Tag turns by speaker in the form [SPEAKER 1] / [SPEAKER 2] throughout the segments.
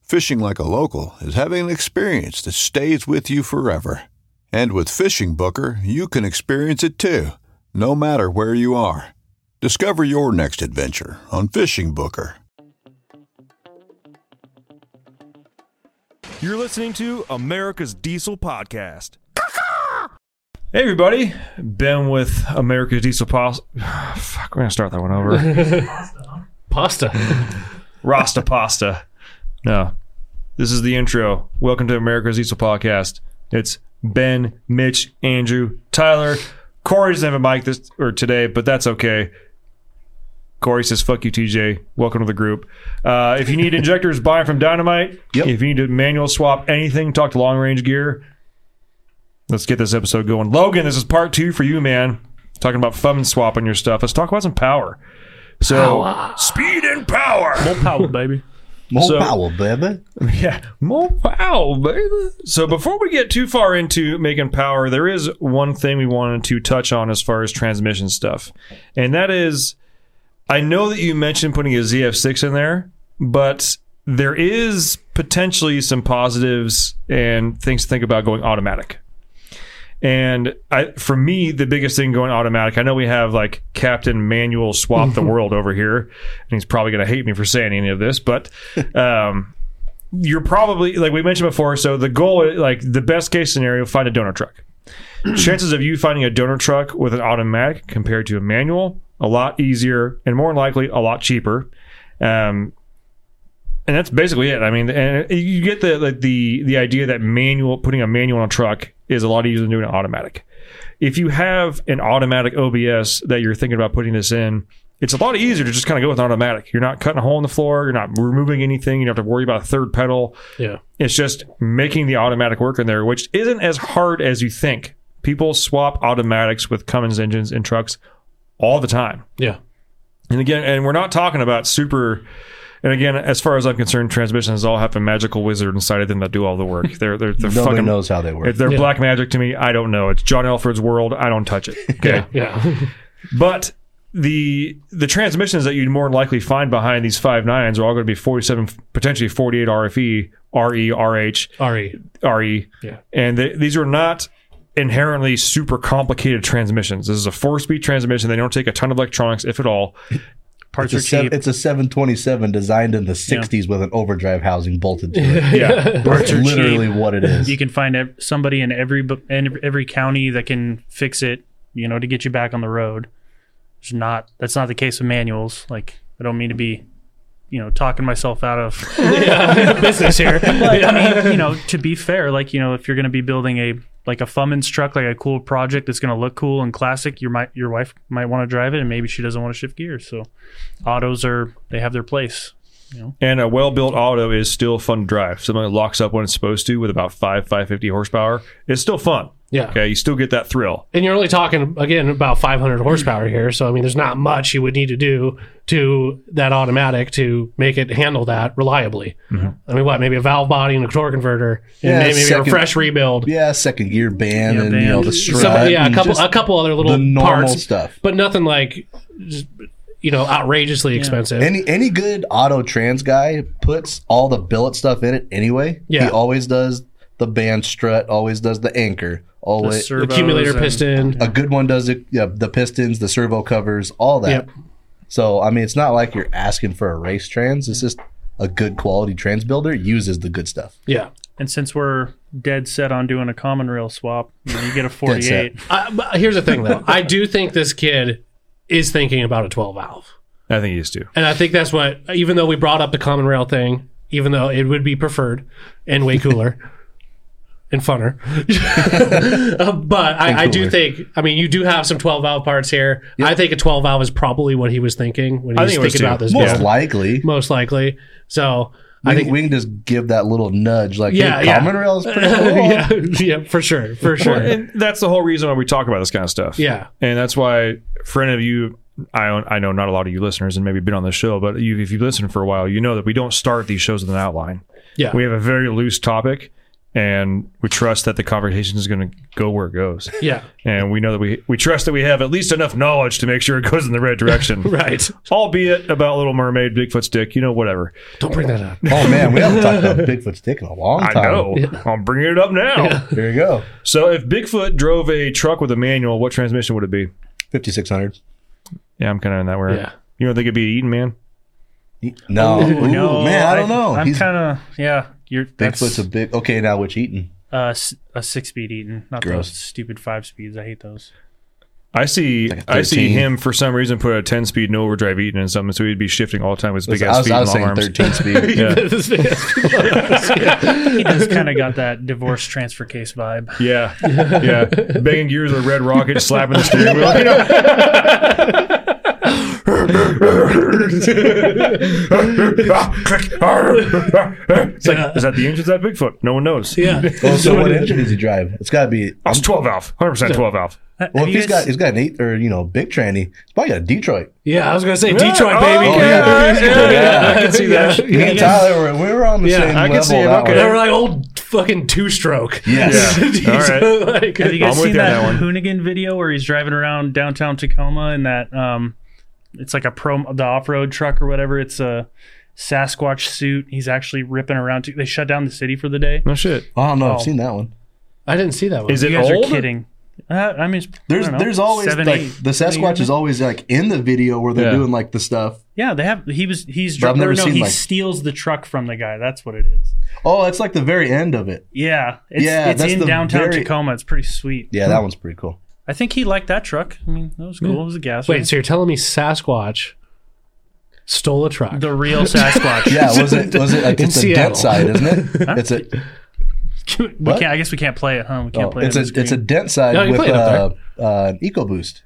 [SPEAKER 1] Fishing like a local is having an experience that stays with you forever. And with Fishing Booker, you can experience it too, no matter where you are. Discover your next adventure on Fishing Booker.
[SPEAKER 2] You're listening to America's Diesel Podcast.
[SPEAKER 3] Hey everybody, Ben with America's Diesel Pasta. Fuck, we're gonna start that one over.
[SPEAKER 4] Pasta.
[SPEAKER 3] Rasta Pasta. No, this is the intro. Welcome to America's Diesel Podcast. It's Ben, Mitch, Andrew, Tyler. Corey doesn't have a mic this or today, but that's okay. Corey says, "Fuck you, TJ. Welcome to the group. Uh, if you need injectors, buy 'em from Dynamite. If you need to manual swap anything, talk to Long Range Gear. Let's get this episode going. Logan, this is part two for you, man. Talking about fun swapping your stuff. Let's talk about some power. So, speed and power.
[SPEAKER 4] Power, baby.
[SPEAKER 5] More
[SPEAKER 3] So-
[SPEAKER 5] power, baby.
[SPEAKER 3] Yeah, more power, baby. So before we get too far into making power, there is one thing we wanted to touch on as far as transmission stuff, and that is, I know that you mentioned putting a ZF6 in there, but there is potentially some positives and things to think about going automatic. And I, for me, the biggest thing going automatic, I know we have like Captain Manual Swap the World over here, and he's probably going to hate me for saying any of this, but um, you're probably, like we mentioned before, so the goal, like the best case scenario, find a donor truck. Chances of you finding a donor truck with an automatic compared to a manual, a lot easier and more likely a lot cheaper. Um, and that's basically it. I mean, and you get the like the the idea that manual putting a manual on a truck is a lot easier than doing an automatic. If you have an automatic OBS that you're thinking about putting this in, it's a lot easier to just kind of go with automatic. You're not cutting a hole in the floor. You're not removing anything. You don't have to worry about a third pedal.
[SPEAKER 4] Yeah.
[SPEAKER 3] It's just making the automatic work in there, which isn't as hard as you think. People swap automatics with Cummins engines in trucks all the time.
[SPEAKER 4] Yeah.
[SPEAKER 3] And again, and we're not talking about super. And again, as far as I'm concerned, transmissions all have a magical wizard inside of them that do all the work. They're they're, they're
[SPEAKER 5] Nobody
[SPEAKER 3] fucking.
[SPEAKER 5] knows how they work.
[SPEAKER 3] If they're black magic to me, I don't know. It's John Elford's world. I don't touch it. Okay.
[SPEAKER 4] Yeah.
[SPEAKER 3] But the the transmissions that you'd more likely find behind these five nines are all going to be 47, potentially 48 RFE, RE, RH,
[SPEAKER 4] Ari.
[SPEAKER 3] RE.
[SPEAKER 4] Yeah.
[SPEAKER 3] E. And th- these are not inherently super complicated transmissions. This is a four speed transmission. They don't take a ton of electronics, if at all.
[SPEAKER 4] Parts
[SPEAKER 5] it's, a
[SPEAKER 4] are
[SPEAKER 5] sev-
[SPEAKER 4] cheap.
[SPEAKER 5] it's a 727 designed in the 60s with an overdrive housing bolted to it.
[SPEAKER 3] Yeah.
[SPEAKER 5] That's
[SPEAKER 4] are cheap.
[SPEAKER 5] literally what it is.
[SPEAKER 6] you can find ev- somebody in every bu- in every county that can fix it you know to get you back on the road it's not that's not the case with manuals like i don't mean to be you know talking myself out of business here but i mean you know to be fair like you know if you're going to be building a like a Fummins truck, like a cool project that's going to look cool and classic. Your might your wife might want to drive it, and maybe she doesn't want to shift gears. So, autos are they have their place.
[SPEAKER 3] And a well built auto is still fun to drive. Something that locks up when it's supposed to with about five, 550 horsepower. It's still fun.
[SPEAKER 7] Yeah.
[SPEAKER 3] Okay, you still get that thrill.
[SPEAKER 7] And you're only talking again about 500 horsepower here, so I mean, there's not much you would need to do to that automatic to make it handle that reliably.
[SPEAKER 3] Mm-hmm.
[SPEAKER 7] I mean, what maybe a valve body and a torque converter, and
[SPEAKER 5] Yeah,
[SPEAKER 7] may- maybe a
[SPEAKER 5] second-
[SPEAKER 7] fresh rebuild.
[SPEAKER 5] Yeah, second gear band
[SPEAKER 6] Yeah,
[SPEAKER 5] and you know
[SPEAKER 6] band.
[SPEAKER 5] the
[SPEAKER 7] Some-
[SPEAKER 5] strut.
[SPEAKER 7] yeah, a
[SPEAKER 5] and
[SPEAKER 7] couple,
[SPEAKER 5] just
[SPEAKER 7] a couple other little
[SPEAKER 5] the normal
[SPEAKER 7] parts,
[SPEAKER 5] stuff.
[SPEAKER 7] but nothing like, just, you know, outrageously expensive.
[SPEAKER 5] Any any good auto trans guy puts all the billet stuff in it anyway.
[SPEAKER 7] Yeah.
[SPEAKER 5] He always does the band strut, always does the anchor, always
[SPEAKER 6] servos
[SPEAKER 7] accumulator
[SPEAKER 6] and-
[SPEAKER 7] piston.
[SPEAKER 5] a good one does it, yeah, the pistons, the servo covers, all that.
[SPEAKER 7] Yep.
[SPEAKER 5] So I mean, it's not like you're asking for a race trans. It's just a good quality trans builder uses the good stuff.
[SPEAKER 7] Yeah.
[SPEAKER 6] And since we're dead set on doing a common rail swap, you, know, you get a 48.
[SPEAKER 7] I, but here's the thing, though. I do think this kid is thinking about a 12 valve.
[SPEAKER 3] I think you used to.
[SPEAKER 7] And I think that's what, even though we brought up the common rail thing, even though it would be preferred and way cooler and funner. Uh, but I, I do
[SPEAKER 5] cooler.
[SPEAKER 7] think, I mean, you do have some 12 valve parts here. I think a 12 valve is probably what he was thinking when he
[SPEAKER 3] I
[SPEAKER 7] was
[SPEAKER 3] think it
[SPEAKER 7] thinking
[SPEAKER 3] was too.
[SPEAKER 7] about this.
[SPEAKER 5] Most
[SPEAKER 7] build,
[SPEAKER 5] likely,
[SPEAKER 7] most likely. So
[SPEAKER 5] I
[SPEAKER 7] I
[SPEAKER 5] think
[SPEAKER 7] think.
[SPEAKER 5] we can just give that little nudge, like,
[SPEAKER 7] Yeah,
[SPEAKER 5] yeah,
[SPEAKER 7] yeah.
[SPEAKER 5] common rail is pretty cool.
[SPEAKER 7] yeah, yeah, for sure. For sure.
[SPEAKER 3] And that's the whole reason why we talk about this kind of stuff.
[SPEAKER 7] Yeah.
[SPEAKER 3] And that's why, for any of you, I, I know not a lot of you listeners and maybe been on this show, but you, if you've listened for a while, you know that we don't start these shows with an outline.
[SPEAKER 7] Yeah.
[SPEAKER 3] We have a very loose topic, and we trust that the conversation is going to go where it goes.
[SPEAKER 7] Yeah.
[SPEAKER 3] And we know that we, we trust that we have at least enough knowledge to make sure it goes in the right direction.
[SPEAKER 7] Right.
[SPEAKER 3] Albeit about Little Mermaid, Bigfoot's dick, you know, whatever.
[SPEAKER 7] Don't bring that up.
[SPEAKER 5] Oh man, we haven't talked about Bigfoot's dick in a long
[SPEAKER 3] I
[SPEAKER 5] time.
[SPEAKER 3] know. I'm bringing it up now.
[SPEAKER 5] Here you go,
[SPEAKER 3] So if Bigfoot drove a truck with a manual, what transmission would it be?
[SPEAKER 5] fifty six hundred.
[SPEAKER 3] Yeah, I'm kind of in that way.
[SPEAKER 7] Yeah.
[SPEAKER 3] You don't think it'd be an Eaton man?
[SPEAKER 5] No, Ooh,
[SPEAKER 6] No,
[SPEAKER 5] man, I don't know.
[SPEAKER 6] I'm
[SPEAKER 5] He's
[SPEAKER 6] kind of yeah. You're that's
[SPEAKER 5] Bigfoot's a big. Okay, now which eating?
[SPEAKER 6] uh, s- a six speed Eaton, not
[SPEAKER 5] Gross.
[SPEAKER 6] those stupid five speeds. I hate those.
[SPEAKER 3] I see.
[SPEAKER 5] Like a
[SPEAKER 3] I see
[SPEAKER 5] 13.
[SPEAKER 3] him for some reason put a 10 speed no overdrive Eaton in something, so he'd be shifting all the time with his big
[SPEAKER 5] I
[SPEAKER 3] ass
[SPEAKER 5] was,
[SPEAKER 3] feet
[SPEAKER 5] I
[SPEAKER 3] and
[SPEAKER 5] was
[SPEAKER 3] long
[SPEAKER 5] saying
[SPEAKER 3] arms.
[SPEAKER 5] thirteen speed.
[SPEAKER 3] Yeah.
[SPEAKER 6] He just kind of got that divorce transfer case vibe.
[SPEAKER 3] Yeah, yeah. Banging gears with a red rocket, slapping the steering wheel. You know? it's like, is that the engine? Is that Bigfoot? No one knows. Yeah,
[SPEAKER 5] Well, Oh, so what engine does he drive? It's got to be.
[SPEAKER 3] it's twelve valve, hundred percent twelve valve.
[SPEAKER 5] Well, if
[SPEAKER 6] you
[SPEAKER 5] he's got
[SPEAKER 6] guys-
[SPEAKER 5] he's got an eight or you know big tranny. He's probably got a Detroit.
[SPEAKER 7] Yeah, I was gonna say Detroit, baby.
[SPEAKER 5] okay, Oh, yeah. all right, yeah, yeah,
[SPEAKER 3] I can see that.
[SPEAKER 5] Me and Tyler were we were on the
[SPEAKER 7] Yeah,
[SPEAKER 5] same
[SPEAKER 3] I can
[SPEAKER 5] level.
[SPEAKER 3] see it,
[SPEAKER 5] that
[SPEAKER 3] okay.
[SPEAKER 7] They
[SPEAKER 5] way.
[SPEAKER 7] were like old fucking two stroke.
[SPEAKER 5] Yes.
[SPEAKER 3] All right.
[SPEAKER 6] Have you guys
[SPEAKER 3] I'm with
[SPEAKER 6] seen
[SPEAKER 3] you on
[SPEAKER 6] that,
[SPEAKER 3] that
[SPEAKER 6] Hoonigan video where he's driving around downtown Tacoma in that um, it's like a pro the off road truck or whatever. It's a Sasquatch suit. He's actually ripping around. To, they shut down the city for the day.
[SPEAKER 3] No shit.
[SPEAKER 5] I don't know.
[SPEAKER 6] Oh.
[SPEAKER 5] I've seen that one.
[SPEAKER 7] I didn't see that one.
[SPEAKER 3] Is it
[SPEAKER 6] You guys
[SPEAKER 3] old?
[SPEAKER 6] are kidding. Uh, I mean, it's- I
[SPEAKER 5] There's
[SPEAKER 6] don't know,
[SPEAKER 5] there's always
[SPEAKER 6] seven,
[SPEAKER 5] like
[SPEAKER 6] eight.
[SPEAKER 5] the Sasquatch is always like in the video where they're
[SPEAKER 3] Yeah.
[SPEAKER 5] doing like the stuff.
[SPEAKER 6] Yeah, they have. He was. He's.
[SPEAKER 5] But I've
[SPEAKER 6] Dri- or
[SPEAKER 5] never
[SPEAKER 6] no,
[SPEAKER 5] seen,
[SPEAKER 6] he
[SPEAKER 5] like-
[SPEAKER 6] steals the truck from the guy. That's what it is.
[SPEAKER 5] Oh, it's like the very end of it.
[SPEAKER 6] Yeah, it's,
[SPEAKER 5] Yeah,
[SPEAKER 6] it's
[SPEAKER 5] that's
[SPEAKER 6] in
[SPEAKER 5] the
[SPEAKER 6] downtown
[SPEAKER 5] very-
[SPEAKER 6] Tacoma. It's pretty sweet.
[SPEAKER 5] Yeah, that one's pretty cool.
[SPEAKER 6] I think he liked that truck. I mean, that was cool. It was a gas.
[SPEAKER 7] Wait, so you're telling me Sasquatch stole a truck?
[SPEAKER 6] the real Sasquatch.
[SPEAKER 5] Yeah, was it was it like
[SPEAKER 7] In
[SPEAKER 5] it's the
[SPEAKER 7] Seattle.
[SPEAKER 5] dent side, isn't it? It's a
[SPEAKER 6] we
[SPEAKER 5] What?
[SPEAKER 6] can't. I guess we can't play it, huh? We can't
[SPEAKER 5] oh,
[SPEAKER 6] play
[SPEAKER 5] it's
[SPEAKER 6] it.
[SPEAKER 5] a
[SPEAKER 6] on the
[SPEAKER 5] it's a
[SPEAKER 6] screen.
[SPEAKER 5] dent side
[SPEAKER 7] No, you
[SPEAKER 5] with
[SPEAKER 7] play it
[SPEAKER 5] uh,
[SPEAKER 7] up
[SPEAKER 5] uh, an EcoBoost.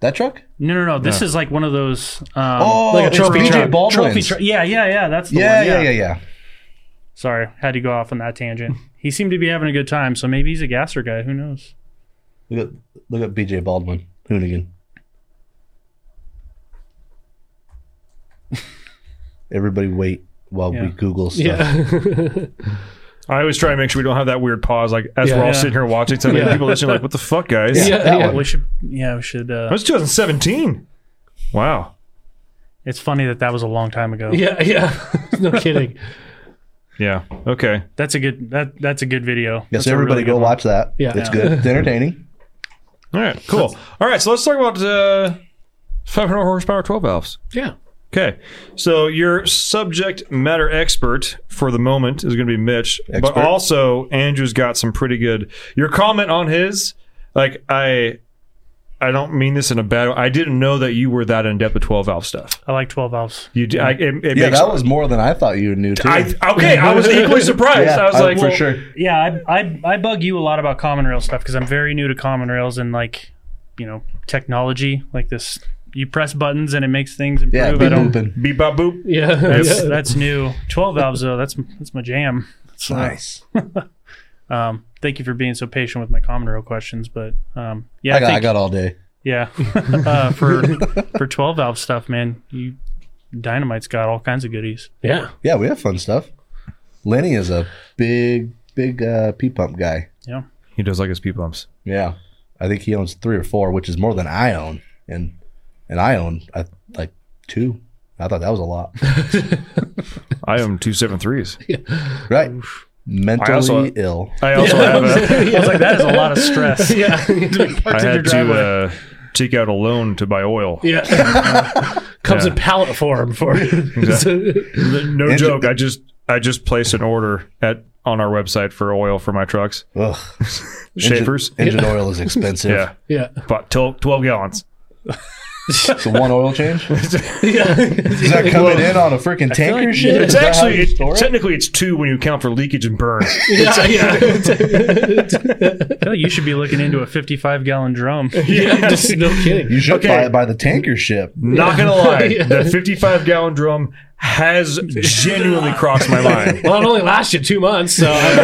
[SPEAKER 5] That truck?
[SPEAKER 6] no, no, no. This is like one of those. Um,
[SPEAKER 5] Oh,
[SPEAKER 7] like a
[SPEAKER 5] it's
[SPEAKER 7] trophy
[SPEAKER 5] BJ
[SPEAKER 7] truck.
[SPEAKER 5] Baldwin's.
[SPEAKER 6] trophy truck. Yeah, yeah, yeah. That's the
[SPEAKER 5] Yeah,
[SPEAKER 6] one.
[SPEAKER 5] yeah, yeah, yeah.
[SPEAKER 6] Sorry, had to go off on that tangent. He seemed to be having a good time, so maybe he's a gasser guy. Who knows?
[SPEAKER 5] Look at look at BJ Baldwin Hoonigan. Everybody wait while
[SPEAKER 6] Yeah.
[SPEAKER 5] we Google stuff.
[SPEAKER 7] yeah.
[SPEAKER 3] I always try to make sure we don't have that weird pause, like as
[SPEAKER 7] Yeah.
[SPEAKER 3] we're all
[SPEAKER 7] Yeah.
[SPEAKER 3] sitting here watching something.
[SPEAKER 7] Yeah.
[SPEAKER 3] People listening, like, what the fuck, guys?
[SPEAKER 7] Yeah,
[SPEAKER 5] that
[SPEAKER 7] yeah.
[SPEAKER 5] one.
[SPEAKER 6] We should. Yeah, we should.
[SPEAKER 3] That
[SPEAKER 6] Uh,
[SPEAKER 3] was 2017. Wow.
[SPEAKER 6] it's funny that that was a long time ago.
[SPEAKER 7] yeah, yeah. no kidding.
[SPEAKER 3] Yeah. Okay.
[SPEAKER 6] That's a good. That that's a good video.
[SPEAKER 5] Yeah,
[SPEAKER 6] That's
[SPEAKER 5] so
[SPEAKER 6] a
[SPEAKER 5] everybody
[SPEAKER 6] really
[SPEAKER 5] go
[SPEAKER 6] good one.
[SPEAKER 5] watch that.
[SPEAKER 7] Yeah.
[SPEAKER 5] It's
[SPEAKER 7] Yeah.
[SPEAKER 5] good. It's entertaining.
[SPEAKER 3] All right. Cool. All right. So let's talk about uh, 500 horsepower 12 valves.
[SPEAKER 7] Yeah.
[SPEAKER 3] Okay. So your subject matter expert for the moment is going to be Mitch, but
[SPEAKER 5] Expert.
[SPEAKER 3] also Andrew's got some pretty good. Your comment on his, like I, I don't mean this in a bad. way. I didn't know that you were that in depth with 12 valve stuff.
[SPEAKER 6] I like twelve valves.
[SPEAKER 3] You, d I it, it
[SPEAKER 5] Yeah,
[SPEAKER 3] makes
[SPEAKER 5] that was more than I thought you knew too.
[SPEAKER 3] I, okay, I was equally surprised.
[SPEAKER 5] yeah,
[SPEAKER 3] I was like,
[SPEAKER 5] for
[SPEAKER 3] well,
[SPEAKER 5] sure.
[SPEAKER 6] Yeah, I, I I bug you a lot about common rail stuff because I'm very new to common rails and like, you know, technology like this. You press buttons and it makes things improve.
[SPEAKER 5] Yeah,
[SPEAKER 6] I
[SPEAKER 5] beep
[SPEAKER 6] don't-
[SPEAKER 5] booping.
[SPEAKER 3] beep bop boop.
[SPEAKER 7] Yeah.
[SPEAKER 6] that's,
[SPEAKER 7] yeah.
[SPEAKER 6] that's new. Twelve valves though. That's that's my jam.
[SPEAKER 5] It's nice.
[SPEAKER 6] Um, uh, thank you for being so patient with my common rail questions. But um, yeah,
[SPEAKER 5] I got,
[SPEAKER 6] think,
[SPEAKER 5] I got all day.
[SPEAKER 6] yeah uh, for for twelve valve stuff, man. You dynamite's got all kinds of goodies.
[SPEAKER 7] Yeah.
[SPEAKER 5] Yeah, we have fun stuff. Lenny is a big, big uh, pee pump guy.
[SPEAKER 3] He does like his pee pumps.
[SPEAKER 5] Yeah, I think he owns three or four, which is more than I own, and and I own I, like two. I thought that was a lot,
[SPEAKER 3] I own two seven threes.
[SPEAKER 5] right?
[SPEAKER 3] I also-
[SPEAKER 5] Mentally ill.
[SPEAKER 3] I also have a,
[SPEAKER 6] I was like, that is a lot of stress.
[SPEAKER 7] Yeah.
[SPEAKER 3] I had to uh, take out a loan to buy oil.
[SPEAKER 7] yeah. Comes in pallet form for
[SPEAKER 3] No
[SPEAKER 5] And-
[SPEAKER 3] joke. I just I just placed an order at on our website for oil for my trucks.
[SPEAKER 5] Ugh.
[SPEAKER 3] Shavers.
[SPEAKER 5] Engine, engine oil is expensive.
[SPEAKER 3] Yeah.
[SPEAKER 7] yeah.
[SPEAKER 3] But 12, 12 gallons.
[SPEAKER 5] So one oil change is
[SPEAKER 7] Yeah.
[SPEAKER 5] that coming in on a freaking tanker? shit?
[SPEAKER 3] It's
[SPEAKER 5] Is that how
[SPEAKER 3] actually
[SPEAKER 5] you
[SPEAKER 3] it,
[SPEAKER 5] store it?
[SPEAKER 3] technically it's two when you account for leakage and burn.
[SPEAKER 7] Yeah,
[SPEAKER 6] I feel like you should be looking into a fifty-five gallon drum.
[SPEAKER 7] yeah, just no kidding.
[SPEAKER 5] You should
[SPEAKER 3] Okay.
[SPEAKER 5] buy it by the tanker ship.
[SPEAKER 3] Not gonna lie, that fifty-five gallon drum has genuinely crossed my mind.
[SPEAKER 7] Well, it only lasts you two months, so I-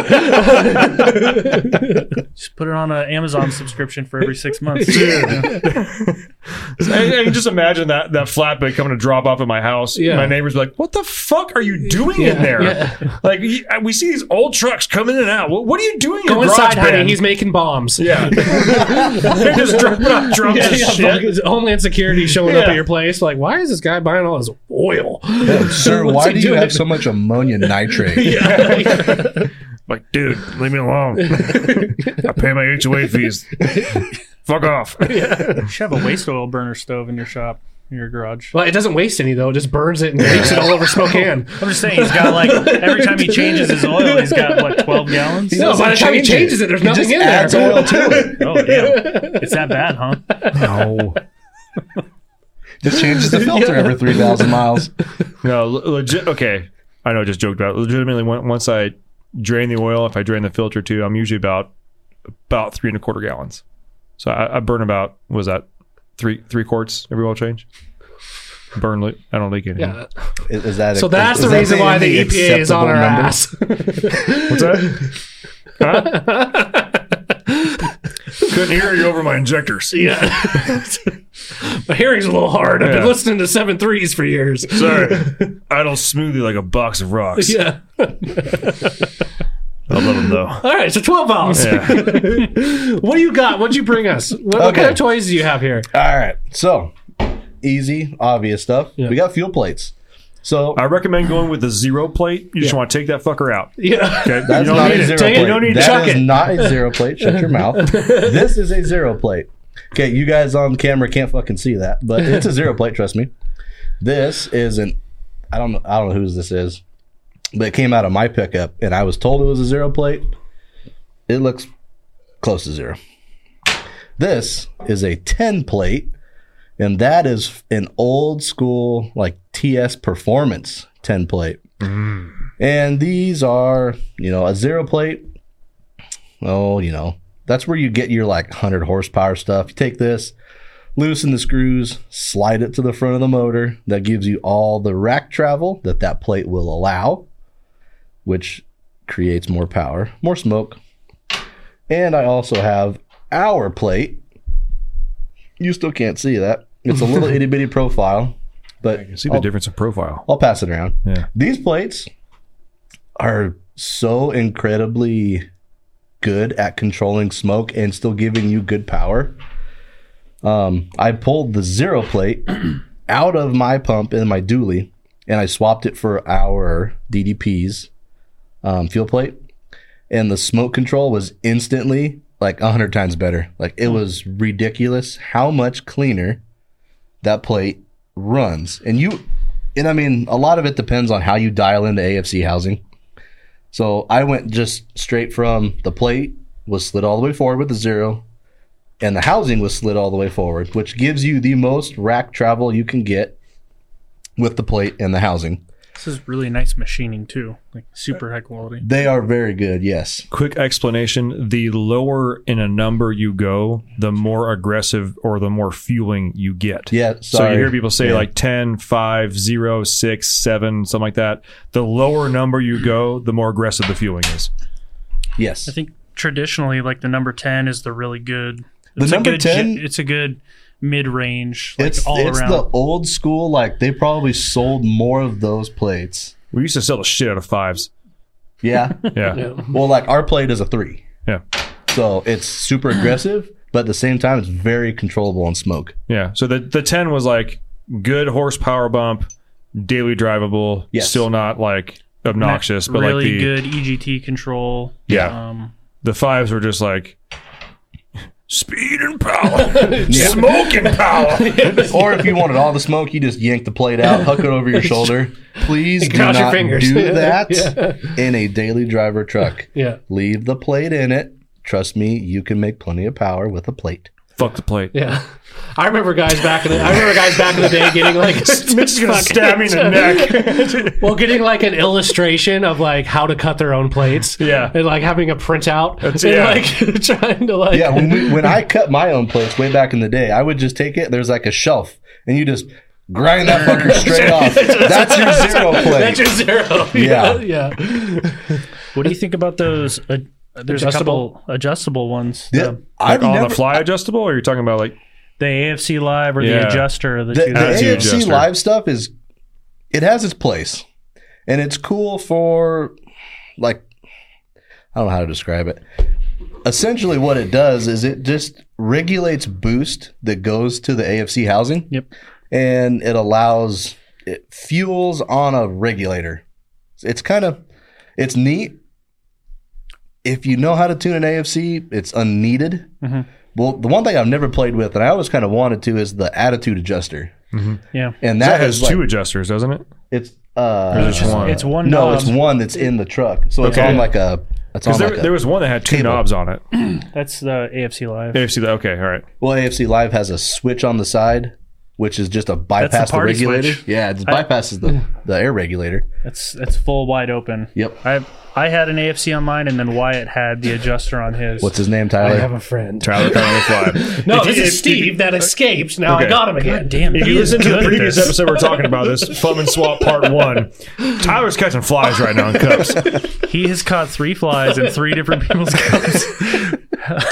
[SPEAKER 6] Just put it on an Amazon subscription for every six months.
[SPEAKER 3] I, I can just imagine that that flatbed coming to drop off at my house.
[SPEAKER 7] Yeah.
[SPEAKER 3] My neighbors be like, "What the fuck are you doing in there? Like y- we see these old trucks coming in and out. What, what are you doing? in
[SPEAKER 7] go
[SPEAKER 3] your
[SPEAKER 7] inside,
[SPEAKER 3] garage
[SPEAKER 7] honey.
[SPEAKER 3] band?"
[SPEAKER 7] He's making bombs.
[SPEAKER 3] yeah, they're just dropping off drums
[SPEAKER 7] Yeah,
[SPEAKER 3] and
[SPEAKER 7] yeah,
[SPEAKER 3] shit.
[SPEAKER 7] fuck, Homeland Security showing up
[SPEAKER 3] Yeah.
[SPEAKER 7] at your place. Like, why is this guy buying all this oil?
[SPEAKER 5] Sir,
[SPEAKER 7] What's
[SPEAKER 5] why
[SPEAKER 7] he
[SPEAKER 5] do you
[SPEAKER 7] doing?
[SPEAKER 5] have so much ammonia nitrate?
[SPEAKER 3] Like, dude, leave me alone. I pay my HOA fees. fuck off.
[SPEAKER 6] You should have a waste oil burner stove in your shop, in your garage.
[SPEAKER 7] Well, it doesn't waste any though. It just burns it and leaks it all over Spokane.
[SPEAKER 6] I'm just saying, he's got like every time he changes his oil, he's got what twelve gallons.
[SPEAKER 7] No, by the time he changes it, there's nothing
[SPEAKER 5] just
[SPEAKER 7] in there.
[SPEAKER 5] adds oil to it.
[SPEAKER 6] Oh damn, it's that bad, huh?
[SPEAKER 3] No.
[SPEAKER 5] Just changes the filter every three thousand miles.
[SPEAKER 3] No, le- legit. Okay, I know. I just joked about. It. Legitimately, on- once I drain the oil, if I drain the filter too, I'm usually about about three and a quarter gallons. So I, I burn about what was that three three quarts every oil change. Burn. Le- I don't leak anything.
[SPEAKER 7] Yeah.
[SPEAKER 5] Is, is that
[SPEAKER 7] So
[SPEAKER 5] a-
[SPEAKER 7] that's
[SPEAKER 5] is
[SPEAKER 7] the
[SPEAKER 5] that
[SPEAKER 7] reason why the EPA is
[SPEAKER 5] acceptable
[SPEAKER 7] on our
[SPEAKER 5] number?
[SPEAKER 7] ass.
[SPEAKER 3] What's that? Huh? Couldn't hear you over my injectors.
[SPEAKER 7] Yeah. My hearing's a little hard. I've
[SPEAKER 3] Yeah.
[SPEAKER 7] been listening to seven threes for years.
[SPEAKER 3] Sorry, idle smoothly like a box of rocks.
[SPEAKER 7] Yeah.
[SPEAKER 3] I love them though.
[SPEAKER 7] All right. So twelve valves.
[SPEAKER 3] Yeah.
[SPEAKER 7] What do you got? What'd you bring us? What, what
[SPEAKER 5] Okay. Uh,
[SPEAKER 7] kind of toys do you have here?
[SPEAKER 5] All right. So easy, obvious stuff. We got fuel plates. So
[SPEAKER 3] I recommend going with the zero plate. You just want to take that fucker out.
[SPEAKER 7] Yeah.
[SPEAKER 3] Okay,
[SPEAKER 5] that's
[SPEAKER 3] you don't
[SPEAKER 5] not
[SPEAKER 3] need
[SPEAKER 5] a
[SPEAKER 3] it.
[SPEAKER 5] zero
[SPEAKER 7] Take it.
[SPEAKER 5] plate.
[SPEAKER 3] You don't need
[SPEAKER 5] That
[SPEAKER 3] to chuck
[SPEAKER 5] is
[SPEAKER 3] it.
[SPEAKER 5] not a zero plate. Shut your mouth. this is a zero plate. Okay, you guys on camera can't fucking see that, but it's a zero plate. Trust me. This is an I don't know I don't know whose this is, but it came out of my pickup, and I was told it was a zero plate. It looks close to zero. This is a ten plate, and that is an old school like TS performance ten plate. And these are, you know, a zero plate. Oh, you know, that's where you get your like 100 horsepower stuff. You take this, loosen the screws, slide it to the front of the motor. That gives you all the rack travel that that plate will allow, which creates more power, more smoke. And I also have our plate. You still can't see that. It's a little itty bitty profile, but
[SPEAKER 3] See the difference in profile.
[SPEAKER 5] I'll pass it around.
[SPEAKER 3] Yeah.
[SPEAKER 5] These plates are so incredibly good at controlling smoke and still giving you good power. Um, I pulled the zero plate out of my pump in my dually and I swapped it for our DDP's um, fuel plate. And the smoke control was instantly like 100 times better. Like it was ridiculous how much cleaner that plate runs. And you, and I mean, a lot of it depends on how you dial into AFC housing. So I went just straight from the plate was slid all the way forward with the zero, and the housing was slid all the way forward, which gives you the most rack travel you can get with the plate and the housing.
[SPEAKER 6] This is really nice machining too, like super high quality.
[SPEAKER 5] They are very good, yes.
[SPEAKER 3] Quick explanation the lower in a number you go, the more aggressive or the more fueling you get.
[SPEAKER 5] Yeah,
[SPEAKER 3] So
[SPEAKER 5] sorry.
[SPEAKER 3] you hear people say
[SPEAKER 5] Yeah.
[SPEAKER 3] like 10, 5, 0, 6, 7, something like that. The lower number you go, the more aggressive the fueling is.
[SPEAKER 5] Yes.
[SPEAKER 6] I think traditionally like the number ten is the really good.
[SPEAKER 5] The
[SPEAKER 6] it's a
[SPEAKER 5] number
[SPEAKER 6] good gen-
[SPEAKER 5] 10
[SPEAKER 6] it's a good mid range. Like
[SPEAKER 5] it's
[SPEAKER 6] all
[SPEAKER 5] it's
[SPEAKER 6] around.
[SPEAKER 5] the old school. Like they probably sold more of those plates.
[SPEAKER 3] We used to sell the shit out of fives.
[SPEAKER 5] Yeah.
[SPEAKER 3] Yeah.
[SPEAKER 5] well, like our plate is a three,
[SPEAKER 3] Yeah.
[SPEAKER 5] so it's super aggressive, but at the same time, it's very controllable on smoke.
[SPEAKER 3] Yeah. So the the ten was like good horsepower bump, daily drivable,
[SPEAKER 5] Yes.
[SPEAKER 3] still not like obnoxious, but
[SPEAKER 6] really
[SPEAKER 3] like the
[SPEAKER 6] good EGT control.
[SPEAKER 3] Yeah.
[SPEAKER 6] Um,
[SPEAKER 3] the fives were just like speed and power, smoke and power.
[SPEAKER 5] or if you wanted all the smoke, you just yank the plate out, hook it over your shoulder. Please do
[SPEAKER 7] cross your
[SPEAKER 5] not
[SPEAKER 7] fingers.
[SPEAKER 5] do that
[SPEAKER 7] Yeah.
[SPEAKER 5] in a daily driver truck.
[SPEAKER 7] Yeah.
[SPEAKER 5] Leave the plate in it. Trust me, you can make plenty of power with a plate.
[SPEAKER 3] Fuck the plate.
[SPEAKER 7] Yeah. I remember guys back in the I remember guys back in the day getting like
[SPEAKER 3] Mitch is gonna stab me in the neck.
[SPEAKER 7] well getting like an illustration of like how to cut their own plates.
[SPEAKER 3] Yeah.
[SPEAKER 7] And like having a printout
[SPEAKER 3] That's-
[SPEAKER 7] and
[SPEAKER 3] yeah.
[SPEAKER 7] like trying to like
[SPEAKER 5] Yeah, when, we, when I cut my own plates way back in the day, I would just take it. There's like a shelf, and you just grind that fucker straight off. That's your zero plate.
[SPEAKER 7] That's your zero.
[SPEAKER 5] Yeah.
[SPEAKER 7] yeah.
[SPEAKER 6] what do you think about those? Uh, there's a couple adjustable ones.
[SPEAKER 5] Yeah,
[SPEAKER 6] The,
[SPEAKER 5] I've
[SPEAKER 3] on
[SPEAKER 5] never,
[SPEAKER 3] the fly adjustable, or you're talking about like
[SPEAKER 6] the AFC Live or
[SPEAKER 3] Yeah.
[SPEAKER 6] the adjuster. Or the,
[SPEAKER 5] the,
[SPEAKER 6] two
[SPEAKER 5] the
[SPEAKER 6] that-
[SPEAKER 3] Attitude
[SPEAKER 5] AFC
[SPEAKER 3] adjuster.
[SPEAKER 5] live stuff is it has its place, and it's cool for like I don't know how to describe it. Essentially, what it does is it just regulates boost that goes to the AFC housing.
[SPEAKER 6] Yep.
[SPEAKER 5] and it allows it fuels on a regulator. It's kind of it's neat. If you know how to tune an AFC, it's unneeded. Well, the one thing I've never played with, and I always kind of wanted to, is the attitude adjuster.
[SPEAKER 6] yeah.
[SPEAKER 5] And
[SPEAKER 3] that Oh
[SPEAKER 5] that
[SPEAKER 3] has
[SPEAKER 5] is like,
[SPEAKER 3] two adjusters, doesn't it?
[SPEAKER 5] It's uh,
[SPEAKER 3] Or is it just one?
[SPEAKER 6] It's one. uh, um,
[SPEAKER 5] no,
[SPEAKER 6] knob.
[SPEAKER 5] it's one that's in the truck, so it's
[SPEAKER 3] Okay.
[SPEAKER 5] on like a. It's on
[SPEAKER 3] Because there,
[SPEAKER 5] like a,
[SPEAKER 3] there was one that had two
[SPEAKER 5] table.
[SPEAKER 3] knobs on it.
[SPEAKER 6] That's the AFC Live.
[SPEAKER 3] AFC. that- Okay, all right.
[SPEAKER 5] well, AFC Live has a switch on the side, which is just a bypass the
[SPEAKER 6] party
[SPEAKER 5] regulator.
[SPEAKER 6] switch.
[SPEAKER 5] Yeah, it bypasses the the air regulator.
[SPEAKER 6] That's that's full wide open.
[SPEAKER 5] Yep.
[SPEAKER 6] I I had an AFC on mine, and then Wyatt had the adjuster on his.
[SPEAKER 5] What's his name,
[SPEAKER 7] I
[SPEAKER 5] Tyler?
[SPEAKER 7] have a friend.
[SPEAKER 3] Tyler cut on the fly.
[SPEAKER 7] No,
[SPEAKER 3] If you-
[SPEAKER 7] this
[SPEAKER 3] if-
[SPEAKER 7] is Steve
[SPEAKER 3] If,
[SPEAKER 7] that escaped. Now
[SPEAKER 3] Okay.
[SPEAKER 7] I got him again.
[SPEAKER 6] God damn!
[SPEAKER 3] if
[SPEAKER 6] he
[SPEAKER 3] you
[SPEAKER 6] is
[SPEAKER 3] listen to
[SPEAKER 6] good
[SPEAKER 3] the
[SPEAKER 6] at
[SPEAKER 3] previous
[SPEAKER 6] this.
[SPEAKER 3] episode, we're talking about this Fum and Swap Part One. Tyler's catching flies right now in cups.
[SPEAKER 6] He has caught three flies in three different people's cups.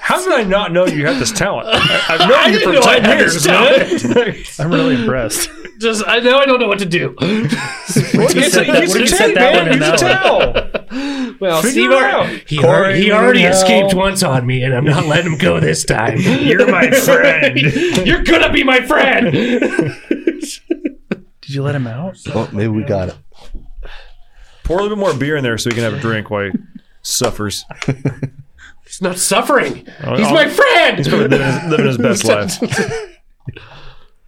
[SPEAKER 3] How did I not know you had this talent? I, I've known you
[SPEAKER 7] didn't
[SPEAKER 3] for
[SPEAKER 7] know I
[SPEAKER 3] ten
[SPEAKER 7] had
[SPEAKER 3] years.
[SPEAKER 7] this
[SPEAKER 3] man.
[SPEAKER 6] I'm really impressed.
[SPEAKER 7] Just I now I don't know what to do.
[SPEAKER 3] You
[SPEAKER 6] said that- we said that one in that
[SPEAKER 3] tell.
[SPEAKER 7] Well,
[SPEAKER 3] Figure
[SPEAKER 7] Steve
[SPEAKER 3] it
[SPEAKER 7] already,
[SPEAKER 3] out.
[SPEAKER 7] he,
[SPEAKER 5] Corey,
[SPEAKER 7] already- he already
[SPEAKER 5] no.
[SPEAKER 7] escaped once on me, and I'm not letting him go this time.
[SPEAKER 3] You're my friend.
[SPEAKER 7] You're gonna be my friend.
[SPEAKER 6] Did you let him out?
[SPEAKER 5] Oh, maybe we got it.
[SPEAKER 3] Pour a little bit more beer in there so he can have a drink while he suffers.
[SPEAKER 7] He's not suffering. He's
[SPEAKER 3] I'll-
[SPEAKER 7] my friend.
[SPEAKER 3] Oh, He's probably living his, living his best life.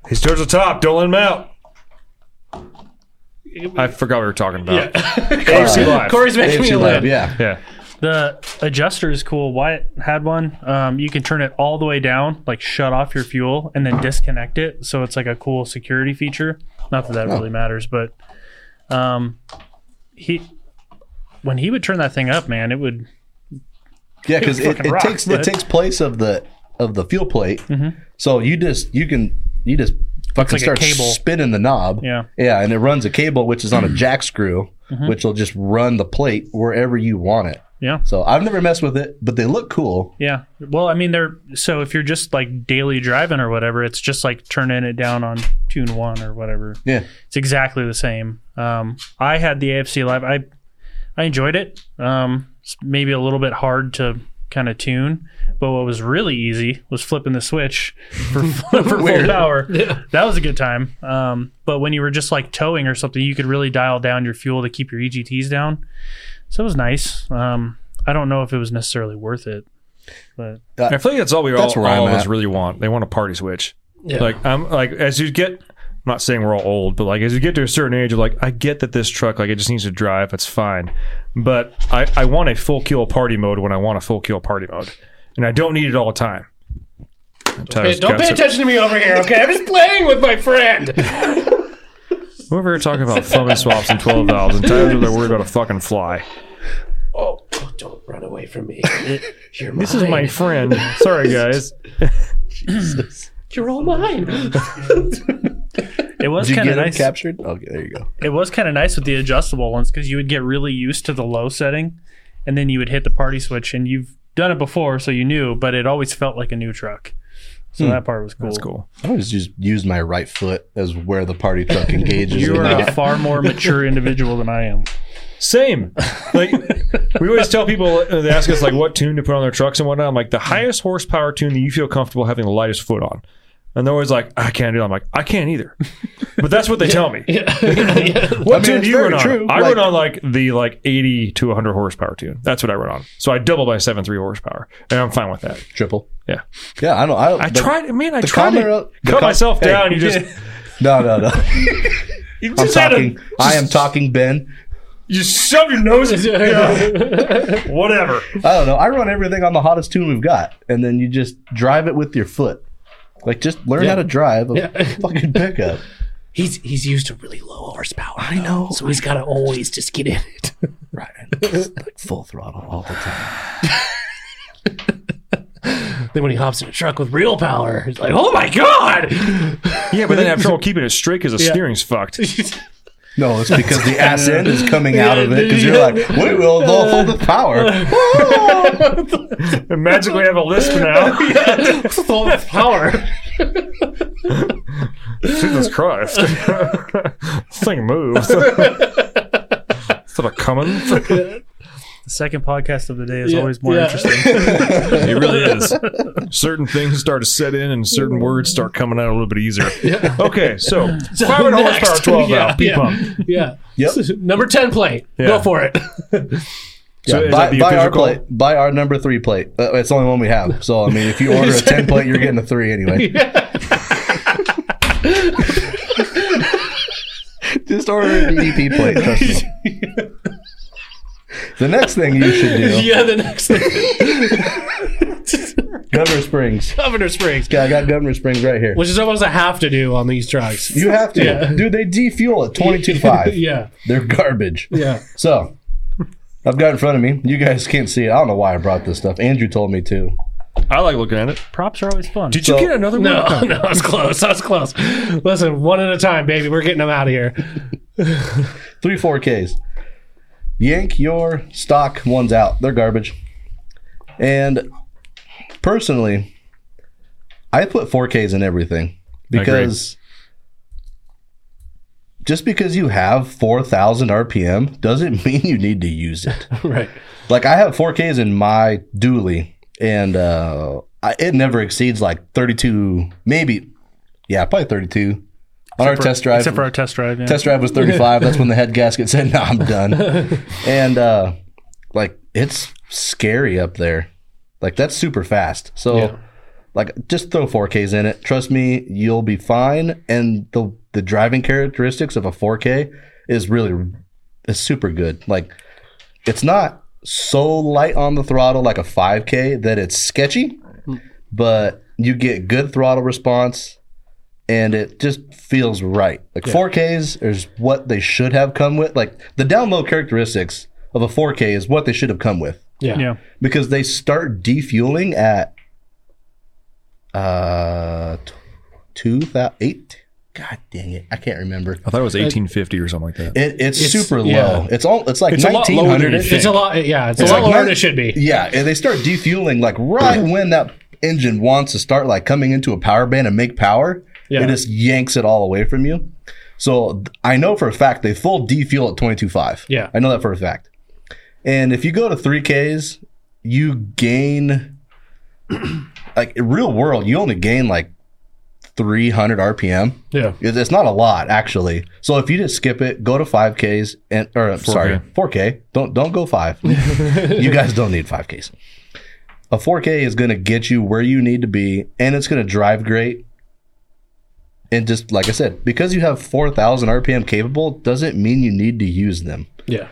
[SPEAKER 3] He's towards the top. Don't let him out. I forgot what we were talking about. AFC Live.
[SPEAKER 7] Corey's making me
[SPEAKER 5] AFC
[SPEAKER 7] a
[SPEAKER 5] Live,
[SPEAKER 7] lid.
[SPEAKER 5] yeah.
[SPEAKER 3] Yeah.
[SPEAKER 6] The adjuster is cool. Wyatt had one. Um, you can turn it all the way down, like shut off your fuel, and then disconnect it. So it's like a cool security feature. Not that that really matters, but um, he when he would turn that thing up, man, it would
[SPEAKER 5] Yeah, because it,
[SPEAKER 6] fucking
[SPEAKER 5] it
[SPEAKER 6] rock,
[SPEAKER 5] takes
[SPEAKER 6] bud.
[SPEAKER 5] it takes place of the of the fuel plate. So you just you can you just fucking
[SPEAKER 6] like a
[SPEAKER 5] start
[SPEAKER 6] cable.
[SPEAKER 5] spinning the knob.
[SPEAKER 6] Yeah. Mm-hmm.
[SPEAKER 5] yeah, and it runs a cable which is on a jack screw, which will just run the plate wherever you want it.
[SPEAKER 6] yeah.
[SPEAKER 5] So I've never messed with it, but they look cool.
[SPEAKER 6] Yeah. Well, I mean, they're so if you're just like daily driving or whatever, it's just like turning it down on tune one or whatever.
[SPEAKER 5] Yeah,
[SPEAKER 6] It's exactly the same. Um, I had the AFC live. I I enjoyed it. Um, it's maybe a little bit hard to kind of tune, but what was really easy was flipping the switch for, for full power. That was a good time. Um, but when you were just like towing or something, you could really dial down your fuel to keep your EGTs down. So it was nice. Um, I don't know if it was necessarily worth it.
[SPEAKER 3] I feel like that's all we
[SPEAKER 5] That's
[SPEAKER 3] all,
[SPEAKER 5] where I'm
[SPEAKER 3] all of us
[SPEAKER 5] at.
[SPEAKER 3] really want. They want a party switch. Like I'm like as you get I'm not saying we're all old, but like as you get to a certain age, you're like, I get that this truck, like it just needs to drive, that's fine. But I, I want a full kill party mode when I want a full kill party mode. And I don't need it all the time.
[SPEAKER 7] Hey, don't pay attention to me over here, okay? I'm just playing with my friend.
[SPEAKER 3] We're over here talking about thumb and swaps and twelve valves and times where they're worried about a fucking fly.
[SPEAKER 7] Oh, oh, don't run away from me. You're mine.
[SPEAKER 3] This is my friend. Sorry guys.
[SPEAKER 7] You're all mine.
[SPEAKER 6] It was
[SPEAKER 5] Did you
[SPEAKER 6] kind
[SPEAKER 5] get them
[SPEAKER 6] of nice.
[SPEAKER 5] captured? Okay, there you go.
[SPEAKER 6] it was kind of nice with the adjustable ones because you would get really used to the low setting, and then you would hit the party switch, and you've done it before, so you knew. But it always felt like a new truck. So
[SPEAKER 5] Hmm.
[SPEAKER 6] that part was cool.
[SPEAKER 3] That's cool.
[SPEAKER 5] I always just use my right foot as where the party truck engages.
[SPEAKER 6] You
[SPEAKER 5] and
[SPEAKER 6] are
[SPEAKER 5] not.
[SPEAKER 6] a far more mature individual than I am.
[SPEAKER 3] Same. Like we always tell people, uh, they ask us like what tune to put on their trucks and whatnot. I'm like
[SPEAKER 5] Mm.
[SPEAKER 3] the highest horsepower tune that you feel comfortable having the lightest foot on. And they're always like, I can't do. That. I'm like, I can't either. But that's what they tell me. What
[SPEAKER 5] I mean,
[SPEAKER 3] tune
[SPEAKER 5] it's
[SPEAKER 3] do you
[SPEAKER 5] very
[SPEAKER 3] run on?
[SPEAKER 5] true.
[SPEAKER 3] I
[SPEAKER 5] Like-
[SPEAKER 3] run on like the like 80 to 100 horsepower tune. That's what I run on. So I double my 73 horsepower, and I'm fine with that.
[SPEAKER 5] triple.
[SPEAKER 3] Yeah.
[SPEAKER 5] Yeah, I know. I,
[SPEAKER 3] I
[SPEAKER 5] the-
[SPEAKER 3] tried. Man, I
[SPEAKER 5] the
[SPEAKER 3] tried to
[SPEAKER 5] camera- the
[SPEAKER 3] cut
[SPEAKER 5] com-
[SPEAKER 3] myself
[SPEAKER 5] Hey.
[SPEAKER 3] down. You just,
[SPEAKER 5] No, no, no.
[SPEAKER 3] you
[SPEAKER 5] I'm
[SPEAKER 3] just had a-
[SPEAKER 5] talking. I am talking, Ben.
[SPEAKER 3] You shove your nose. in- Yeah. Whatever.
[SPEAKER 5] I don't know. I run everything on the hottest tune we've got, and then you just drive it with your foot. Like, just learn how to drive a fucking pickup.
[SPEAKER 7] He's he's used to really low horsepower. I know. So he's got to always just get in it.
[SPEAKER 5] Right. like full throttle all the time.
[SPEAKER 7] then when he hops in a truck with real power, it's like, oh my god!
[SPEAKER 3] Yeah, but then I have trouble keeping it straight because the steering's fucked.
[SPEAKER 5] No, it's because the ass end is coming out of it because you're like, we will low the power.
[SPEAKER 3] And magically have a list now.
[SPEAKER 7] Full power.
[SPEAKER 3] Jesus Christ. Thing moves. Instead of coming, it
[SPEAKER 6] The second podcast of the day is always more
[SPEAKER 7] yeah.
[SPEAKER 6] interesting.
[SPEAKER 3] really is. Certain things start to set in, and certain words start coming out a little bit easier. Okay, so 500
[SPEAKER 7] next.
[SPEAKER 3] horsepower, 12
[SPEAKER 7] Yeah,
[SPEAKER 3] out, P
[SPEAKER 7] yeah.
[SPEAKER 3] pump.
[SPEAKER 7] Yeah.
[SPEAKER 5] Yep.
[SPEAKER 7] Number ten plate. Go for it.
[SPEAKER 3] So is that
[SPEAKER 5] buy,
[SPEAKER 3] the
[SPEAKER 5] buy our
[SPEAKER 3] official-
[SPEAKER 5] plate. Buy our number three plate. Uh, it's the only one we have. So I mean, if you order a ten plate, you're getting a three anyway. Just order a DDP plate. Trust me. the next thing you should do,
[SPEAKER 7] Yeah. The next
[SPEAKER 5] Governor Springs.
[SPEAKER 7] Governor Springs,
[SPEAKER 5] Yeah, I got Governor Springs right here.
[SPEAKER 7] which is almost a have to do on these trucks.
[SPEAKER 5] You have to,
[SPEAKER 7] Yeah.
[SPEAKER 5] dude. They defuel at twenty two five.
[SPEAKER 7] yeah.
[SPEAKER 5] They're garbage.
[SPEAKER 7] Yeah.
[SPEAKER 5] So I've got in front of me. You guys can't see it. I don't know why I brought this stuff. Andrew told me to.
[SPEAKER 3] I like looking at it.
[SPEAKER 6] Props are always fun.
[SPEAKER 3] Did you
[SPEAKER 5] So-
[SPEAKER 3] get another one?
[SPEAKER 7] No, no, that's close. That's close. Listen, one at a time, baby. We're getting them out of here.
[SPEAKER 5] three four Ks. Yank your stock ones out. They're garbage. And personally, I put four Ks in everything because just because you have four thousand RPM doesn't mean you need to use it.
[SPEAKER 7] right.
[SPEAKER 5] Like I have 4Ks in my dually, and uh, I, it never exceeds like 32, maybe, yeah, probably 32. On our test drive,
[SPEAKER 6] Except for our test drive. Yeah.
[SPEAKER 5] test drive was 35. That's when the head gasket said, "No, I'm done." and uh, like it's scary up there. Like that's super fast. So
[SPEAKER 7] Yeah.
[SPEAKER 5] like just throw 4Ks in it. Trust me, you'll be fine. And the the driving characteristics of a 4K is really is super good. Like it's not so light on the throttle like a 5K that it's sketchy, but you get good throttle response and it just feels right. Like 4Ks is what they should have come with. Like the down low characteristics of a 4K is what they should have come with
[SPEAKER 7] Yeah.
[SPEAKER 6] yeah.
[SPEAKER 5] because they start defueling at uh t- two thou- eight. God dang it, I can't remember.
[SPEAKER 3] I thought it was 1850 or something like that.
[SPEAKER 5] It, it's,
[SPEAKER 7] It's-
[SPEAKER 5] super low.
[SPEAKER 7] yeah.
[SPEAKER 5] It's all it's like
[SPEAKER 3] It's a lot
[SPEAKER 5] nineteen
[SPEAKER 3] lower than
[SPEAKER 5] hundred.
[SPEAKER 3] you
[SPEAKER 7] It's a lot. Yeah. It's, a lot
[SPEAKER 5] like
[SPEAKER 7] lower
[SPEAKER 5] nine-
[SPEAKER 7] than it should be.
[SPEAKER 5] Yeah, and they start defueling like right when that engine wants to start like coming into a power band and make power.
[SPEAKER 7] Yeah.
[SPEAKER 5] It just yanks it all away from you. So th- I know for a fact they full defuel at 22.5.
[SPEAKER 7] Yeah.
[SPEAKER 5] I know that for a fact. And if you go to 3Ks, you gain like in real world, you only gain like 300 RPM.
[SPEAKER 7] Yeah.
[SPEAKER 5] It's it's not a lot actually. So if you just skip it, go to five Ks and or uh, sorry, four K. Don't don't go five. you guys don't need five Ks. A four K is going to get you where you need to be, and it's going to drive great. And just like I said, because you have four thousand RPM capable, doesn't mean you need to use them.
[SPEAKER 7] Yeah.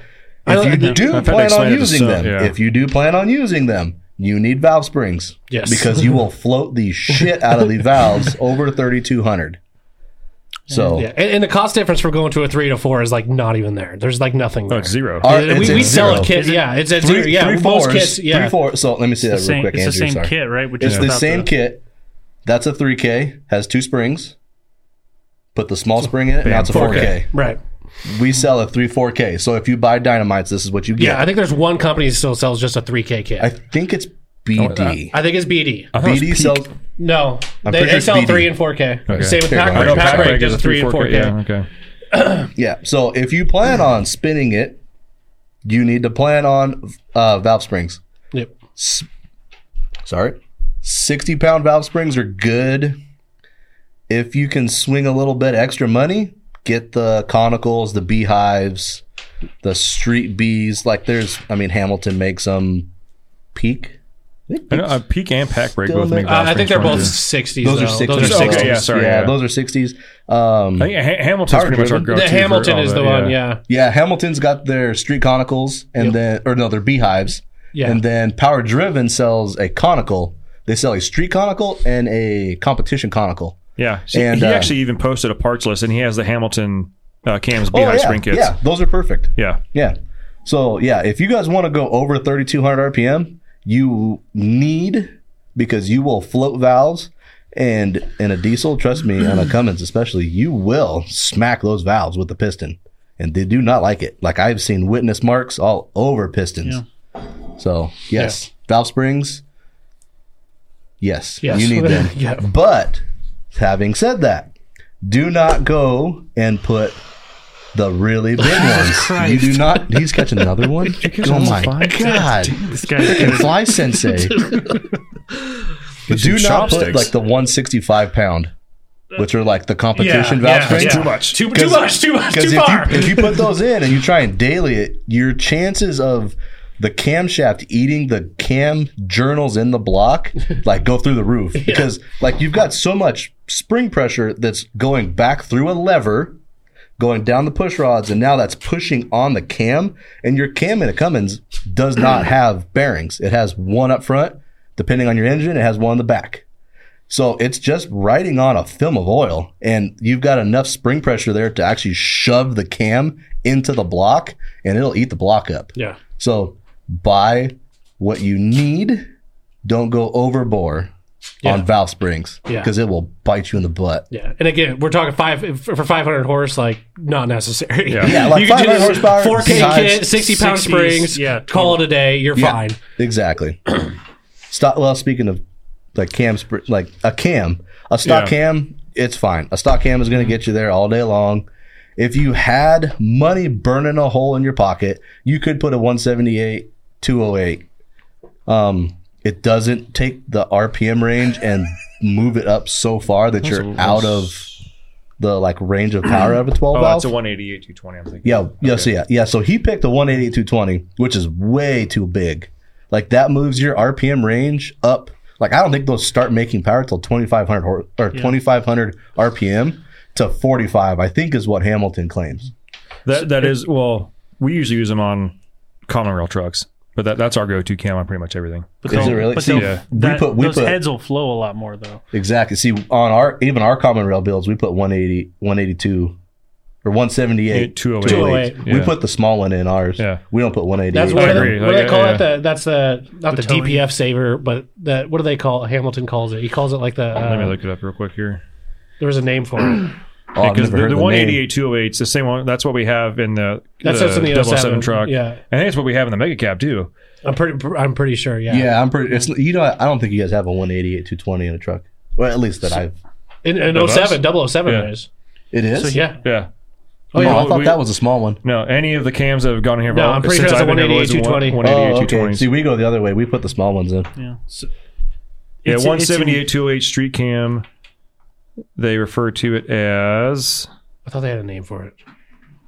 [SPEAKER 5] If you do
[SPEAKER 3] I've had to
[SPEAKER 5] plan
[SPEAKER 3] explain
[SPEAKER 5] on
[SPEAKER 3] it to
[SPEAKER 5] using
[SPEAKER 3] some,
[SPEAKER 5] them,
[SPEAKER 3] yeah.
[SPEAKER 5] if you do plan on using them, you need valve springs.
[SPEAKER 7] Yes.
[SPEAKER 5] Because you will float the shit out of the valves over 3200. So
[SPEAKER 7] Yeah. And, and the cost difference for going to a three to four is like not even there. There's like nothing.
[SPEAKER 3] No, Oh,
[SPEAKER 7] There.
[SPEAKER 3] it's zero.
[SPEAKER 5] our-
[SPEAKER 7] we
[SPEAKER 5] Oh, it's
[SPEAKER 7] we
[SPEAKER 5] at
[SPEAKER 7] sell
[SPEAKER 5] zero.
[SPEAKER 7] it kits. Yeah. It's at
[SPEAKER 5] Three,
[SPEAKER 7] zero. Yeah.
[SPEAKER 5] three
[SPEAKER 7] most
[SPEAKER 5] fours,
[SPEAKER 7] kits. Yeah.
[SPEAKER 5] Three four. So let me say that
[SPEAKER 6] The
[SPEAKER 5] real
[SPEAKER 6] same,
[SPEAKER 5] quick,
[SPEAKER 6] it's
[SPEAKER 5] Andrew.
[SPEAKER 6] the same
[SPEAKER 5] sorry.
[SPEAKER 6] kit, right? Which
[SPEAKER 5] It's
[SPEAKER 6] is
[SPEAKER 5] the
[SPEAKER 6] about
[SPEAKER 5] same kit. That's a 3K. Has two springs. put the small spring in it, now it's a 4K.
[SPEAKER 7] Right.
[SPEAKER 5] We sell a 3 4K. So if you buy dynamites, this is what you get.
[SPEAKER 7] Yeah, I think there's one company that still sells just a 3K kit.
[SPEAKER 5] I
[SPEAKER 7] I,
[SPEAKER 5] think it's BD.
[SPEAKER 7] think it's BD.
[SPEAKER 2] I thought it was
[SPEAKER 5] BD
[SPEAKER 2] peak.
[SPEAKER 5] sells.
[SPEAKER 7] No,
[SPEAKER 5] I'm
[SPEAKER 7] they,
[SPEAKER 5] pretty
[SPEAKER 7] they
[SPEAKER 5] sure
[SPEAKER 7] sell
[SPEAKER 5] it's BD.
[SPEAKER 7] three and 4K.
[SPEAKER 2] Okay.
[SPEAKER 7] Same with
[SPEAKER 5] There you
[SPEAKER 2] I
[SPEAKER 7] Pack
[SPEAKER 5] go.
[SPEAKER 7] Break.
[SPEAKER 2] know
[SPEAKER 5] Pack
[SPEAKER 7] Pack Break
[SPEAKER 2] Patrick
[SPEAKER 7] does
[SPEAKER 2] is
[SPEAKER 7] a three and 4K.
[SPEAKER 2] Yeah, okay.
[SPEAKER 5] Yeah. So if you plan on spinning it, you need to plan on uh, valve springs.
[SPEAKER 7] Yep.
[SPEAKER 5] Sorry. 60 pound valve springs are good. If you can swing a little bit extra money, get the conicals, the beehives, the street bees. Like there's, I mean, Hamilton makes them peak.
[SPEAKER 2] I know, uh, peak and pack break
[SPEAKER 5] Still
[SPEAKER 2] both make
[SPEAKER 5] make-
[SPEAKER 7] Uh, I think they're both
[SPEAKER 2] Valsprings fun,
[SPEAKER 7] 60s.
[SPEAKER 5] Those are
[SPEAKER 7] though.
[SPEAKER 5] 60s.
[SPEAKER 7] Those are
[SPEAKER 2] Okay,
[SPEAKER 7] 60s.
[SPEAKER 2] yeah, sorry, yeah.
[SPEAKER 5] those are 60s. Um,
[SPEAKER 2] too. I think ha- Hamilton's
[SPEAKER 5] Howard
[SPEAKER 2] pretty much our
[SPEAKER 5] Griffin.
[SPEAKER 2] go-to.
[SPEAKER 7] The
[SPEAKER 2] for
[SPEAKER 7] Hamilton
[SPEAKER 2] all
[SPEAKER 7] is
[SPEAKER 2] that,
[SPEAKER 7] the one, yeah.
[SPEAKER 5] Yeah, Hamilton's got their street conicals and then or no, their beehives.
[SPEAKER 7] Yeah.
[SPEAKER 5] And then Power Driven sells a conical. They sell a street conical and a competition conical.
[SPEAKER 2] Yeah, See,
[SPEAKER 5] And,
[SPEAKER 2] he
[SPEAKER 5] uh,
[SPEAKER 2] actually even posted a parts list, and he has the Hamilton uh, cams behind
[SPEAKER 5] Oh, yeah,
[SPEAKER 2] spring kits.
[SPEAKER 5] yeah, those are perfect.
[SPEAKER 2] yeah.
[SPEAKER 5] Yeah. So yeah, if you guys want to go over 3200 RPM, you need because you will float valves and in a diesel, trust me, on a Cummins especially, you will smack those valves with the piston, and they do not like it. Like I've seen witness marks all over pistons. So yes, valve springs. Yes,
[SPEAKER 7] Yes.
[SPEAKER 5] you need them.
[SPEAKER 7] Yeah.
[SPEAKER 5] But having said that, do not go and put the really big ones. you do not. He's catching another one. Oh my god!
[SPEAKER 6] This guy's
[SPEAKER 5] Can fly sensei. But do not put
[SPEAKER 2] chopsticks.
[SPEAKER 5] like the 165 pound, which are like the competition
[SPEAKER 7] yeah,
[SPEAKER 5] valve springs.
[SPEAKER 7] yeah.
[SPEAKER 2] too much.
[SPEAKER 7] Too, too much, too much, too
[SPEAKER 5] Because
[SPEAKER 7] far.
[SPEAKER 5] if you, if you put those in and you try and daily it, your chances of the camshaft eating the cam journals in the block like go through the roof because like you've got so much spring pressure that's going back through a lever going down the push rods and now that's pushing on the cam and your cam in a cummins does not have bearings it has one up front depending on your engine it has one in the back so it's just riding on a film of oil, and you've got enough spring pressure there to actually shove the cam into the block, and it'll eat the block up.
[SPEAKER 7] yeah.
[SPEAKER 5] So buy what you need. Don't go overboard
[SPEAKER 7] Yeah.
[SPEAKER 5] on valve springs
[SPEAKER 7] Yeah.
[SPEAKER 5] because it will bite you in the butt.
[SPEAKER 7] Yeah, and again, we're talking five for 500 horse, like not necessary.
[SPEAKER 2] Yeah.
[SPEAKER 5] Yeah, like
[SPEAKER 7] you can do
[SPEAKER 5] 500
[SPEAKER 7] this
[SPEAKER 5] horsepower,
[SPEAKER 7] 4K
[SPEAKER 5] size-
[SPEAKER 7] kit, 60 pound
[SPEAKER 6] 60s,
[SPEAKER 7] springs.
[SPEAKER 6] yeah,
[SPEAKER 7] call it a day. You're
[SPEAKER 5] Yeah,
[SPEAKER 7] fine.
[SPEAKER 5] exactly. Stock. Well, speaking of like cam, spr- like a cam, a stock
[SPEAKER 2] Yeah.
[SPEAKER 5] cam, it's fine. A stock cam is going to get you there all day long. If you had money burning a hole in your pocket, you could put a 178, 208. Um, it doesn't take the RPM range and move it up so far that you're out of the like range of power of a 12
[SPEAKER 2] Oh,
[SPEAKER 5] valve.
[SPEAKER 2] that's a 188, 220. I'm thinking.
[SPEAKER 5] Yeah, yeah, so yeah, yeah. So he picked the 180 220, which is way too big. Like that moves your RPM range up. Like I don't think those start making power till 2500 hor- or 2500 RPM to 45. I think is what Hamilton claims.
[SPEAKER 2] That that is well, we usually use them on common rail trucks, but that that's our go-to cam on pretty much everything.
[SPEAKER 6] But
[SPEAKER 5] Is
[SPEAKER 6] they'll-
[SPEAKER 5] it really?
[SPEAKER 6] But
[SPEAKER 5] See,
[SPEAKER 6] they'll-
[SPEAKER 5] yeah. We
[SPEAKER 6] that,
[SPEAKER 5] put- we
[SPEAKER 6] those
[SPEAKER 5] put-
[SPEAKER 6] heads will flow a lot more though.
[SPEAKER 5] Exactly. See, on our even our common rail builds, we put 180, 182, or 178,
[SPEAKER 2] 208.
[SPEAKER 7] 208.
[SPEAKER 5] We
[SPEAKER 2] Yeah.
[SPEAKER 5] put the small one in ours.
[SPEAKER 2] Yeah.
[SPEAKER 5] We don't put 188.
[SPEAKER 7] That's
[SPEAKER 2] I
[SPEAKER 7] what, they-
[SPEAKER 2] agree.
[SPEAKER 7] what do
[SPEAKER 2] Yeah,
[SPEAKER 7] they call
[SPEAKER 2] yeah,
[SPEAKER 7] it? The, that's the not the,
[SPEAKER 6] towing.
[SPEAKER 7] DPF saver, but the, what do they call it? Hamilton calls it. He calls it like the
[SPEAKER 2] Let me
[SPEAKER 7] uh,
[SPEAKER 2] look it up real quick here.
[SPEAKER 7] there was a name for it.
[SPEAKER 5] Oh, I've
[SPEAKER 2] Because
[SPEAKER 5] never
[SPEAKER 2] the,
[SPEAKER 5] heard
[SPEAKER 2] the
[SPEAKER 5] name.
[SPEAKER 2] 188 208's the same one. That's what we have in the,
[SPEAKER 7] That's
[SPEAKER 2] the
[SPEAKER 7] what's in the
[SPEAKER 2] 007
[SPEAKER 7] 07
[SPEAKER 2] truck.
[SPEAKER 7] yeah.
[SPEAKER 2] I think it's what we have in the mega cab too.
[SPEAKER 7] I'm pretty I'm pretty sure. Yeah.
[SPEAKER 5] Yeah, I'm pretty. It's you know I don't think you guys have a 188 220 in a truck. Well, at least that I've.
[SPEAKER 7] In, oh in
[SPEAKER 2] Of us?
[SPEAKER 7] 07, 007
[SPEAKER 2] Yeah.
[SPEAKER 7] it is.
[SPEAKER 5] It is.
[SPEAKER 7] So yeah.
[SPEAKER 2] Yeah.
[SPEAKER 5] Oh,
[SPEAKER 2] yeah,
[SPEAKER 5] I
[SPEAKER 2] we-
[SPEAKER 5] thought
[SPEAKER 2] we-
[SPEAKER 5] that was a small one.
[SPEAKER 2] No, any of the cams that have gone here.
[SPEAKER 7] No, I'm pretty
[SPEAKER 2] since
[SPEAKER 7] sure it's
[SPEAKER 2] I've
[SPEAKER 7] a
[SPEAKER 2] been here, it's
[SPEAKER 7] 188,
[SPEAKER 2] 188
[SPEAKER 5] Oh,
[SPEAKER 2] 220s.
[SPEAKER 5] See, we go the other way. We put the small ones in.
[SPEAKER 6] Yeah. So,
[SPEAKER 2] Yeah,
[SPEAKER 6] It's- it's
[SPEAKER 2] 178 208 street cam. They refer to it as
[SPEAKER 7] I thought they had a name for it.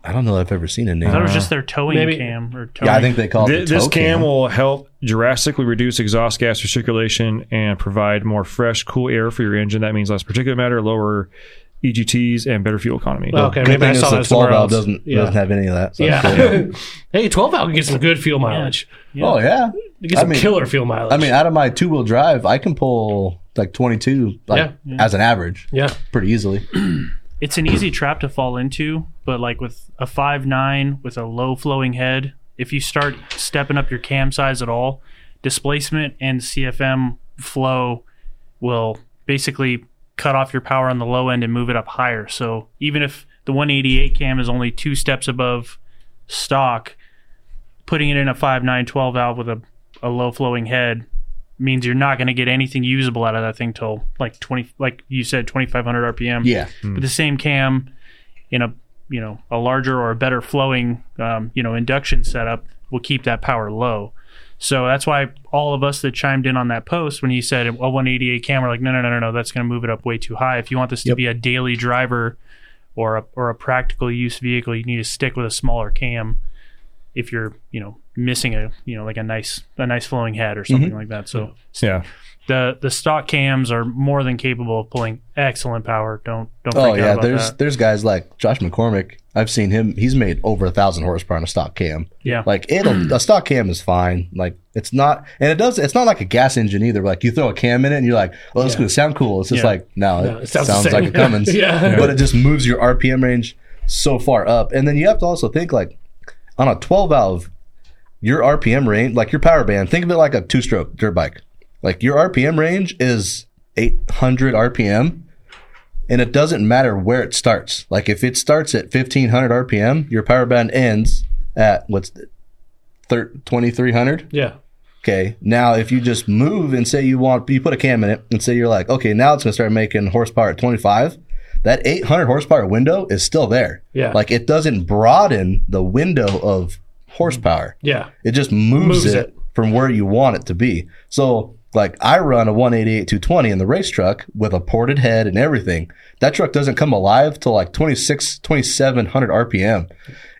[SPEAKER 5] I don't know if I've ever seen a name.
[SPEAKER 6] I thought it was just their towing
[SPEAKER 7] Maybe-
[SPEAKER 6] cam or towing.
[SPEAKER 5] Uh, Yeah, I think they call it
[SPEAKER 2] Th-
[SPEAKER 5] the
[SPEAKER 2] this
[SPEAKER 5] toe
[SPEAKER 2] cam will help drastically reduce exhaust gas recirculation and provide more fresh, cool air for your engine. That means less particulate matter, lower EGTs, and better fuel economy.
[SPEAKER 7] Well, okay,
[SPEAKER 5] Good
[SPEAKER 7] maybe
[SPEAKER 5] thing
[SPEAKER 7] I
[SPEAKER 5] is
[SPEAKER 7] saw
[SPEAKER 5] the
[SPEAKER 7] that somewhere
[SPEAKER 5] 12
[SPEAKER 7] else.
[SPEAKER 5] Doesn't
[SPEAKER 7] yeah.
[SPEAKER 5] doesn't have any of that. so that's
[SPEAKER 7] yeah.
[SPEAKER 5] cool.
[SPEAKER 7] hey, 12 valve can get some good fuel mileage.
[SPEAKER 5] Oh yeah.
[SPEAKER 7] You get some
[SPEAKER 5] I mean-
[SPEAKER 7] killer fuel mileage.
[SPEAKER 5] I mean, out of my two wheel drive, I can pull like 22 like,
[SPEAKER 7] Yeah,
[SPEAKER 5] as an average
[SPEAKER 7] yeah.
[SPEAKER 5] pretty easily.
[SPEAKER 6] it's an easy trap to fall into, but like with a five nine with a low flowing head, if you start stepping up your cam size at all, displacement and CFM flow will basically cut off your power on the low end and move it up higher. So even if the 188 cam is only two steps above stock, putting it in a 5.9 12 valve with a, a low flowing head means you're not going to get anything usable out of that thing till like 20 like you said 2500 rpm
[SPEAKER 5] Yeah.
[SPEAKER 6] but the same cam in a you know a larger or a better flowing um, you know induction setup will keep that power low so that's why all of us that chimed in on that post when he said a 188 cam were like no no no no no that's going to move it up way too high if you want this to be a daily driver or a, or a practical use vehicle you need to stick with a smaller cam if you're you know missing a you know like a nice a nice flowing head or something like that so
[SPEAKER 3] Yeah.
[SPEAKER 6] the the stock cams are more than capable of pulling excellent power don't don't freak
[SPEAKER 5] Oh
[SPEAKER 6] out
[SPEAKER 5] yeah,
[SPEAKER 6] about
[SPEAKER 5] there's
[SPEAKER 6] that.
[SPEAKER 5] there's guys like Josh McCormick. I've seen him. He's made over a thousand horsepower on a stock cam.
[SPEAKER 6] Yeah.
[SPEAKER 5] like
[SPEAKER 7] Hmm.
[SPEAKER 5] it'll a stock cam is fine. Like it's not, and it does. It's not like a gas engine either. Like you throw a cam in it and you're like, well, it's going to sound cool. It's just
[SPEAKER 6] Yeah.
[SPEAKER 5] like no,
[SPEAKER 7] No,
[SPEAKER 5] it,
[SPEAKER 7] it
[SPEAKER 5] sounds,
[SPEAKER 7] sounds the same.
[SPEAKER 5] like a Cummins.
[SPEAKER 7] Yeah.
[SPEAKER 5] but it just moves your RPM range so far up, and then you have to also think like on a 12 valve, your RPM range, like your power band. Think of it like a two stroke dirt bike. Like your RPM range is 800 RPM and it doesn't matter where it starts. Like if it starts at 1500 RPM, your power band ends at what's the thir- 2300.
[SPEAKER 7] Yeah.
[SPEAKER 5] Okay. Now, if you just move and say you want, you put a cam in it and say you're like, okay, now it's going to start making horsepower at 25. That 800 horsepower window is still there.
[SPEAKER 7] Yeah.
[SPEAKER 5] Like it doesn't broaden the window of horsepower.
[SPEAKER 7] Yeah.
[SPEAKER 5] It just moves,
[SPEAKER 7] Moves
[SPEAKER 5] it,
[SPEAKER 7] it.
[SPEAKER 5] from where you want it to be. So, like, I run a 188 220 in the race truck with a ported head and everything. That truck doesn't come alive till like 26, 2700 RPM.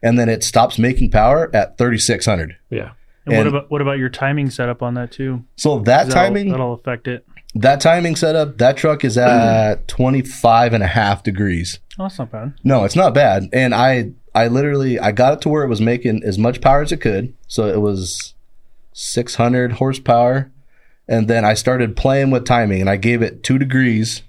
[SPEAKER 5] And then it stops making power at 3600.
[SPEAKER 7] Yeah.
[SPEAKER 6] And,
[SPEAKER 5] and-
[SPEAKER 6] what about what about your timing setup on that too?
[SPEAKER 5] So, that
[SPEAKER 6] Is that'll-
[SPEAKER 5] timing,
[SPEAKER 6] that'll affect it.
[SPEAKER 5] that timing setup, that truck is at 25 and a half degrees.
[SPEAKER 6] Oh, that's not bad.
[SPEAKER 5] No, it's not bad. And I I literally I got it to where it was making as much power as it could. So it was 600 horsepower and then I started playing with timing and I gave it 2 degrees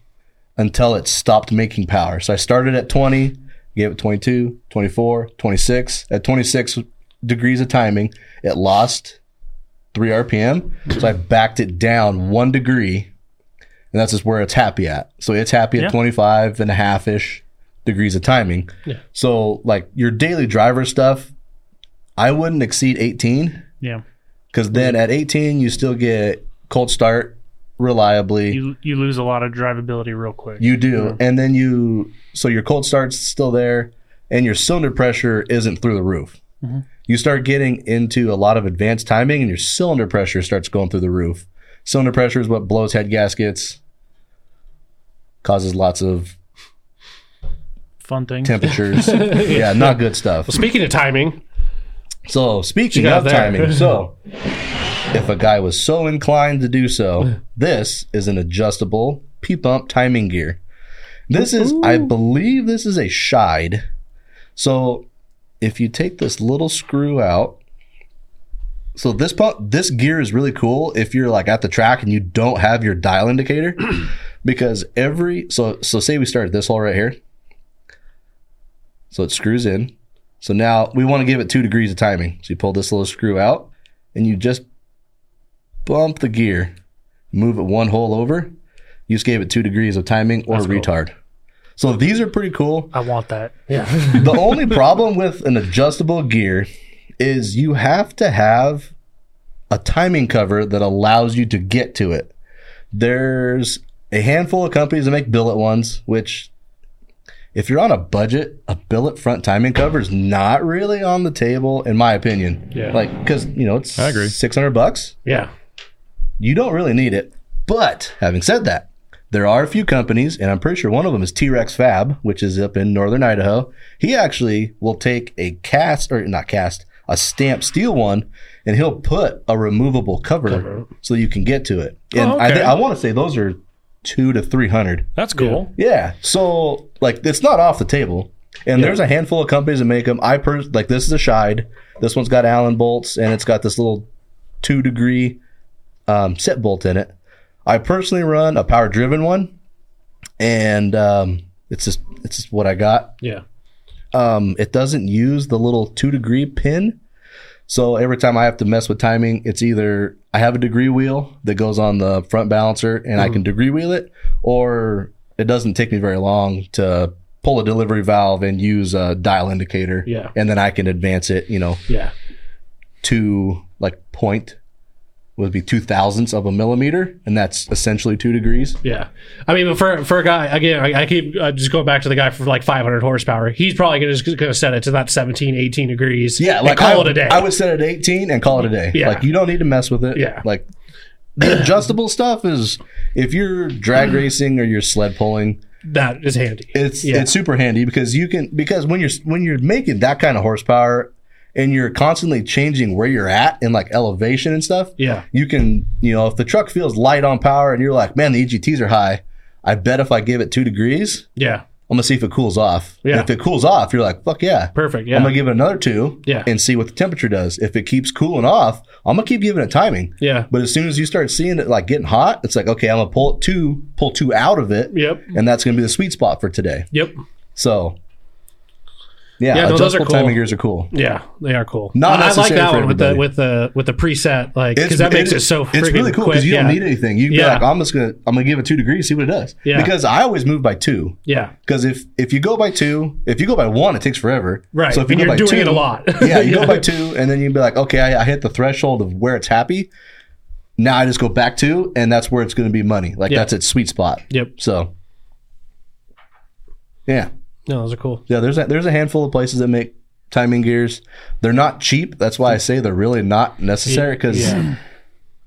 [SPEAKER 5] until it stopped making power. So I started at 20, gave it 22, 24, 26. At 26 degrees of timing, it lost 3 RPM. So I backed it down 1 degree. And that's just where it's happy at. So it's happy at
[SPEAKER 6] Yeah.
[SPEAKER 5] 25 and a half ish degrees of timing.
[SPEAKER 7] Yeah.
[SPEAKER 5] So like your daily driver stuff, I wouldn't exceed 18
[SPEAKER 6] Yeah,
[SPEAKER 5] because then at 18 you still get cold start reliably. You,
[SPEAKER 6] you you lose a lot of drivability real quick.
[SPEAKER 5] do, and then you so your cold start's still there, and your cylinder pressure isn't through the roof. You start getting into a lot of advanced timing, and your cylinder pressure starts going through the roof. Cylinder pressure is what blows head gaskets, causes lots of
[SPEAKER 6] Fun thing.
[SPEAKER 5] temperatures. yeah, not good stuff.
[SPEAKER 7] Speaking of timing,
[SPEAKER 5] So speaking
[SPEAKER 7] got
[SPEAKER 5] of
[SPEAKER 7] there.
[SPEAKER 5] timing, so if a guy was so inclined to do so, this is an adjustable P pump timing gear. This is, I believe, this is a Scheid. So if you take this little screw out, so this pump, this gear is really cool if you're like at the track and you don't have your dial indicator, because every so so say we start at this hole right here. So it screws in. So now we want to give it two degrees of timing. So you pull this little screw out and you just bump the gear, move it one hole over. You just gave it two degrees of timing or retard. So these are pretty cool.
[SPEAKER 6] I want that.
[SPEAKER 5] The only problem with an adjustable gear is you have to have a timing cover that allows you to get to it. There's a handful of companies that make billet ones, which if you're on a budget, a billet front timing cover is not really on the table, in my opinion.
[SPEAKER 7] Yeah.
[SPEAKER 5] Like, because you know it's
[SPEAKER 3] I agree.
[SPEAKER 5] 600 bucks
[SPEAKER 7] yeah.
[SPEAKER 5] you don't really need it. But having said that, there are a few companies, and I'm pretty sure one of them is T Rex Fab, which is up in northern Idaho. He actually will take a cast, or not cast, a stamped steel one, and he'll put a removable cover, so you can get to it. And I,
[SPEAKER 3] okay.
[SPEAKER 5] th- I want to say those are two to 300.
[SPEAKER 3] That's cool.
[SPEAKER 5] Yeah. So like it's not off the table. And there's a handful of companies that make them. I per- like this is a Scheid. This one's got Allen bolts and it's got this little two degree um, set bolt in it. I personally run a power driven one, and um, it's just it's just what I got.
[SPEAKER 7] Yeah.
[SPEAKER 5] Um, it doesn't use the little two degree pin, so every time I have to mess with timing, it's either
[SPEAKER 7] Mm-hmm.
[SPEAKER 5] I have a degree wheel that goes on the front balancer and I can degree wheel it, or it doesn't take me very long to pull a delivery valve and use a dial indicator.
[SPEAKER 7] Yeah.
[SPEAKER 5] And then I can advance it, you know,
[SPEAKER 7] Yeah.
[SPEAKER 5] to like point would be two thousandths of a millimeter, and that's essentially two degrees.
[SPEAKER 7] Yeah, I mean, but for for a guy again, I, I keep uh, just going back to the guy for like 500 horsepower. He's probably gonna just gonna set it to that 17, 18 degrees.
[SPEAKER 5] Yeah,
[SPEAKER 7] and
[SPEAKER 5] like
[SPEAKER 7] call
[SPEAKER 5] I,
[SPEAKER 7] it a day.
[SPEAKER 5] I would set it at 18 and call it a day.
[SPEAKER 7] Yeah.
[SPEAKER 5] Like you don't need to mess with it.
[SPEAKER 7] Yeah.
[SPEAKER 5] Like the adjustable stuff is if you're drag racing or you're sled pulling,
[SPEAKER 7] that is handy.
[SPEAKER 5] it's
[SPEAKER 7] Yeah.
[SPEAKER 5] it's super handy because you can because when you're when you're making that kind of horsepower and you're constantly changing where you're at in like elevation and stuff,
[SPEAKER 7] Yeah,
[SPEAKER 5] you can, you know, if the truck feels light on power and you're like, man, the EGTs are high, I bet if I give it two degrees,
[SPEAKER 7] yeah,
[SPEAKER 5] I'm gonna see if it cools off. And
[SPEAKER 7] Yeah.
[SPEAKER 5] if it cools off, you're like, fuck yeah.
[SPEAKER 7] perfect. Yeah,
[SPEAKER 5] I'm gonna give it another two
[SPEAKER 7] Yeah.
[SPEAKER 5] and see what the temperature does. If it keeps cooling off, I'm gonna keep giving it timing.
[SPEAKER 7] yeah,
[SPEAKER 5] But as soon as you start seeing it like getting hot, it's like, okay, I'm gonna pull it two, pull two out of it.
[SPEAKER 7] yep,
[SPEAKER 5] And that's gonna be the sweet spot for today.
[SPEAKER 7] yep,
[SPEAKER 5] So yeah,
[SPEAKER 7] Yeah, no, those are
[SPEAKER 5] adjustable
[SPEAKER 7] cool.
[SPEAKER 5] timing gears are cool.
[SPEAKER 7] yeah. They are cool.
[SPEAKER 5] Not
[SPEAKER 7] I- I like
[SPEAKER 5] necessary
[SPEAKER 7] that
[SPEAKER 5] for
[SPEAKER 7] one with the
[SPEAKER 5] everybody.
[SPEAKER 7] with the with the preset, like because that makes it so freaking
[SPEAKER 5] it's really cool
[SPEAKER 7] quick.
[SPEAKER 5] because you
[SPEAKER 7] yeah.
[SPEAKER 5] don't need anything. You can be
[SPEAKER 7] Yeah.
[SPEAKER 5] like, I'm just gonna I'm gonna give it two degrees, see what it does.
[SPEAKER 7] Yeah.
[SPEAKER 5] Because I always move by two.
[SPEAKER 7] Yeah,
[SPEAKER 5] Because if if you go by two, if you go by one, it takes forever.
[SPEAKER 7] right.
[SPEAKER 5] So if you
[SPEAKER 7] and
[SPEAKER 5] go
[SPEAKER 7] you're
[SPEAKER 5] by
[SPEAKER 7] doing
[SPEAKER 5] two,
[SPEAKER 7] it a lot.
[SPEAKER 5] yeah, you go by two, and then you'd be like, okay, I, I hit the threshold of where it's happy. Now I just go back two, and that's where it's going to be money. Like
[SPEAKER 7] Yeah.
[SPEAKER 5] that's its sweet spot.
[SPEAKER 7] Yep.
[SPEAKER 5] So, yeah,
[SPEAKER 7] No, those are cool.
[SPEAKER 5] yeah. There's a, there's a handful of places that make timing gears. They're not cheap. That's why I say they're really not necessary because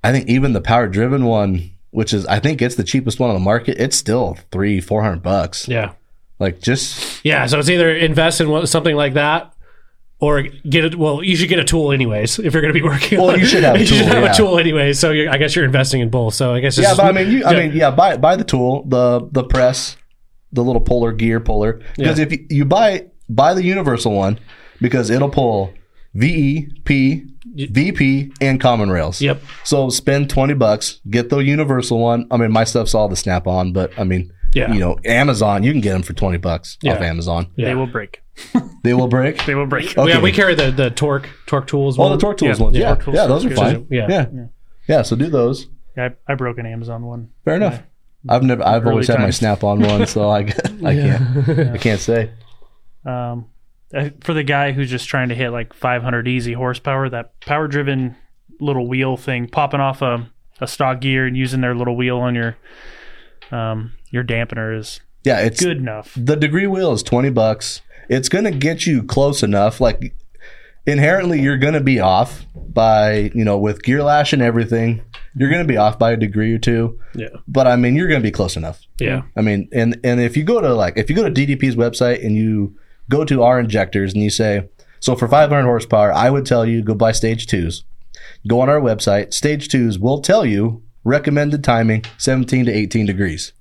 [SPEAKER 5] I think even the power driven one, which is I think it's the cheapest one on the market, it's still three four hundred bucks.
[SPEAKER 7] Yeah,
[SPEAKER 5] Like just
[SPEAKER 7] yeah. So it's either invest in one- something like that. Or get it. Well, you should get a tool anyways if you're going to be working.
[SPEAKER 5] Well,
[SPEAKER 7] on-
[SPEAKER 5] you should have a
[SPEAKER 7] You should
[SPEAKER 5] tool,
[SPEAKER 7] have
[SPEAKER 5] yeah.
[SPEAKER 7] a tool anyways. So you're, I guess you're investing in both. So I guess it's
[SPEAKER 5] yeah,
[SPEAKER 7] just-
[SPEAKER 5] but I mean, you, I mean, yeah, buy buy the tool, the the press, the little puller gear puller. Because if you, you buy buy the universal one, because it'll pull VE, P, VP, and common rails.
[SPEAKER 7] Yep.
[SPEAKER 5] So spend twenty bucks, get the universal one. I mean, my stuff's all the snap on, but I mean,
[SPEAKER 7] Yeah.
[SPEAKER 5] you know, Amazon, you can get them for twenty bucks
[SPEAKER 7] Yeah.
[SPEAKER 5] off Amazon.
[SPEAKER 7] Yeah.
[SPEAKER 4] They will break.
[SPEAKER 5] They will break.
[SPEAKER 4] They will break.
[SPEAKER 5] Okay.
[SPEAKER 7] Yeah, we carry the the torque torque tools.
[SPEAKER 5] all
[SPEAKER 7] one.
[SPEAKER 5] the torque tools
[SPEAKER 4] Yeah.
[SPEAKER 5] ones.
[SPEAKER 4] Yeah.
[SPEAKER 5] Yeah,
[SPEAKER 4] Torque tools
[SPEAKER 5] yeah,
[SPEAKER 4] are
[SPEAKER 5] those are
[SPEAKER 4] good.
[SPEAKER 5] fine.
[SPEAKER 7] Yeah.
[SPEAKER 5] yeah, yeah. So do those.
[SPEAKER 6] I, I broke an Amazon one.
[SPEAKER 5] Fair enough. I've never. I've always had my
[SPEAKER 6] times.
[SPEAKER 5] Snap on one, so I, I can't. I can't say.
[SPEAKER 6] Um, uh, for the guy who's just trying to hit like 500 easy horsepower, that power driven little wheel thing popping off a, a stock gear and using their little wheel on your um, your dampener is
[SPEAKER 5] Yeah, it's
[SPEAKER 6] good enough.
[SPEAKER 5] the degree wheel is twenty bucks. It's gonna get you close enough. Like inherently, you're gonna be off by you know with gear lash and everything. You're gonna be off by a degree or two.
[SPEAKER 7] Yeah.
[SPEAKER 5] But I mean, you're gonna be close enough.
[SPEAKER 7] Yeah.
[SPEAKER 5] I mean, and and if you go to like if you go to DDP's website and you go to our injectors and you say, so for 500 horsepower, I would tell you go buy stage twos. Go on our website. Stage twos will tell you recommended timing 17 to 18 degrees.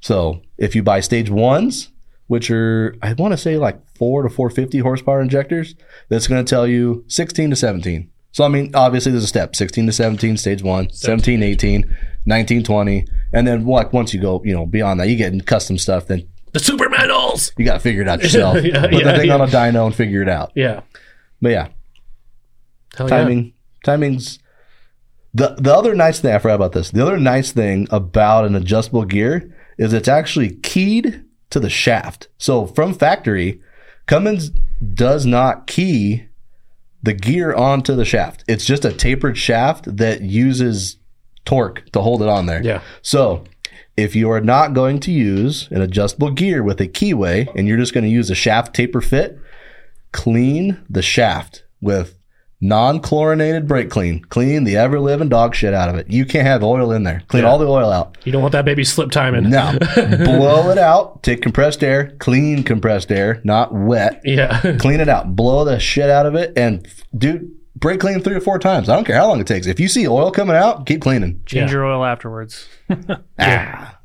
[SPEAKER 5] So if you buy stage ones, which are I want to say like four to 450 horsepower injectors, that's going to tell you 16 to 17. So I mean, obviously there's a step: 16 to 17, stage one, 17, 18, 19, 20, and then like once you go, you know, beyond that, you get custom stuff. Then
[SPEAKER 7] The super metals.
[SPEAKER 5] you got to figure it out yourself.
[SPEAKER 7] Yeah,
[SPEAKER 5] Put
[SPEAKER 7] yeah,
[SPEAKER 5] that thing
[SPEAKER 7] yeah.
[SPEAKER 5] on a dyno and figure it out.
[SPEAKER 7] Yeah.
[SPEAKER 5] But yeah,
[SPEAKER 7] Hell yeah.
[SPEAKER 5] timing, timings. The the other nice thing I forgot about this. The other nice thing about an adjustable gear is it's actually keyed to the shaft. So from factory, Cummins does not key the gear onto the shaft. It's just a tapered shaft that uses torque to hold it on there.
[SPEAKER 7] Yeah.
[SPEAKER 5] So if you are not going to use an adjustable gear with a keyway and you're just going to use a shaft taper fit, clean the shaft with non-chlorinated brake clean. Clean the ever living dog shit out of it. You can't have oil in there. Clean all the oil out.
[SPEAKER 7] You don't want that baby slip timing.
[SPEAKER 5] Now, blow it out. Take compressed air, clean compressed air, not wet.
[SPEAKER 7] Yeah.
[SPEAKER 5] Clean it out. Blow the shit out of it and dude, brake clean three or four times. I don't care how long it takes. If you see oil coming out, keep cleaning.
[SPEAKER 6] Change
[SPEAKER 7] Yeah.
[SPEAKER 6] your oil afterwards.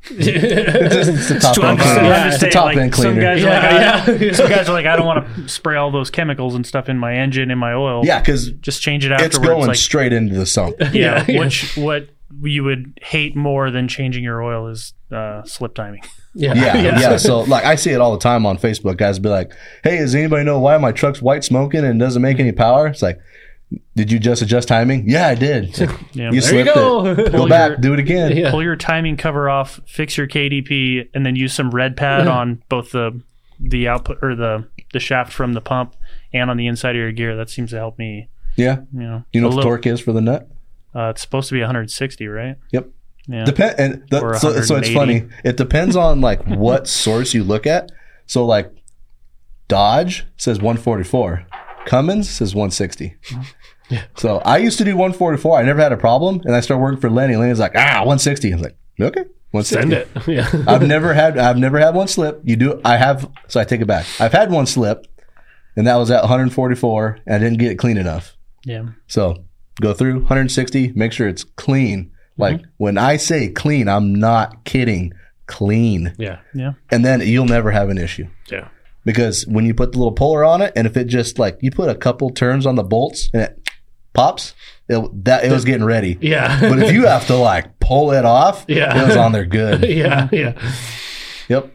[SPEAKER 5] It's, just, it's the top end
[SPEAKER 6] I'm just-
[SPEAKER 5] cleaner.
[SPEAKER 6] I'm just
[SPEAKER 5] It's the
[SPEAKER 6] saying,
[SPEAKER 5] top
[SPEAKER 6] like,
[SPEAKER 5] end
[SPEAKER 6] Some
[SPEAKER 5] cleaner.
[SPEAKER 6] guys, are like,
[SPEAKER 7] "Oh, Yeah,
[SPEAKER 6] I, some guys are like, I don't want to spray all those chemicals and stuff in my engine and my oil.
[SPEAKER 5] Yeah, because
[SPEAKER 6] Just change it
[SPEAKER 5] it's
[SPEAKER 6] afterwards.
[SPEAKER 5] going
[SPEAKER 6] like,
[SPEAKER 5] straight into the sump.
[SPEAKER 6] yeah,
[SPEAKER 7] Yeah, yeah.
[SPEAKER 6] Which what you would hate more than changing your oil is uh, slip timing.
[SPEAKER 7] Yeah.
[SPEAKER 5] Yeah, yeah. So like I see it all the time on Facebook. Guys be like, "Hey, does anybody know why my truck's white smoking and doesn't make any power?" It's like Did you just adjust timing? Yeah, I did.
[SPEAKER 6] Yeah.
[SPEAKER 5] you
[SPEAKER 7] There you
[SPEAKER 5] slipped
[SPEAKER 7] go.
[SPEAKER 5] it. Go
[SPEAKER 6] Pull
[SPEAKER 5] back,
[SPEAKER 6] your-
[SPEAKER 5] do it again.
[SPEAKER 7] Yeah.
[SPEAKER 6] Pull your timing cover off, fix your KDP, and then use some red pad on both the the output or the the shaft from the pump and on the inside of your gear. That seems to help me.
[SPEAKER 5] Yeah.
[SPEAKER 6] You know,
[SPEAKER 5] You know
[SPEAKER 6] a
[SPEAKER 5] what the
[SPEAKER 6] little-
[SPEAKER 5] torque is for the nut?
[SPEAKER 6] Uh, it's supposed to be 160, right?
[SPEAKER 5] Yep.
[SPEAKER 6] Yeah.
[SPEAKER 5] Depend and the,
[SPEAKER 6] Or
[SPEAKER 5] so, so it's
[SPEAKER 6] 180.
[SPEAKER 5] funny. It depends on like what source you look at. So like Dodge says 144. Cummins says 160. So I used to do 144. I never had a problem, and I started working for Lenny. Lenny's like, ah, 160. I was like, okay, 160.
[SPEAKER 7] Send it. Yeah.
[SPEAKER 5] I've never had I've never had one slip. You do I have so I take it back. I've had one slip, and that was at 144, and I didn't get it clean enough.
[SPEAKER 6] yeah.
[SPEAKER 5] So go through 160, make sure it's clean. Like when I say clean, I'm not kidding. Clean.
[SPEAKER 7] Yeah.
[SPEAKER 5] And then you'll never have an issue.
[SPEAKER 7] Yeah.
[SPEAKER 5] Because when you put the little puller on it, and if it just like you put a couple turns on the bolts and it pops, it, that it was getting ready.
[SPEAKER 7] Yeah.
[SPEAKER 5] But if you have to like pull it off,
[SPEAKER 7] Yeah.
[SPEAKER 5] it was on there good.
[SPEAKER 7] yeah. Yeah.
[SPEAKER 5] Yep.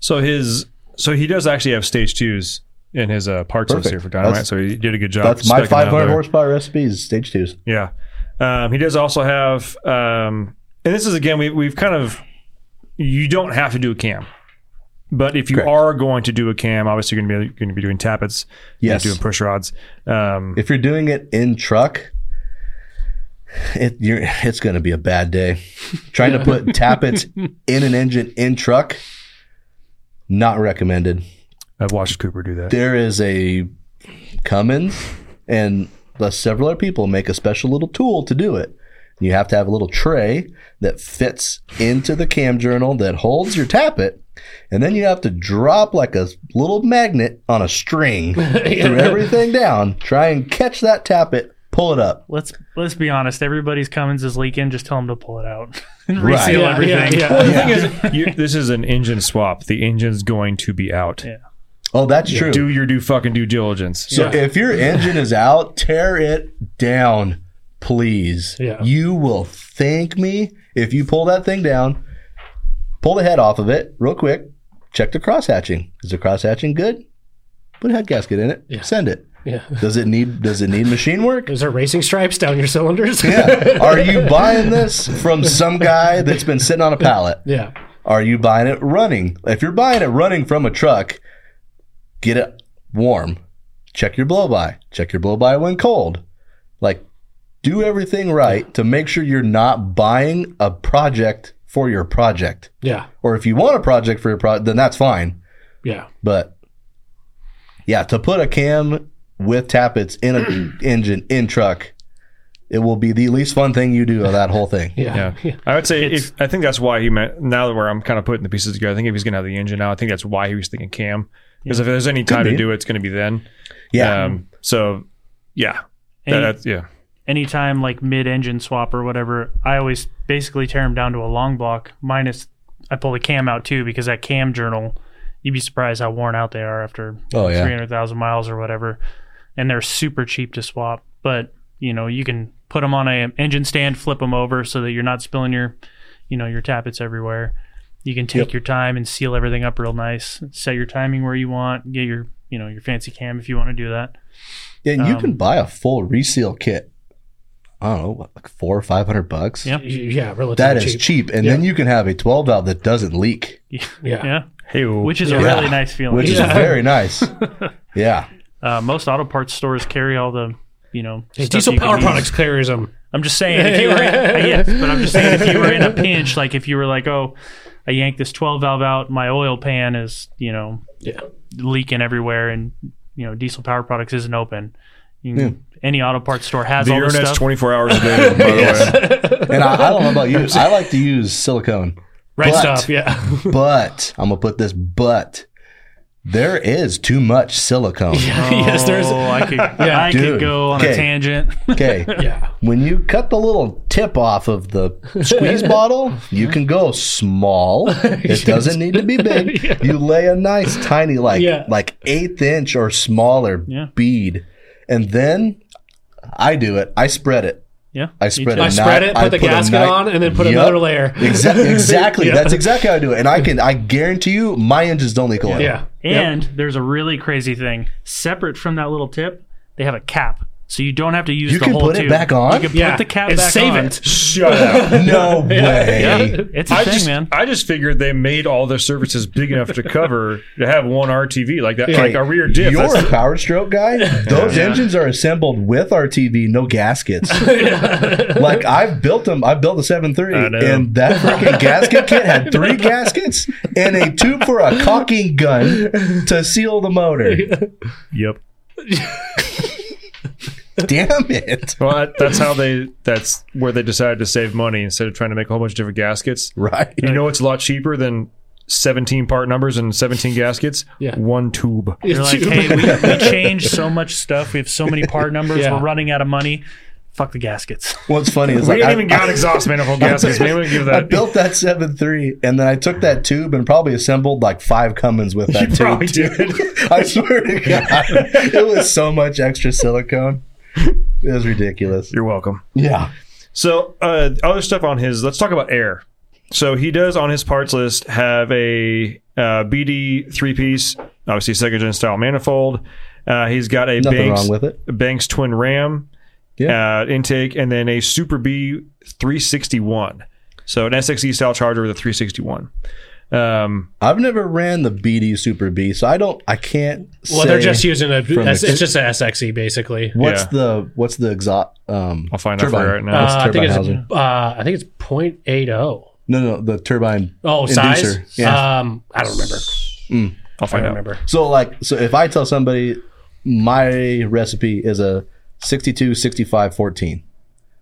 [SPEAKER 3] So his so he does actually have stage twos in his uh, parts list
[SPEAKER 5] Perfect.
[SPEAKER 3] here for dynamite.
[SPEAKER 5] That's-
[SPEAKER 3] so he did a good job.
[SPEAKER 5] That's my
[SPEAKER 3] specking that out
[SPEAKER 5] 500
[SPEAKER 3] there.
[SPEAKER 5] horsepower recipes, stage twos.
[SPEAKER 3] Yeah. Um, he does also have, um, and this is again, we, we've kind of, you don't have to do a cam. But if you
[SPEAKER 5] Correct.
[SPEAKER 3] are going to do a cam, obviously you're going to be going to be doing tappets, you're
[SPEAKER 5] Yes.
[SPEAKER 3] doing push rods. Um,
[SPEAKER 5] If you're doing it in truck, it you're it's gonna be a bad day. Trying to put tappets in an engine in truck, not recommended.
[SPEAKER 3] I've watched Cooper do that.
[SPEAKER 5] There is a Cummins and the several other people make a special little tool to do it. You have to have a little tray that fits into the cam journal that holds your tappet, and then you have to drop like a little magnet on a string through everything down, try and catch that tappet, pull it up.
[SPEAKER 6] Let's let's be honest. Everybody's Cummins is leaking. Just tell them to pull it out.
[SPEAKER 5] Right.
[SPEAKER 6] Seal
[SPEAKER 7] Yeah,
[SPEAKER 6] everything.
[SPEAKER 7] yeah,
[SPEAKER 3] Well,
[SPEAKER 7] yeah.
[SPEAKER 3] the thing is, you, this is an engine swap. The engine's going to be out.
[SPEAKER 5] Oh, that's true.
[SPEAKER 3] Do your do fucking due diligence.
[SPEAKER 5] so if your engine is out, tear it down, please.
[SPEAKER 7] Yeah.
[SPEAKER 5] You will thank me if you pull that thing down, pull the head off of it real quick, check the cross hatching. Is the cross hatching good? Put a head gasket in it. Send it.
[SPEAKER 7] Yeah.
[SPEAKER 5] Does it need does it need machine work?
[SPEAKER 7] Is there racing stripes down your cylinders?
[SPEAKER 5] Yeah. Are you buying this from some guy that's been sitting on a pallet?
[SPEAKER 7] yeah.
[SPEAKER 5] Are you buying it running? If you're buying it running from a truck, get it warm. Check your blow by. Check your blow by when cold. Like, do everything right to make sure you're not buying a project for your project.
[SPEAKER 7] Yeah.
[SPEAKER 5] Or if you want a project for your project, then that's fine.
[SPEAKER 7] Yeah.
[SPEAKER 5] But yeah, to put a cam with tappets in a engine in truck, it will be the least fun thing you do of that whole thing.
[SPEAKER 7] Yeah.
[SPEAKER 3] Yeah. I would say if, I think that's why he meant now that where I'm kind of putting the pieces together. I think if he's going to have the engine now, I think that's why he was thinking cam. Because if there's any time to
[SPEAKER 5] be.
[SPEAKER 3] do it, it's going to be then.
[SPEAKER 5] Yeah.
[SPEAKER 3] Um, so yeah,
[SPEAKER 6] Any-
[SPEAKER 3] That- that's- yeah.
[SPEAKER 6] anytime like mid engine swap or whatever, I always basically tear them down to a long block. Minus, I pull the cam out too because that cam journal, you'd be surprised how worn out they are after
[SPEAKER 5] Oh, yeah.
[SPEAKER 6] 300,000 miles or whatever. And they're super cheap to swap. But, you know, you can put them on a engine stand, flip them over so that you're not spilling your, you know, your tappets everywhere. You can take your time and seal everything up real nice. Set your timing where you want. Get your, you know, your fancy cam if you want to do that.
[SPEAKER 5] And you
[SPEAKER 6] Um,
[SPEAKER 5] can buy a full reseal kit. I don't know, what, like four or five hundred bucks.
[SPEAKER 6] Yeah.
[SPEAKER 7] Yeah. Relatively
[SPEAKER 5] that is cheap.
[SPEAKER 7] cheap.
[SPEAKER 5] And then you can have a twelve valve that doesn't leak,
[SPEAKER 7] Yeah.
[SPEAKER 6] Yeah.
[SPEAKER 3] Hey,
[SPEAKER 6] Which is a
[SPEAKER 7] Yeah.
[SPEAKER 6] really nice feeling.
[SPEAKER 5] which is
[SPEAKER 7] Yeah.
[SPEAKER 5] very nice. yeah,
[SPEAKER 6] Uh, most auto parts stores carry all the, you know,
[SPEAKER 7] Hey,
[SPEAKER 6] stuff
[SPEAKER 7] diesel
[SPEAKER 6] you can
[SPEAKER 7] power
[SPEAKER 6] use.
[SPEAKER 7] products carries them.
[SPEAKER 6] I'm just saying, if you were, in, yes, but I'm just saying, if you were in a pinch, like if you were like, oh, I yanked this 12 valve out, my oil pan is, you know,
[SPEAKER 7] Yeah.
[SPEAKER 6] leaking everywhere, and you know, diesel power products isn't open. You can, Any auto parts store has
[SPEAKER 3] the
[SPEAKER 6] all this
[SPEAKER 3] internet's
[SPEAKER 6] stuff.
[SPEAKER 3] 24 hours a day. By the way,
[SPEAKER 5] and I, I don't know about you. I like to use silicone,
[SPEAKER 7] Right
[SPEAKER 5] But-
[SPEAKER 7] stuff. Yeah.
[SPEAKER 5] but I'm gonna put this but. There is too much silicone.
[SPEAKER 7] yes. There's.
[SPEAKER 6] Oh, I could, I
[SPEAKER 5] Dude.
[SPEAKER 6] could go on
[SPEAKER 5] Okay.
[SPEAKER 6] a tangent.
[SPEAKER 5] Okay.
[SPEAKER 7] Yeah.
[SPEAKER 5] When you cut the little tip off of the squeeze bottle, you can go small. It doesn't need to be big. You lay a nice tiny like
[SPEAKER 7] Yeah.
[SPEAKER 5] like eighth inch or smaller
[SPEAKER 6] Yeah.
[SPEAKER 5] bead. And then I do it. I spread it.
[SPEAKER 6] yeah,
[SPEAKER 5] I spread it.
[SPEAKER 7] I spread it, put the gasket on, and then put another layer.
[SPEAKER 5] Exactly. Exactly.
[SPEAKER 7] Yeah.
[SPEAKER 5] That's exactly how I do it. And I can I guarantee you my engines don't leak oil.
[SPEAKER 7] Yeah.
[SPEAKER 6] And there's a really crazy thing separate from that little tip. they have a cap, so you don't have to use
[SPEAKER 5] You
[SPEAKER 6] the
[SPEAKER 5] can
[SPEAKER 6] whole
[SPEAKER 5] put it
[SPEAKER 6] tube.
[SPEAKER 5] back on?
[SPEAKER 6] You can
[SPEAKER 7] Yeah,
[SPEAKER 6] put the cap
[SPEAKER 7] and
[SPEAKER 6] back
[SPEAKER 7] save
[SPEAKER 6] on.
[SPEAKER 7] it.
[SPEAKER 3] Shut up.
[SPEAKER 5] No way.
[SPEAKER 6] It's a
[SPEAKER 3] I
[SPEAKER 6] thing,
[SPEAKER 3] just,
[SPEAKER 6] man.
[SPEAKER 3] I just figured they made all their services big enough to cover to have one RTV like that, like a rear diff.
[SPEAKER 5] You're
[SPEAKER 3] That's-
[SPEAKER 5] a power stroke guy. Those engines are assembled with RTV, no gaskets. like I've built them. I built a seven three,
[SPEAKER 3] I know.
[SPEAKER 5] and that freaking gasket kit had three gaskets and a tube for a caulking gun to seal the motor.
[SPEAKER 3] yep.
[SPEAKER 5] Damn it!
[SPEAKER 3] Well, that, that's how they. That's where they decided to save money instead of trying to make a whole bunch of different gaskets.
[SPEAKER 5] Right.
[SPEAKER 3] You know, it's a lot cheaper than. 17 part numbers and 17 gaskets.
[SPEAKER 7] Yeah.
[SPEAKER 3] One tube.
[SPEAKER 6] They're like, hey, we, we changed so much stuff. We have so many part numbers.
[SPEAKER 7] Yeah.
[SPEAKER 6] We're running out of money. Fuck the gaskets.
[SPEAKER 5] What's funny is
[SPEAKER 3] We
[SPEAKER 5] like
[SPEAKER 3] ain't
[SPEAKER 5] I,
[SPEAKER 3] even got exhaust manifold gaskets. Maybe we can give
[SPEAKER 5] I
[SPEAKER 3] that.
[SPEAKER 5] built that seven three, and then I took that tube and probably assembled like five Cummins with that tube.
[SPEAKER 3] Probably did.
[SPEAKER 5] I swear to God, it was so much extra silicone. It was ridiculous.
[SPEAKER 3] You're welcome.
[SPEAKER 5] Yeah.
[SPEAKER 3] So, uh, other stuff on his. Let's talk about air. So he does on his parts list have a uh, BD three piece, obviously second gen style manifold. Uh, he's got a
[SPEAKER 5] Nothing
[SPEAKER 3] Banks
[SPEAKER 5] wrong with it.
[SPEAKER 3] Banks twin ram
[SPEAKER 5] Yeah.
[SPEAKER 3] uh, intake, and then a Super B three sixty one. So an SXE style charger with a three sixty one. Um,
[SPEAKER 5] I've never ran the BD Super B, so I don't I can't
[SPEAKER 7] Well,
[SPEAKER 5] say
[SPEAKER 7] they're just using a.
[SPEAKER 5] from
[SPEAKER 7] It's
[SPEAKER 5] the-
[SPEAKER 7] it's just a SXE basically.
[SPEAKER 5] what's
[SPEAKER 3] Yeah.
[SPEAKER 5] the what's the exhaust um
[SPEAKER 3] I'll find out for
[SPEAKER 5] turbine?
[SPEAKER 3] you right now.
[SPEAKER 5] What's
[SPEAKER 7] Uh, I think
[SPEAKER 5] turbine
[SPEAKER 7] it's.
[SPEAKER 5] housing?
[SPEAKER 7] Uh, I think it's 0.80.
[SPEAKER 5] No, no, the turbine.
[SPEAKER 7] Oh, size.
[SPEAKER 5] Inducer, yeah.
[SPEAKER 7] Um, I don't remember.
[SPEAKER 3] I'll
[SPEAKER 7] I
[SPEAKER 3] find
[SPEAKER 7] don't
[SPEAKER 3] out.
[SPEAKER 7] remember.
[SPEAKER 5] So like so if I tell somebody my recipe is a 62 65 14.